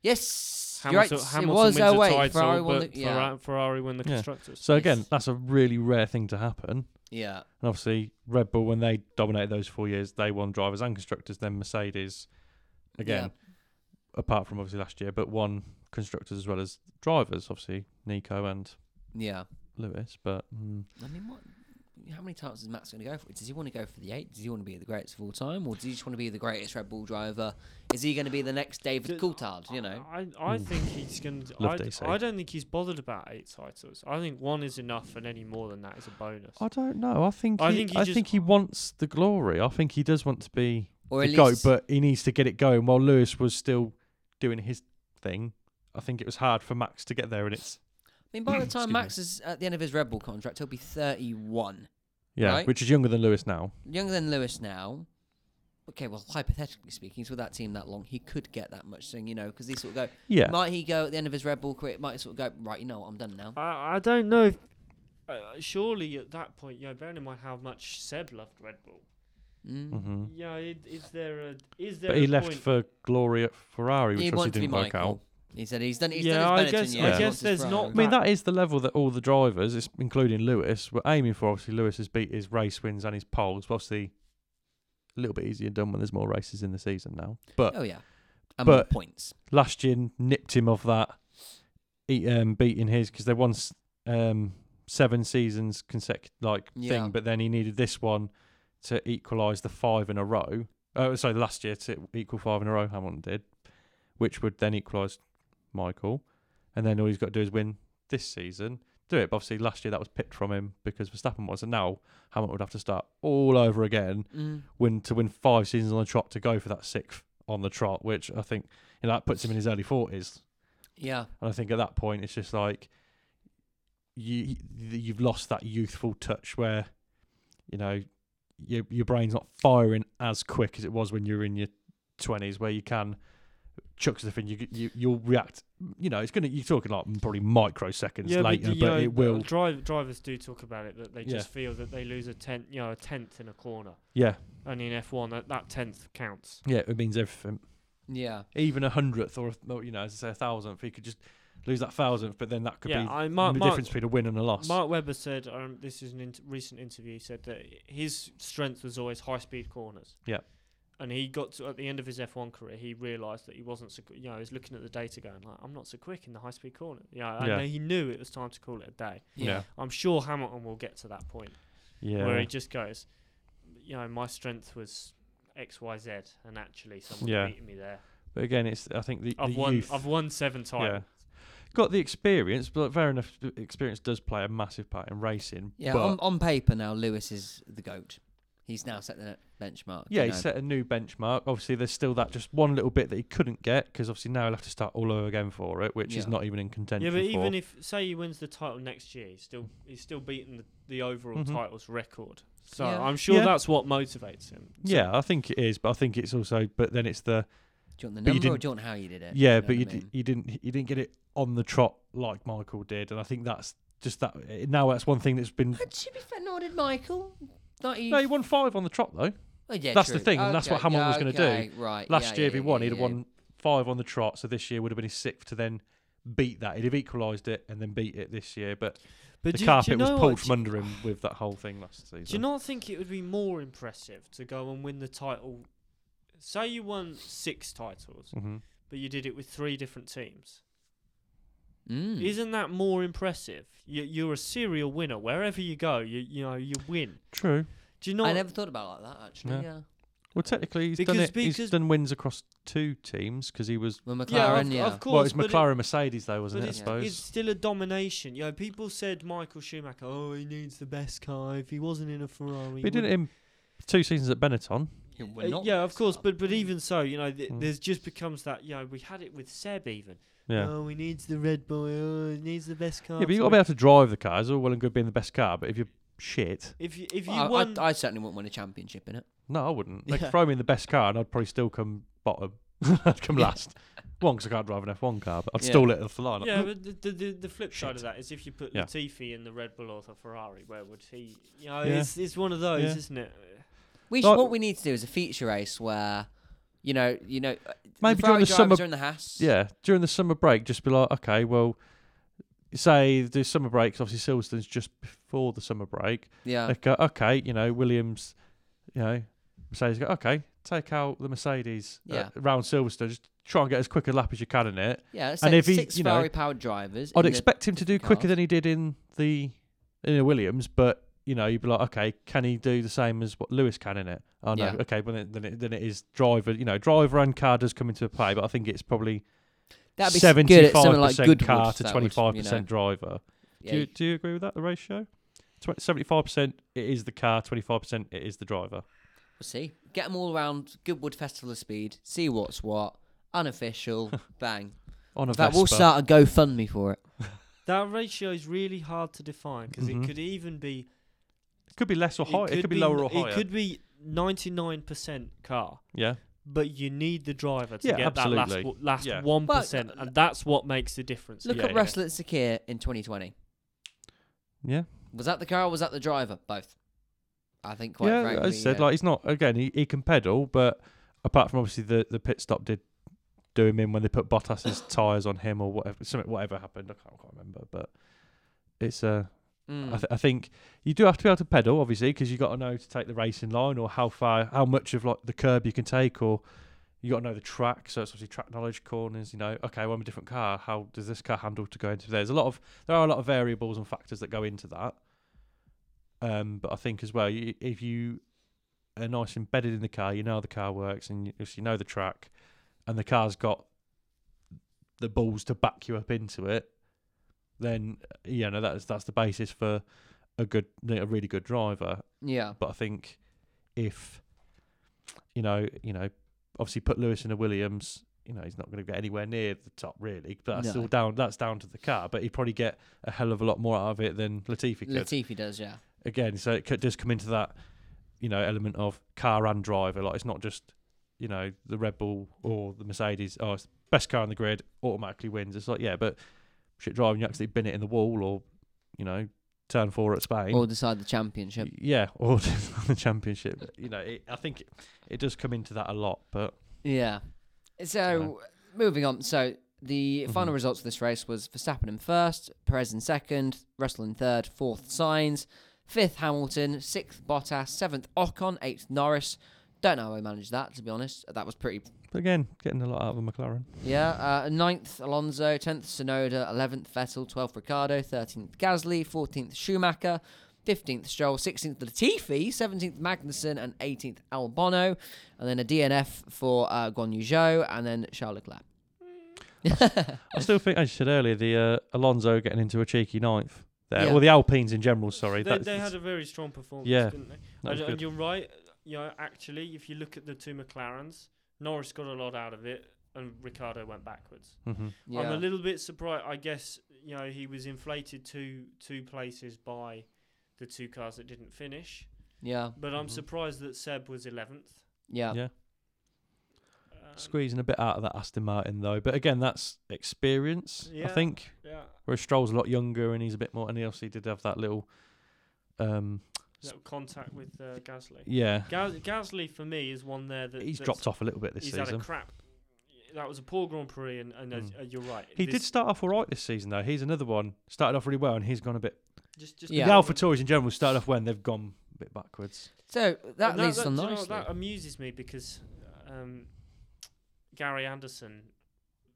S1: Yes,
S3: Hamilton,
S1: you're right.
S3: Hamilton
S1: it was
S3: wins
S1: 08.
S3: the title,
S1: Ferrari won
S3: but
S1: the, yeah,
S3: Ferra- Ferrari win the
S2: Yeah.
S3: constructors.
S2: So again,
S1: Yes.
S2: that's a really rare thing to happen.
S1: yeah.
S2: And obviously, Red Bull when they dominated those four years, they won drivers and constructors. Then Mercedes, again, apart from obviously last year, but won constructors as well as drivers. Obviously, Nico and
S1: yeah.
S2: Lewis. But mm,
S1: I mean, what? How many times is Max going to go for it? Does he want to go for the eight? Does he want to be the greatest of all time, or does he just want to be the greatest Red Bull driver? Is he going to be the next David
S3: Did-
S1: Coulthard? You know,
S3: I, I
S2: Mm.
S3: think he's going to.
S2: Love
S3: I, d-
S2: DC.
S3: I don't think he's bothered about eight titles. I think one is enough, and any more than that is a bonus.
S2: I don't know. I think
S3: I
S2: he,
S3: think he
S2: I
S3: just-
S2: think he wants the glory. I think he does want to be
S1: or
S2: Uh, the
S1: at
S2: goat,
S1: least
S2: but he needs to get it going. While Lewis was still doing his thing, I think it was hard for Max to get there, and it's
S1: I mean, by the
S2: Excuse
S1: time
S2: me.
S1: Max is at the end of his Red Bull contract, he'll be 31.
S2: yeah,
S1: Right.
S2: which is younger than Lewis now.
S1: Younger than Lewis now. Okay, well, hypothetically speaking, he's with that team that long. He could get that much thing, you know, because he sort of go.
S2: Yeah,
S1: Might he go at the end of his Red Bull career? Might sort of go right. You know what? I'm done now.
S3: I, I don't know. If, uh, surely at that point, you know, bearing in mind how much Seb loved Red Bull.
S1: Mm.
S2: hmm
S3: Yeah, is, is there a is there?
S2: but he
S3: a
S2: left
S3: point?
S2: for glory at Ferrari, which
S1: He
S2: obviously
S1: wants to be
S2: didn't work out.
S1: Michael. He said he's done. He's
S3: Yeah,
S1: done
S3: I
S1: his Benetton
S3: guess-
S1: years,
S2: I
S1: he
S3: guess
S1: wants his
S3: there's
S1: Ferrari.
S3: not
S2: I
S3: Right.
S2: mean, that is the level that all the drivers, it's- including Lewis, were aiming for. Obviously, Lewis has beat his race wins and his poles. But obviously, a little bit easier done when there's more races in the season now. But
S1: Oh yeah, and more
S2: but-
S1: points.
S2: last year nipped him of that, he, um, beating his because they won s- um, seven seasons consecutive like
S1: Yeah.
S2: thing. But then he needed this one to equalise the five in a row. Oh, sorry, last year to equal five in a row, Hamilton did, which would then equalise Michael. And then all he's got to do is win this season. Do it. But obviously, last year that was picked from him because Verstappen was. And now Hamilton would have to start all over again
S1: Mm.
S2: win to win five seasons on the trot to go for that sixth on the trot, which I think you know that puts him in his early forties.
S1: Yeah,
S2: And I think at that point it's just like you you've lost that youthful touch where you know your your brain's not firing as quick as it was when you were in your twenties, where you can chuck stuff in, you, you you'll react. You know, it's gonna you're talking like probably microseconds
S3: yeah, but,
S2: later, but,
S3: you know, uh,
S2: it will.
S3: Drive, drivers do talk about it that they
S2: Yeah.
S3: just feel that they lose a tenth, you know, a tenth in a corner,
S2: Yeah,
S3: and in F1 that, that tenth counts.
S2: yeah, it means everything.
S1: yeah.
S2: even a hundredth or a th- or, you know, as I say, a thousandth, he could just lose that thousandth, but then that could
S3: yeah,
S2: be
S3: I, Mark,
S2: the
S3: Mark,
S2: difference between a win and a loss.
S3: Mark Webber said, um, this is an int- recent interview, he said that his strength was always high speed corners.
S2: Yeah.
S3: And he got to, at the end of his F1 career, he realised that he wasn't, so, qu- you know, he was looking at the data going, like, I'm not so quick in the high speed corner. Yeah, and
S2: Yeah.
S3: he knew it was time to call it a day.
S2: yeah,
S3: I'm sure Hamilton will get to that point
S2: yeah,
S3: where he just goes, you know, my strength was X, Y, Z, and actually someone
S2: Yeah.
S3: beat me there.
S2: But again, it's I think the,
S3: I've
S2: the
S3: won,
S2: youth
S3: I've won seven
S2: yeah.
S3: times.
S2: got the experience, but fair enough, the experience does play a massive part in racing.
S1: Yeah,
S2: but
S1: on, on paper now, Lewis is the goat. He's now set the ne- benchmark.
S2: yeah,
S1: you
S2: he
S1: know.
S2: set a new benchmark. Obviously, there's still that just one little bit that he couldn't get because obviously now he'll have to start all over again for it, which is
S1: Yeah.
S2: not even in contention.
S3: Yeah, but
S2: for.
S3: even if say he wins the title next year, he's still he's still beating the, the overall
S2: Mhm.
S3: titles record. So
S1: Yeah.
S3: I'm sure
S2: Yeah.
S3: that's what motivates him. So-
S2: yeah, I think it is, but I think it's also, but then it's the
S1: Do you want the number or
S2: but you didn't-
S1: do you want how you did it? You
S2: Yeah,
S1: know what
S2: but you,
S1: I
S2: di-
S1: mean?
S2: you didn't you didn't get it on the trot like Michael did, and I think that's just that. eh, Now that's one thing that's been.
S1: But to be fair, nor did Michael. Not
S2: No, he won five on the trot though.
S1: Oh, yeah,
S2: that's the
S1: true.
S2: thing, and that's what
S1: Okay,
S2: Hamilton was gonna do.
S1: okay, Right.
S2: Last
S1: yeah,
S2: year,
S1: yeah,
S2: if he
S1: yeah,
S2: won,
S1: yeah,
S2: he'd have
S1: yeah.
S2: won five on the trot. So this year would have been his sixth to then beat that. He'd have equalised it and then beat it this year. But,
S3: but
S2: the
S3: do,
S2: carpet
S3: do you know
S2: was
S3: what-
S2: pulled
S3: do-
S2: from under him with that whole thing last season.
S3: Do you not think it would be more impressive to go and win the title? Say you won six titles,
S2: hmm
S3: but you did it with three different teams.
S1: Mm.
S3: Isn't that more impressive? You, you're a serial winner wherever you go. You you know you win.
S2: True.
S3: Do you not?
S1: I never thought about it like that actually.
S2: No.
S1: Yeah.
S2: Well, technically, he's done
S3: Because-
S2: it.
S3: because-
S2: he's done wins across two teams because he was.
S1: Well, McLaren.
S3: yeah,
S1: Yeah.
S3: of, of course.
S2: well, it's
S3: but it-
S2: McLaren Mercedes though, wasn't
S3: but
S2: it? I
S1: it's-
S2: suppose.
S3: It's still a domination. You know, people said Michael Schumacher, oh, he needs the best car. If he wasn't in a Ferrari,
S2: but he did it in two seasons at Benetton.
S1: Yeah, we're
S3: Uh,
S1: not
S3: yeah, of
S1: mixed
S3: course,
S1: up.
S3: but but even so, you know, th-
S2: Mm.
S3: there's just becomes that. You know, we had it with Seb even.
S2: Yeah.
S3: Oh, he needs the red boy. Oh, he needs the best car.
S2: yeah, but you got to be able to drive the car. It's all well and good being the best car, but if you're shit,
S3: If you if you
S1: Well, I-
S3: won,
S1: I, I certainly wouldn't win a championship in it.
S2: no, I wouldn't. They could
S1: Yeah.
S2: throw me in the best car and I'd probably still come bottom. I'd come last. One, because I can't drive an F1 car, but I'd
S1: Yeah.
S2: stall it at the line.
S3: yeah, but the, the the the flip side of that is if you put
S2: Mm. Yeah.
S3: Latifi in the Red Bull or the Ferrari, where would he? You know,
S2: Yeah.
S3: it's it's one of those,
S2: Yeah.
S3: isn't it?
S1: We
S2: Like-
S1: should, what we need to do is a feature race where, you know, you know, uh,
S2: Maybe
S1: the
S2: during
S1: Ferrari
S2: the summer-
S1: drivers are in the Haas.
S2: yeah, during the summer break, just be like, okay, well, say the summer break, 'cause obviously Silverstone's just before the summer break.
S1: yeah.
S2: They go, okay, you know, Williams, you know, Mercedes go, okay, take out the Mercedes
S1: Yeah.
S2: uh, round Silverstone, just try and get as quick a lap as you can in it.
S1: Yeah, let's
S2: And
S1: say
S2: if he-
S1: six
S2: you know,
S1: Ferrari-powered drivers.
S2: I'd
S1: in the-
S2: expect him to do quicker
S1: cars.
S2: than he did in the in the Williams, but you know, you'd be like, okay, can he do the same as what Lewis can in it? Oh no,
S1: Yeah.
S2: okay, but then, then, it, then it is driver, you know, driver and car does come into play, but I think it's probably
S1: that'd be s- good
S2: seventy-five
S1: at something like
S2: percent
S1: Goodwood,
S2: car to
S1: that would, you know.
S2: twenty-five percent driver.
S1: Yeah,
S2: Do you,
S1: you-
S2: do you agree with that? The ratio, seventy-five percent it is the car, twenty-five percent it is the driver.
S1: We'll see. Get them all around Goodwood Festival of Speed. See what's what. Unofficial. bang.
S2: On a
S1: In fact, we'll
S2: Vespa.
S1: start a GoFundMe for it.
S3: That ratio is really hard to define because
S2: Mhm.
S3: it could even be
S2: It could be less or higher. It could, be, lower or higher.
S3: It could be ninety-nine percent car.
S2: yeah,
S3: But you need the driver to
S2: Yeah,
S3: get
S2: absolutely.
S3: that last
S2: Yeah.
S3: w- last one and that's what makes the difference.
S1: uh, Look
S2: Yeah,
S1: at
S2: yeah.
S1: Russell at Sakir in 2020.
S2: yeah,
S1: Was that the car or was that the driver? Both. I think quite
S2: yeah.
S1: frankly.
S2: as I said,
S1: yeah.
S2: like he's not again. He, he can pedal, but apart from obviously the, the pit stop did do him in when they put Bottas's tires on him or whatever. Something whatever happened. I can't quite remember, but it's uh,
S1: Mm.
S2: I, th- I think you do have to be able to pedal, obviously, because you got to know to take the racing line or how far, how much of like the curb you can take, or you got to know the track. So it's obviously track knowledge, corners. You know, okay, well, I'm a different car. How does this car handle to go into? There's a lot of there are a lot of variables and factors that go into that. Um, but I think as well, you, if you are nice embedded in the car, you know how the car works, and you, if you know the track, and the car's got the balls to back you up into it, then you know that's that's the basis for a good, a really good driver
S1: yeah.
S2: but I think if you know, you know, obviously put Lewis in a Williams, you know, he's not going to get anywhere near the top really. But that's
S1: No.
S2: still down. That's down to the car. But he'd probably get a hell of a lot more out of it than Latifi could.
S1: Latifi does, yeah.
S2: Again, so it could, does come into that, you know, element of car and driver. Like it's not just, you know, the Red Bull or the Mercedes. Oh, it's the best car on the grid automatically wins. It's like yeah, but shit driving, you actually bin it in the wall or, you know, turn four at Spain.
S1: Or decide the championship.
S2: Yeah, or the championship. You know, it, I think it, it does come into that a lot, but
S1: Yeah. So moving on. So the final results of this race was Verstappen in first, Perez in second, Russell in third, fourth Signs, fifth Hamilton, sixth Bottas, seventh Ocon, eighth Norris. Don't know how I managed that to be honest. That was pretty.
S2: again, getting a lot out of a McLaren.
S1: Yeah. Uh, ninth Alonso, tenth Sonoda, eleventh Vettel, twelfth Ricardo, thirteenth Gasly, fourteenth Schumacher. 15th Stroll, 16th Latifi, 17th Magnussen, and 18th Albono. And then a DNF for uh, Guan Yu Zhou, and then Charles Leclerc.
S2: I still think, as you said earlier, the uh, Alonso getting into a cheeky ninth there,
S1: Yeah.
S2: or the Alpines in general. Oh, Sorry,
S3: They,
S2: that's-
S3: they had
S2: that's-
S3: a very strong performance,
S2: Yeah,
S3: didn't they?
S2: that
S3: And,
S2: was
S3: and
S2: good.
S3: you're right. You know, actually, if you look at the two McLarens, Norris got a lot out of it, and Ricardo went backwards.
S2: Mhm.
S3: I'm a little bit surprised. I guess you know he was inflated two two places by the two cars that didn't finish,
S1: Yeah,
S3: but I'm
S2: Mhm.
S3: surprised that Seb was 11th.
S1: yeah,
S2: Yeah.
S3: Um,
S2: Squeezing a bit out of that Aston Martin though, but again, that's experience. I
S3: Yeah.
S2: think
S3: Yeah.
S2: whereas Stroll's a lot younger and he's a bit more, and he obviously did have that little, um,
S3: Little contact with uh, Gasly.
S2: yeah,
S3: Gas- Gasly for me is one there that
S2: he's
S3: that's-
S2: dropped off a little bit this
S3: he's had a
S2: season.
S3: crap. That was a poor Grand Prix, and, and as-
S2: Mm.
S3: uh, you're right.
S2: He did
S3: this-
S2: start off all right this season though. He's another one started off really well, and he's gone a bit
S3: Just, just
S1: Yeah.
S2: The Alpha Tories in general start off when they've gone a bit backwards.
S1: So that
S3: But
S1: leads
S3: that,
S1: on
S3: do you know what,
S1: nicely.
S3: that amuses me because um, Gary Anderson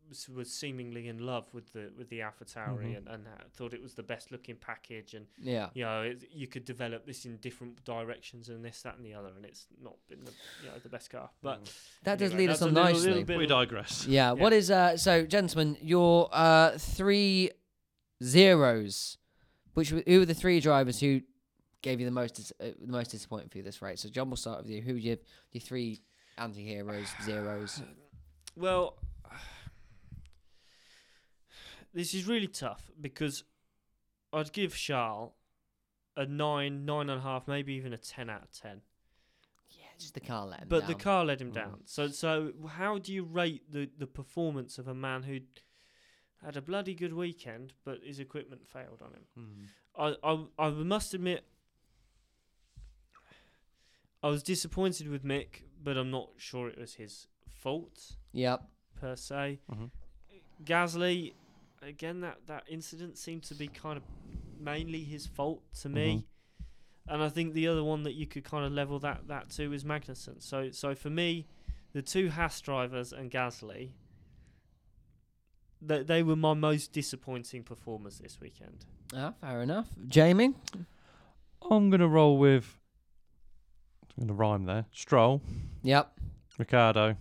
S3: was, was seemingly in love with the with the AlphaTauri
S2: Mhm.
S3: and, and uh, thought it was the best looking package, and
S1: yeah,
S3: you know it, you could develop this in different directions and this, that, and the other, and it's not been the you know the best car. But
S1: Mm. that does
S3: anyway,
S1: lead us
S3: that's a
S1: on
S3: little-
S1: nicely.
S3: little bit
S2: We
S3: of-
S2: digress.
S1: yeah. What is uh? So, gentlemen, your uh three zeros, which were, who were the three drivers who gave you the most dis- uh, the most disappointing for you this race? So John, we'll start with you. Who would you your three anti-heroes, zeros?
S3: Well, this is really tough because I'd give Charles a nine, nine and a half, maybe even a ten out of ten.
S1: Yeah, just the car let him
S3: but the
S1: down.
S3: car let him
S1: Mm.
S3: down. So, so how do you rate the the performance of a man who had a bloody good weekend, but his equipment failed on him? I, I, I must admit, I was disappointed with Mick, but I'm not sure it was his fault
S1: Yep.
S3: per se.
S2: Mhm.
S3: Gasly, again, that, that incident seemed to be kind of mainly his fault to me.
S2: Mm-hmm.
S3: And I think the other one that you could kind of level that, that to is Magnussen. So so for me, the two Haas drivers and Gasly, they, they were my most disappointing performers this weekend.
S1: Ah, fair enough. Jamie.
S2: I'm gonna roll with. I'm gonna rhyme there. Stroll,
S1: Yep.
S2: Ricardo,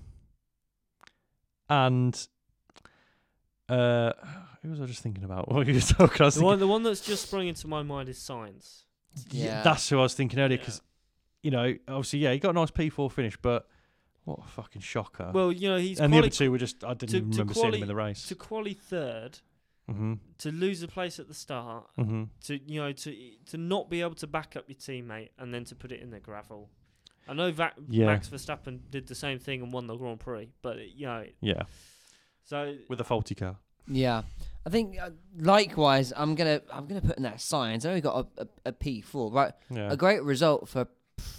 S2: and uh, who was I just thinking about? What were you talking? I was
S3: The
S2: thinking-
S3: one, the one that's just sprung into my mind is Signs.
S2: Yeah.
S1: Yeah.
S2: that's who I was thinking earlier
S3: Yeah.
S2: because, you know, obviously, yeah, he got a nice P4 finish, but what a fucking shocker!
S3: Well, you know, he's
S2: Uh, and the
S3: quali-
S2: other two were just I didn't
S3: to-
S2: even
S3: to
S2: remember seeing them
S3: quali-
S2: in the race.
S3: to quali third,
S2: mm-hmm.
S3: to lose a place at the start,
S2: Mm-hmm.
S3: to you know, to to not be able to back up your teammate, and then to put it in the gravel. I know Va-
S2: Yeah.
S3: Max Verstappen did the same thing and won the Grand Prix, but it, you know,
S2: Yeah,
S3: so
S2: with a faulty car.
S1: Yeah, I think uh, likewise. I'm gonna I'm gonna put in that science. I only got a, a, a P4, right?
S2: Yeah,
S1: A great result for a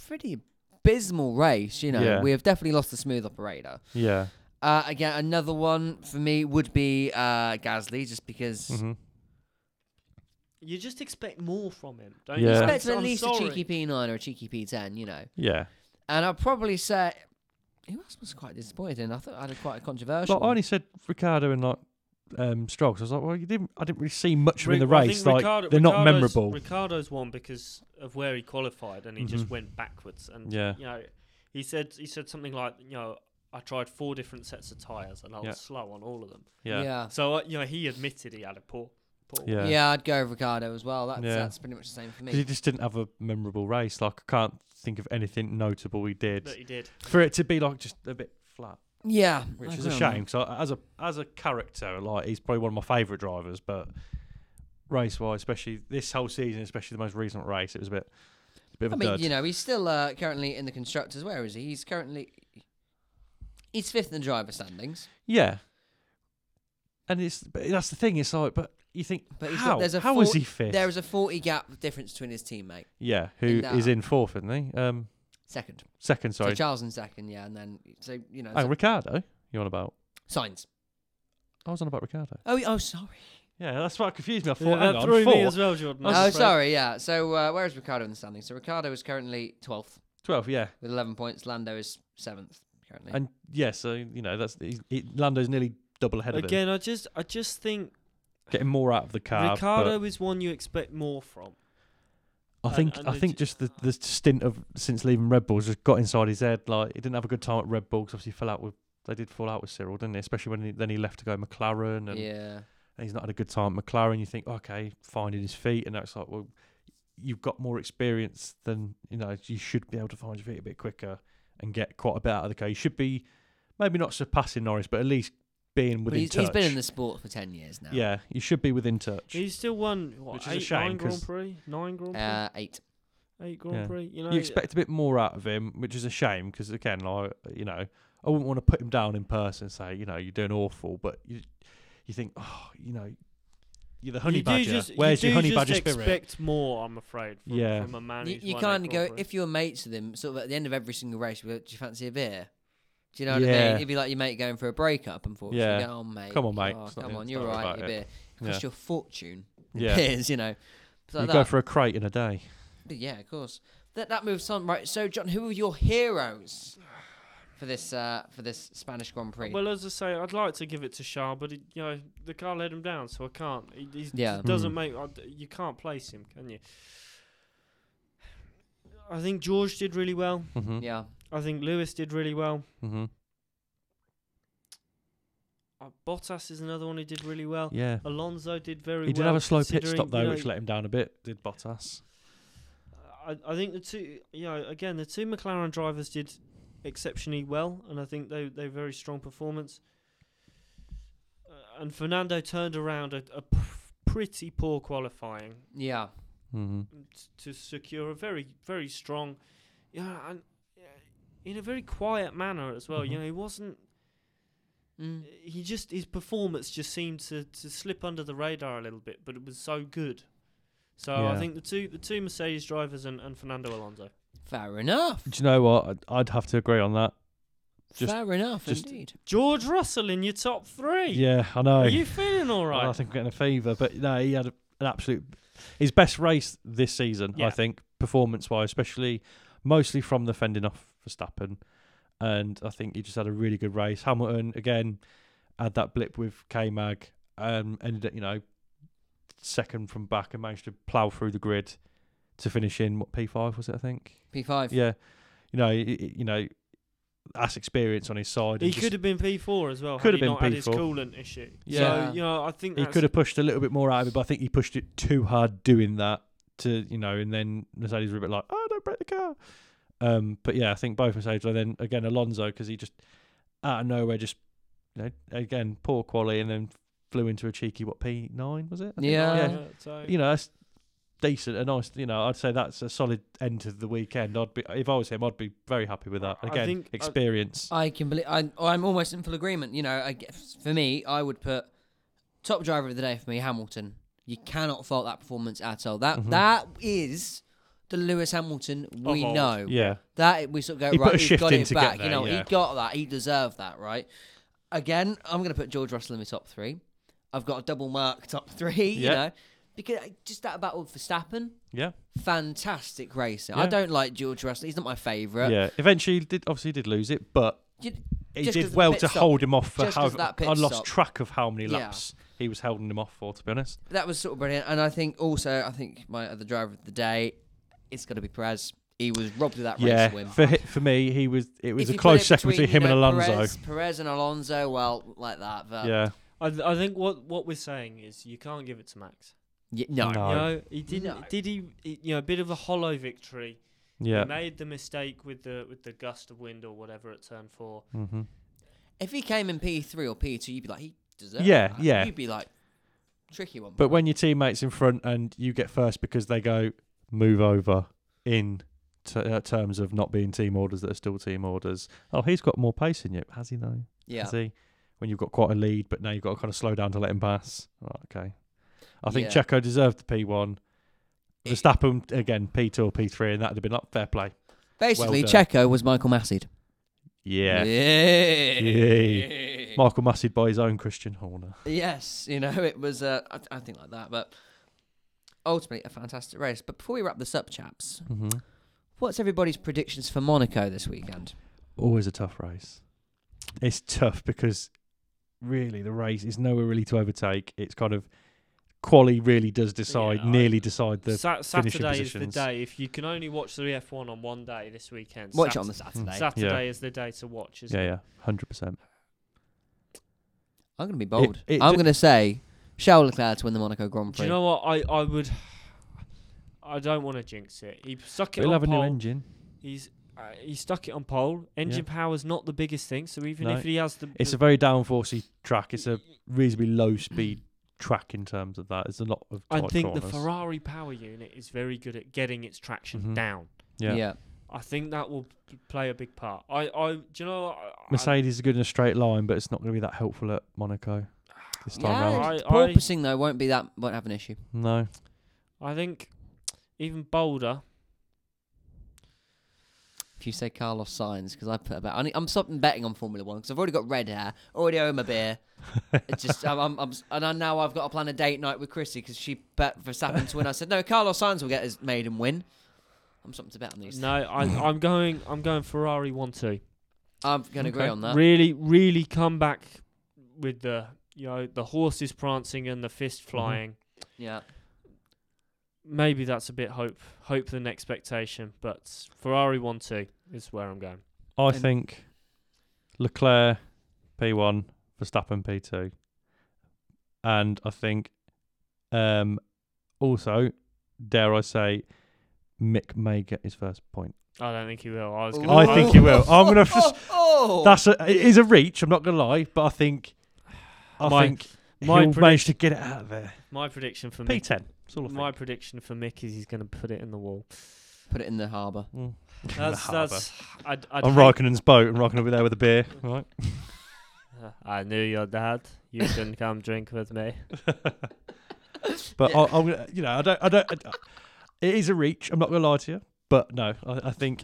S1: pretty abysmal race. You know,
S2: Yeah.
S1: we have definitely lost the smooth operator.
S2: yeah,
S1: Uh, again, another one for me would be uh, Gasly, just because
S2: mm-hmm.
S3: you just expect more from him, don't
S2: Yeah.
S3: you?
S1: expect
S3: I'm
S1: at least
S3: sorry.
S1: a cheeky P9 or a cheeky P10. You know,
S2: yeah.
S1: and I'll probably say. Who else was quite disappointed? in? I thought I had a quite a controversial.
S2: Like, I
S1: one.
S2: only said Ricardo and like um, Stroll. 'cause I was like, well, you didn't. I didn't really see much of him in the
S3: Ri- I think
S2: race. Like
S3: Ricardo-
S2: they're not
S3: Ricardo's-
S2: memorable.
S3: Ricardo's won because of where he qualified, and he
S2: Mhm.
S3: just went backwards. And
S2: Yeah.
S3: you know, he said he said something like, you know, I tried four different sets of tires, and I was
S2: Yeah.
S3: slow on all of them.
S2: yeah, yeah,
S1: yeah.
S3: So uh, you know, he admitted he had a poor, poor.
S2: yeah.
S1: Yeah. I'd go with Ricardo as well. That's,
S2: Yeah.
S1: that's pretty much the same for
S2: 'Cause he
S1: me.
S2: just didn't have a memorable race. Like I can't think of anything notable he did
S3: But he did.
S2: for it to be like just a bit flat.
S1: Yeah,
S2: which
S1: I
S2: is a
S1: agree on that.
S2: shame. So as a as a character, like he's probably one of my favourite drivers, but race wise, especially this whole season, especially the most recent race, it was a bit, a bit of a
S1: I mean,
S2: dud.
S1: you know, he's still uh, currently in the constructors. Where is he? He's currently he's fifth in the driver standings.
S2: yeah, and it's but that's the thing. It's like, but you think
S1: But he's got-
S2: how
S1: there's a
S2: how
S1: four-
S2: is he fifth?
S1: There is a forty gap difference between his teammate,
S2: yeah, who
S1: in
S2: is
S1: that-
S2: in fourth, isn't he? Um,
S1: second.
S2: second,
S1: So
S2: sorry,
S1: Charles in second, yeah, and then so you know
S2: and Ricardo. You on about?
S1: signs.
S2: I was on about Ricardo.
S1: Oh, oh, sorry.
S2: Yeah, that's what confused me. I thought,
S3: Yeah,
S2: hang
S3: that
S2: on,
S3: threw
S2: fourth,
S3: me as well, Jordan.
S1: Oh,
S3: I'm afraid.
S1: sorry. Yeah. So uh, where is Ricardo in the standings? So Ricardo is currently twelfth
S2: twelve, yeah,
S1: with eleven points. Lando is seventh currently.
S2: and yeah. So you know, that's he's, he, Lando's nearly double ahead of him,
S3: Again, I just, I just think
S2: getting more out of the car. but-
S3: Ricardo is one you expect more from.
S2: I
S3: And-
S2: think
S3: and
S2: I
S3: the
S2: think
S3: j-
S2: just the, the stint of since leaving Red Bull's just got inside his head. Like he didn't have a good time at Red Bull 'cause obviously he fell out with they did fall out with Cyril, didn't they? Especially when he, then he left to go McLaren and,
S1: yeah.
S2: and he's not had a good time at McLaren. You think okay, finding his feet, and that's like well, you've got more experience than you know. You should be able to find your feet a bit quicker and get quite a bit out of the car. You should be maybe not surpassing Norris, but at least being
S1: But
S2: within
S1: he's,
S2: touch.
S1: he's been in the sport for ten years now.
S2: yeah, you should be within touch.
S3: He's still won what
S2: Which is a
S3: eight,
S2: shame,
S3: nine Grand
S2: 'cause-
S3: Prix, nine Grand Prix,
S1: Uh, eight.
S3: eight Grand
S2: yeah.
S3: Prix. You know,
S2: you expect a bit more out of him, which is a shame because again, like you know, I wouldn't want to put him down in person and say, you know, you're doing awful, but you you think, oh, you know, you're the honey
S3: you do
S2: badger.
S3: just-
S2: Where's
S3: you
S2: your
S3: do
S2: honey
S3: just
S2: badger
S3: expect
S2: spirit?
S3: more, I'm afraid. From,
S2: Yeah.
S3: from a man
S1: You,
S3: who's
S1: you
S3: won
S1: kind
S3: eight
S1: of go
S3: Grand Prix.
S1: if you're mates with him, sort of at the end of every single race, you go, do you fancy a beer? Do you know what I mean?
S2: Yeah.
S1: It'd be like your mate going for a breakup, unfortunately.
S2: Yeah.
S1: You go, oh, mate.
S2: Come on, mate.
S1: oh,
S2: It's not
S1: come
S2: the-
S1: on,
S2: it's
S1: you're
S2: not
S1: right.
S2: about
S1: Your
S2: it."
S1: beer
S2: Yeah.
S1: cost your fortune.
S2: Yeah.
S1: Beers, you know. It's
S2: you
S1: like
S2: go
S1: that.
S2: for a crate in a day.
S1: But yeah, of course. That that moves on, right? So, John, who are your heroes for this uh, for this Spanish Grand Prix?
S3: Well, as I say, I'd like to give it to Shah, but it, you know the car let him down, so I can't. He, he's-
S1: Yeah.
S3: he doesn't
S2: Hmm.
S3: make. I d you can't place him, can you? I think George did really well.
S2: Mm-hmm.
S1: yeah,
S3: I think Lewis did really well.
S2: Mm-hmm.
S3: Uh, Bottas is another one who did really well.
S2: Yeah.
S3: Alonso did very
S2: He
S3: well.
S2: did have a slow pit
S3: considering,
S2: stop though,
S3: you know,
S2: which let him down a bit. Did Bottas?
S3: uh, I, I think the two, you know, again, the two McLaren drivers did exceptionally well, and I think they they very strong performance. Uh, and Fernando turned around a, a p- pretty poor qualifying
S1: Yeah.
S2: Mm-hmm.
S3: t- to secure a very very strong, yeah, and uh, in a very quiet manner as well. You
S2: Mhm.
S3: know, he wasn't.
S1: Mm.
S3: He just his performance just seemed to to slip under the radar a little bit, but it was so good. So I
S2: Yeah.
S3: think the two the two Mercedes drivers and, and Fernando Alonso.
S1: Fair enough.
S2: Do you know what? I'd, I'd have to agree on that. Just-
S1: Fair enough,
S2: just-
S1: indeed.
S3: George Russell in your top three.
S2: Yeah, I know.
S3: Are you feeling all right?
S2: I think I'm getting a fever, but no, he had a, an absolute his best race this season.
S3: Yeah.
S2: I think performance wise, especially mostly from the fending off Verstappen, and I think he just had a really good race. Hamilton again had that blip with K Mag, um, ended up you know second from back and managed to plough through the grid to finish in what P five was it? I think.
S1: P5.
S2: Yeah, you know, y- y- you know, that's experience on his side.
S3: he
S2: and just-
S3: could have been P four as well. had
S2: Could have
S3: he not
S2: been
S3: had his
S2: P4.
S3: coolant issue.
S2: Yeah.
S3: So you know, I think
S2: he
S3: that's-
S2: could have pushed a little bit more out of it, but I think he pushed it too hard doing that to you know, and then Mercedes were a bit like, oh, don't break the car. Um, but yeah, I think both Mercedes were then again Alonso because he just out of nowhere just you know, again poor quality and then flew into a cheeky what P nine was it? I think.
S1: Yeah.
S2: yeah,
S3: so-
S2: you know that's decent and nice. You know, I'd say that's a solid end to the weekend. I'd be if I was him, I'd be very happy with that.
S3: I
S2: Again,
S3: think- uh, I-
S2: experience.
S1: I can believe I'm, I'm almost in full agreement. You know, I guess for me, I would put top driver of the day for me, Hamilton. You cannot fault that performance at all. That
S2: Mhm.
S1: that is the Lewis Hamilton we
S3: old.
S1: know.
S2: yeah,
S1: That we sort of go
S2: He put
S1: right.
S2: a
S1: He's
S2: shift
S1: got
S2: in
S1: it
S2: to get
S1: back.
S2: there,
S1: you know,
S2: yeah.
S1: he got that. He deserved that, right? Again, I'm going to put George Russell in my top three. I've got a double mark top three. You
S2: Yeah.
S1: know, because uh, just that battle with Verstappen,
S2: yeah.
S1: fantastic racing. I
S2: Yeah.
S1: don't like George Russell. He's not my favourite.
S2: Yeah, eventually, he did obviously he did lose it, but
S1: You-
S2: he
S1: just 'cause of
S2: did
S1: the
S2: well
S1: pit
S2: to
S1: stop.
S2: hold him off for
S1: Just 'cause of
S2: however
S1: that pit
S2: I lost
S1: stop.
S2: track of how many
S1: Yeah.
S2: laps he was holding him off for. To be honest,
S1: that was sort of brilliant. And I think also, I think my other driver of the day, it's got to be Perez. He was robbed of that race win.
S2: for hi- for me, he was it was
S1: If
S2: a
S1: you put
S2: close
S1: it
S2: second between him
S1: you
S2: and
S1: know,
S2: Alonso.
S1: Perez, Perez and Alonso, well, like that. But
S2: yeah,
S3: I, th- I think what what we're saying is you can't give it to Max.
S1: Y- no.
S2: No.
S3: You know, he didn't.
S1: No.
S3: Did he, he? You know, a bit of a hollow victory.
S2: yeah,
S3: He made the mistake with the with the gust of wind or whatever at turn four.
S2: hmm
S1: If he came in P three or P two, you'd be like, he deserves.
S2: Yeah,
S1: that.
S2: yeah.
S1: You'd be like, tricky one.
S2: but when your teammates in front and you get first because they go move over in. T- uh, terms of not being team orders that are still team orders. Oh, he's got more pace in you, has he though?
S1: yeah.
S2: Has he? When you've got quite a lead, but now you've got to kind of slow down to let him pass. Right, okay, I think
S1: Yeah.
S2: Checo deserved the P one.
S1: It-
S2: Verstappen again, P two or P three, and that'd have been up fair play.
S1: basically,
S2: done.
S1: Checo was Michael Massey.
S2: Yeah.
S1: Yeah.
S2: Yeah. Michael Massey by his own Christian Horner.
S1: Yes, you know it was. Uh, I, I think like that, but ultimately a fantastic race. But before we wrap this up, chaps,
S2: Mm-hmm.
S1: what's everybody's predictions for Monaco this weekend?
S2: Always a tough race. It's tough because really the race is nowhere really to overtake. It's kind of quali really does decide,
S3: Yeah, I-
S2: nearly decide the.
S3: Sa-
S2: finishing
S3: Saturday is the
S2: positions.
S3: day. If you can only watch the F1 on one day this weekend,
S1: Watch it
S3: Sat-
S1: on the Saturday.
S3: Saturday is the day to watch. Isn't
S2: yeah,
S3: it?
S2: yeah, hundred percent.
S1: I'm going to be bold.
S2: it
S1: I'm
S2: ju-
S1: going to say Charles Leclerc to win the Monaco Grand
S3: Do
S1: Prix.
S3: you know what? I, I would. I don't want to jinx it. He stuck it
S2: We'll
S3: on
S2: have a new
S3: pole.
S2: engine.
S3: He's uh, he stuck it on pole. Engine power's not the biggest thing, so even
S2: No.
S3: if he has the,
S2: It's a
S3: the
S2: very downforcey track. It's a reasonably low speed track in terms of that. There's a lot of.
S3: I
S2: tight
S3: think the
S2: corners.
S3: Ferrari power unit is very good at getting its traction
S2: Mhm.
S3: down.
S2: Yeah.
S3: I think that will p- play a big part. I, I do you know? I,
S2: Mercedes is good in a straight line, but it's not going to be that helpful at Monaco this time
S1: Yeah,
S2: round.
S3: I- I-
S1: Porpoising though won't be that won't have an issue.
S2: No.
S3: I, I think even bolder.
S1: If you say Carlos Sainz, because I put about I need, I'm stopping betting on Formula One because I've already got red hair, already owe him a beer. It's just I'm, I'm, I'm s- and I, now I've got to plan a date night with Chrissy because she bet for Verstappen to win. I said no, Carlos Sainz will get his maiden win. I'm something to bet on these.
S3: No, I,
S2: Mm.
S3: I'm going. I'm going Ferrari one two.
S1: I'm gonna agree
S2: Okay.
S1: on that.
S3: Really, really come back with the you know the horses prancing and the fist
S2: Mm-hmm.
S3: flying.
S1: yeah,
S3: Maybe that's a bit hope hope than expectation, but Ferrari one two is where I'm going.
S2: I
S1: And-
S2: think Leclerc P1, Verstappen P2. And I think um also dare I say Mick may get his first point.
S3: I don't think he will. I was
S1: Ooh.
S3: gonna.
S2: I think he will. I'm gonna just-
S1: Oh,
S2: That's a, it is a reach. I'm not gonna lie, but I think I
S3: My-
S2: think
S3: my
S2: he'll manage to get it out of there.
S3: My prediction for Mick.
S2: P10. That's all I
S3: My
S2: think.
S3: prediction for Mick is he's going to put it in the wall.
S1: put it in the harbour.
S2: Mm.
S3: That's
S2: Harbour.
S3: that's. I'd, I'd
S2: on
S3: hate-
S2: Raikkonen's boat, and Raikkonen will be there with a beer. Right.
S3: I knew your dad. You can come drink with me.
S2: But I, I'm gonna, you know, I don't, I don't. I, it is a reach. I'm not gonna lie to you, but no, I, I think,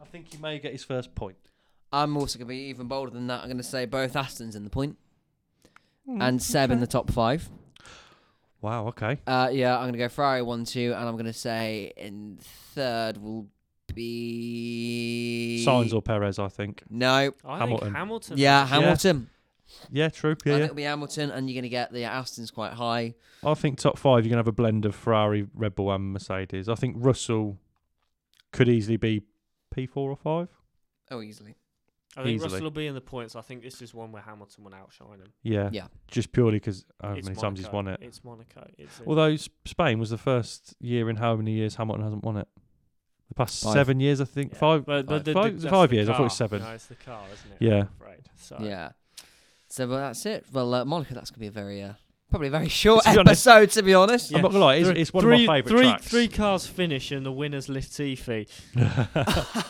S2: I think he may get his first point.
S1: I'm also going to be even bolder than that. I'm going to say both Aston's in the point
S2: Hmm.
S1: and Seb in the top five.
S2: Mm, Wow. Okay.
S1: Uh, yeah, I'm going to go Ferrari 1 2, and I'm going to say in third will be.
S2: Signs or Perez, I think.
S1: No.
S3: I
S2: Hamilton.
S3: think Hamilton.
S1: Yeah, Hamilton.
S2: Yeah,
S1: I
S2: true. Yeah,
S1: think
S2: yeah.
S1: it'll be Hamilton, and you're going to get the Aston's quite high.
S2: I think top five. You're gonna have a blend of Ferrari, Red Bull, and Mercedes. I think Russell could easily be P4 or five.
S1: Oh, easily.
S3: I think
S2: Easily.
S3: Russell will be in the points. I think this is one where Hamilton will outshine him.
S2: Yeah.
S1: Yeah.
S2: Just purely because how many
S3: It's
S2: times Oh, he's
S3: Monaco.
S2: won it.
S3: It's Monaco. It's a-
S2: Although S- Spain was the first year in how many years Hamilton hasn't won it. The past
S1: Five.
S2: seven years, I think.
S3: Yeah,
S2: Five. uh,
S3: but the- the-
S2: five-
S3: the- that's
S2: five
S3: the
S2: years, I thought it was
S3: car.
S2: seven.
S3: No, it's the car, isn't it?
S2: Yeah.
S3: Right. So
S1: Yeah. So well, that's it. Well, uh, Monica, that's going to be a very, uh, probably a very short
S2: To be honest-
S1: episode, to be honest.
S2: I'm not gonna lie, it's, it's one
S3: three,
S2: of my favourite
S3: three,
S2: tracks.
S3: Three cars finish and the winner's Latifi.
S1: I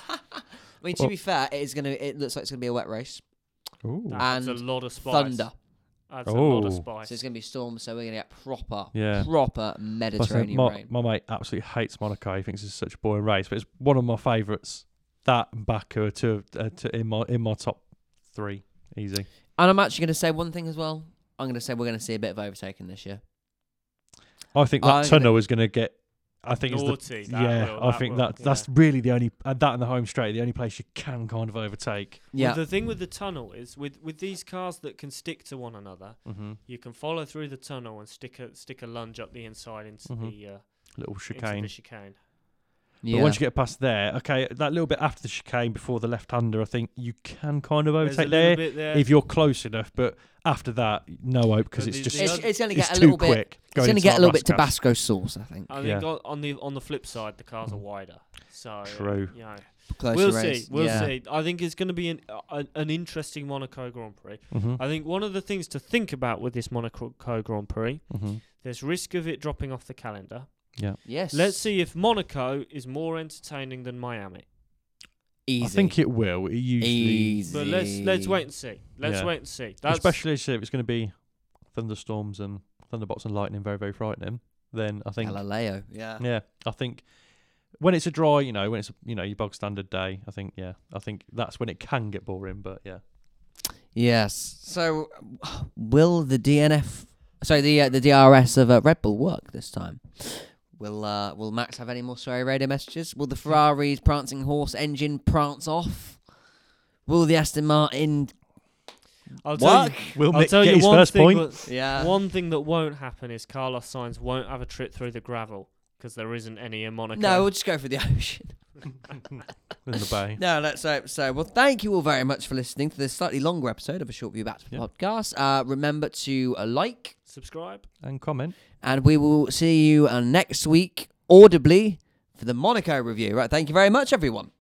S1: mean, to
S2: Well-
S1: be fair, it is going to. It looks like it's going to be a wet race
S2: Ooh.
S1: Ah,
S3: That's a
S1: And
S3: lot of spice.
S1: thunder.
S3: That's a lot of
S2: Oh.
S1: So
S3: spice.
S1: it's going to be storm. So we're going to get proper,
S2: Yeah.
S1: proper
S2: Plus, uh,
S1: Mediterranean
S2: my,
S1: rain.
S2: my mate absolutely hates Monaco. He thinks it's such a boring race, but it's one of my favourites. That and Baku are two, of- uh, two in my in my top three. Easy.
S1: And I'm actually going to say one thing as well. I'm going to say we're going to see a bit of overtaking this year.
S2: I think
S1: I
S2: that
S1: think
S2: tunnel is going to get. I think it's the
S3: Naughty. that
S2: yeah.
S3: will-
S2: I
S3: that
S2: think
S3: will,
S2: that
S3: yeah.
S2: that's really the only uh, that and the home straight, the only place you can kind of overtake.
S1: Yeah,
S3: Well, the thing with the tunnel is with with these cars that can stick to one another,
S2: Mm-hmm.
S3: you can follow through the tunnel and stick a stick a lunge up the inside into
S2: Mhm.
S3: the uh,
S2: Little
S3: into
S2: chicane.
S3: the chicane.
S1: yeah.
S2: But once you get past there, okay, that little bit after the chicane before the left hander, I think you can kind
S3: There's
S2: of
S3: a
S2: overtake
S3: little
S2: there
S3: bit there.
S2: if you're close enough. But after that, no hope because
S3: But
S2: it's
S3: the-
S2: just
S3: the
S1: it's, it's going to
S2: it's
S1: get a
S2: too
S1: little bit.
S2: quick.
S1: It's going to get a little bit Tabasco sauce, I think.
S3: I think
S2: Yeah.
S3: on, on the on the flip side, the cars are wider. So uh,
S2: True.
S3: You know,
S1: Closer
S3: we'll
S1: race.
S3: see. We'll
S1: yeah.
S3: see. I think it's going to be an, uh, an interesting Monaco Grand Prix.
S2: hmm
S3: I think one of the things to think about with this Monaco Grand Prix,
S2: hmm
S3: there's risk of it dropping off the calendar.
S1: Yes.
S3: Let's see if Monaco is more entertaining than Miami.
S1: Easy.
S2: I think it will. It usually,
S1: Easy.
S3: But let's let's wait and see. Let's
S2: Yeah.
S3: wait and see. That's
S2: especially if it's going to be thunderstorms and thunderbolts and lightning, very very frightening. Then I think,
S1: Galileo. Yeah.
S2: yeah, I think when it's a dry, you know, when it's a, you know your bog standard day, I think, yeah, I think that's when it can get boring. But yeah,
S1: Yes. So, will the DNF, sorry, the uh, the DRS of uh, Red Bull work this time? Will uh, Will Max have any more sorry radio messages? Will the Ferrari's prancing horse engine prance off? Will the Aston Martin
S3: I'll tell
S1: work?
S3: you,
S2: will
S3: I'll
S2: Mick
S3: tell
S2: get
S3: you
S2: his
S3: one
S2: first
S3: thing.
S2: point?
S3: what-
S1: Yeah.
S3: One thing that won't happen is Carlos Sainz won't have a trip through the gravel because there isn't any in Monaco.
S1: No, we'll just go for the ocean.
S2: in the bay.
S1: No, let's hope so. Well, thank you all very much for listening to this slightly longer episode of a short view back to the
S2: Yeah.
S1: podcast. Uh, remember to uh, like,
S3: subscribe.
S2: and comment.
S1: and we will see you uh, next week audibly for the Monaco review. Right, thank you very much, everyone.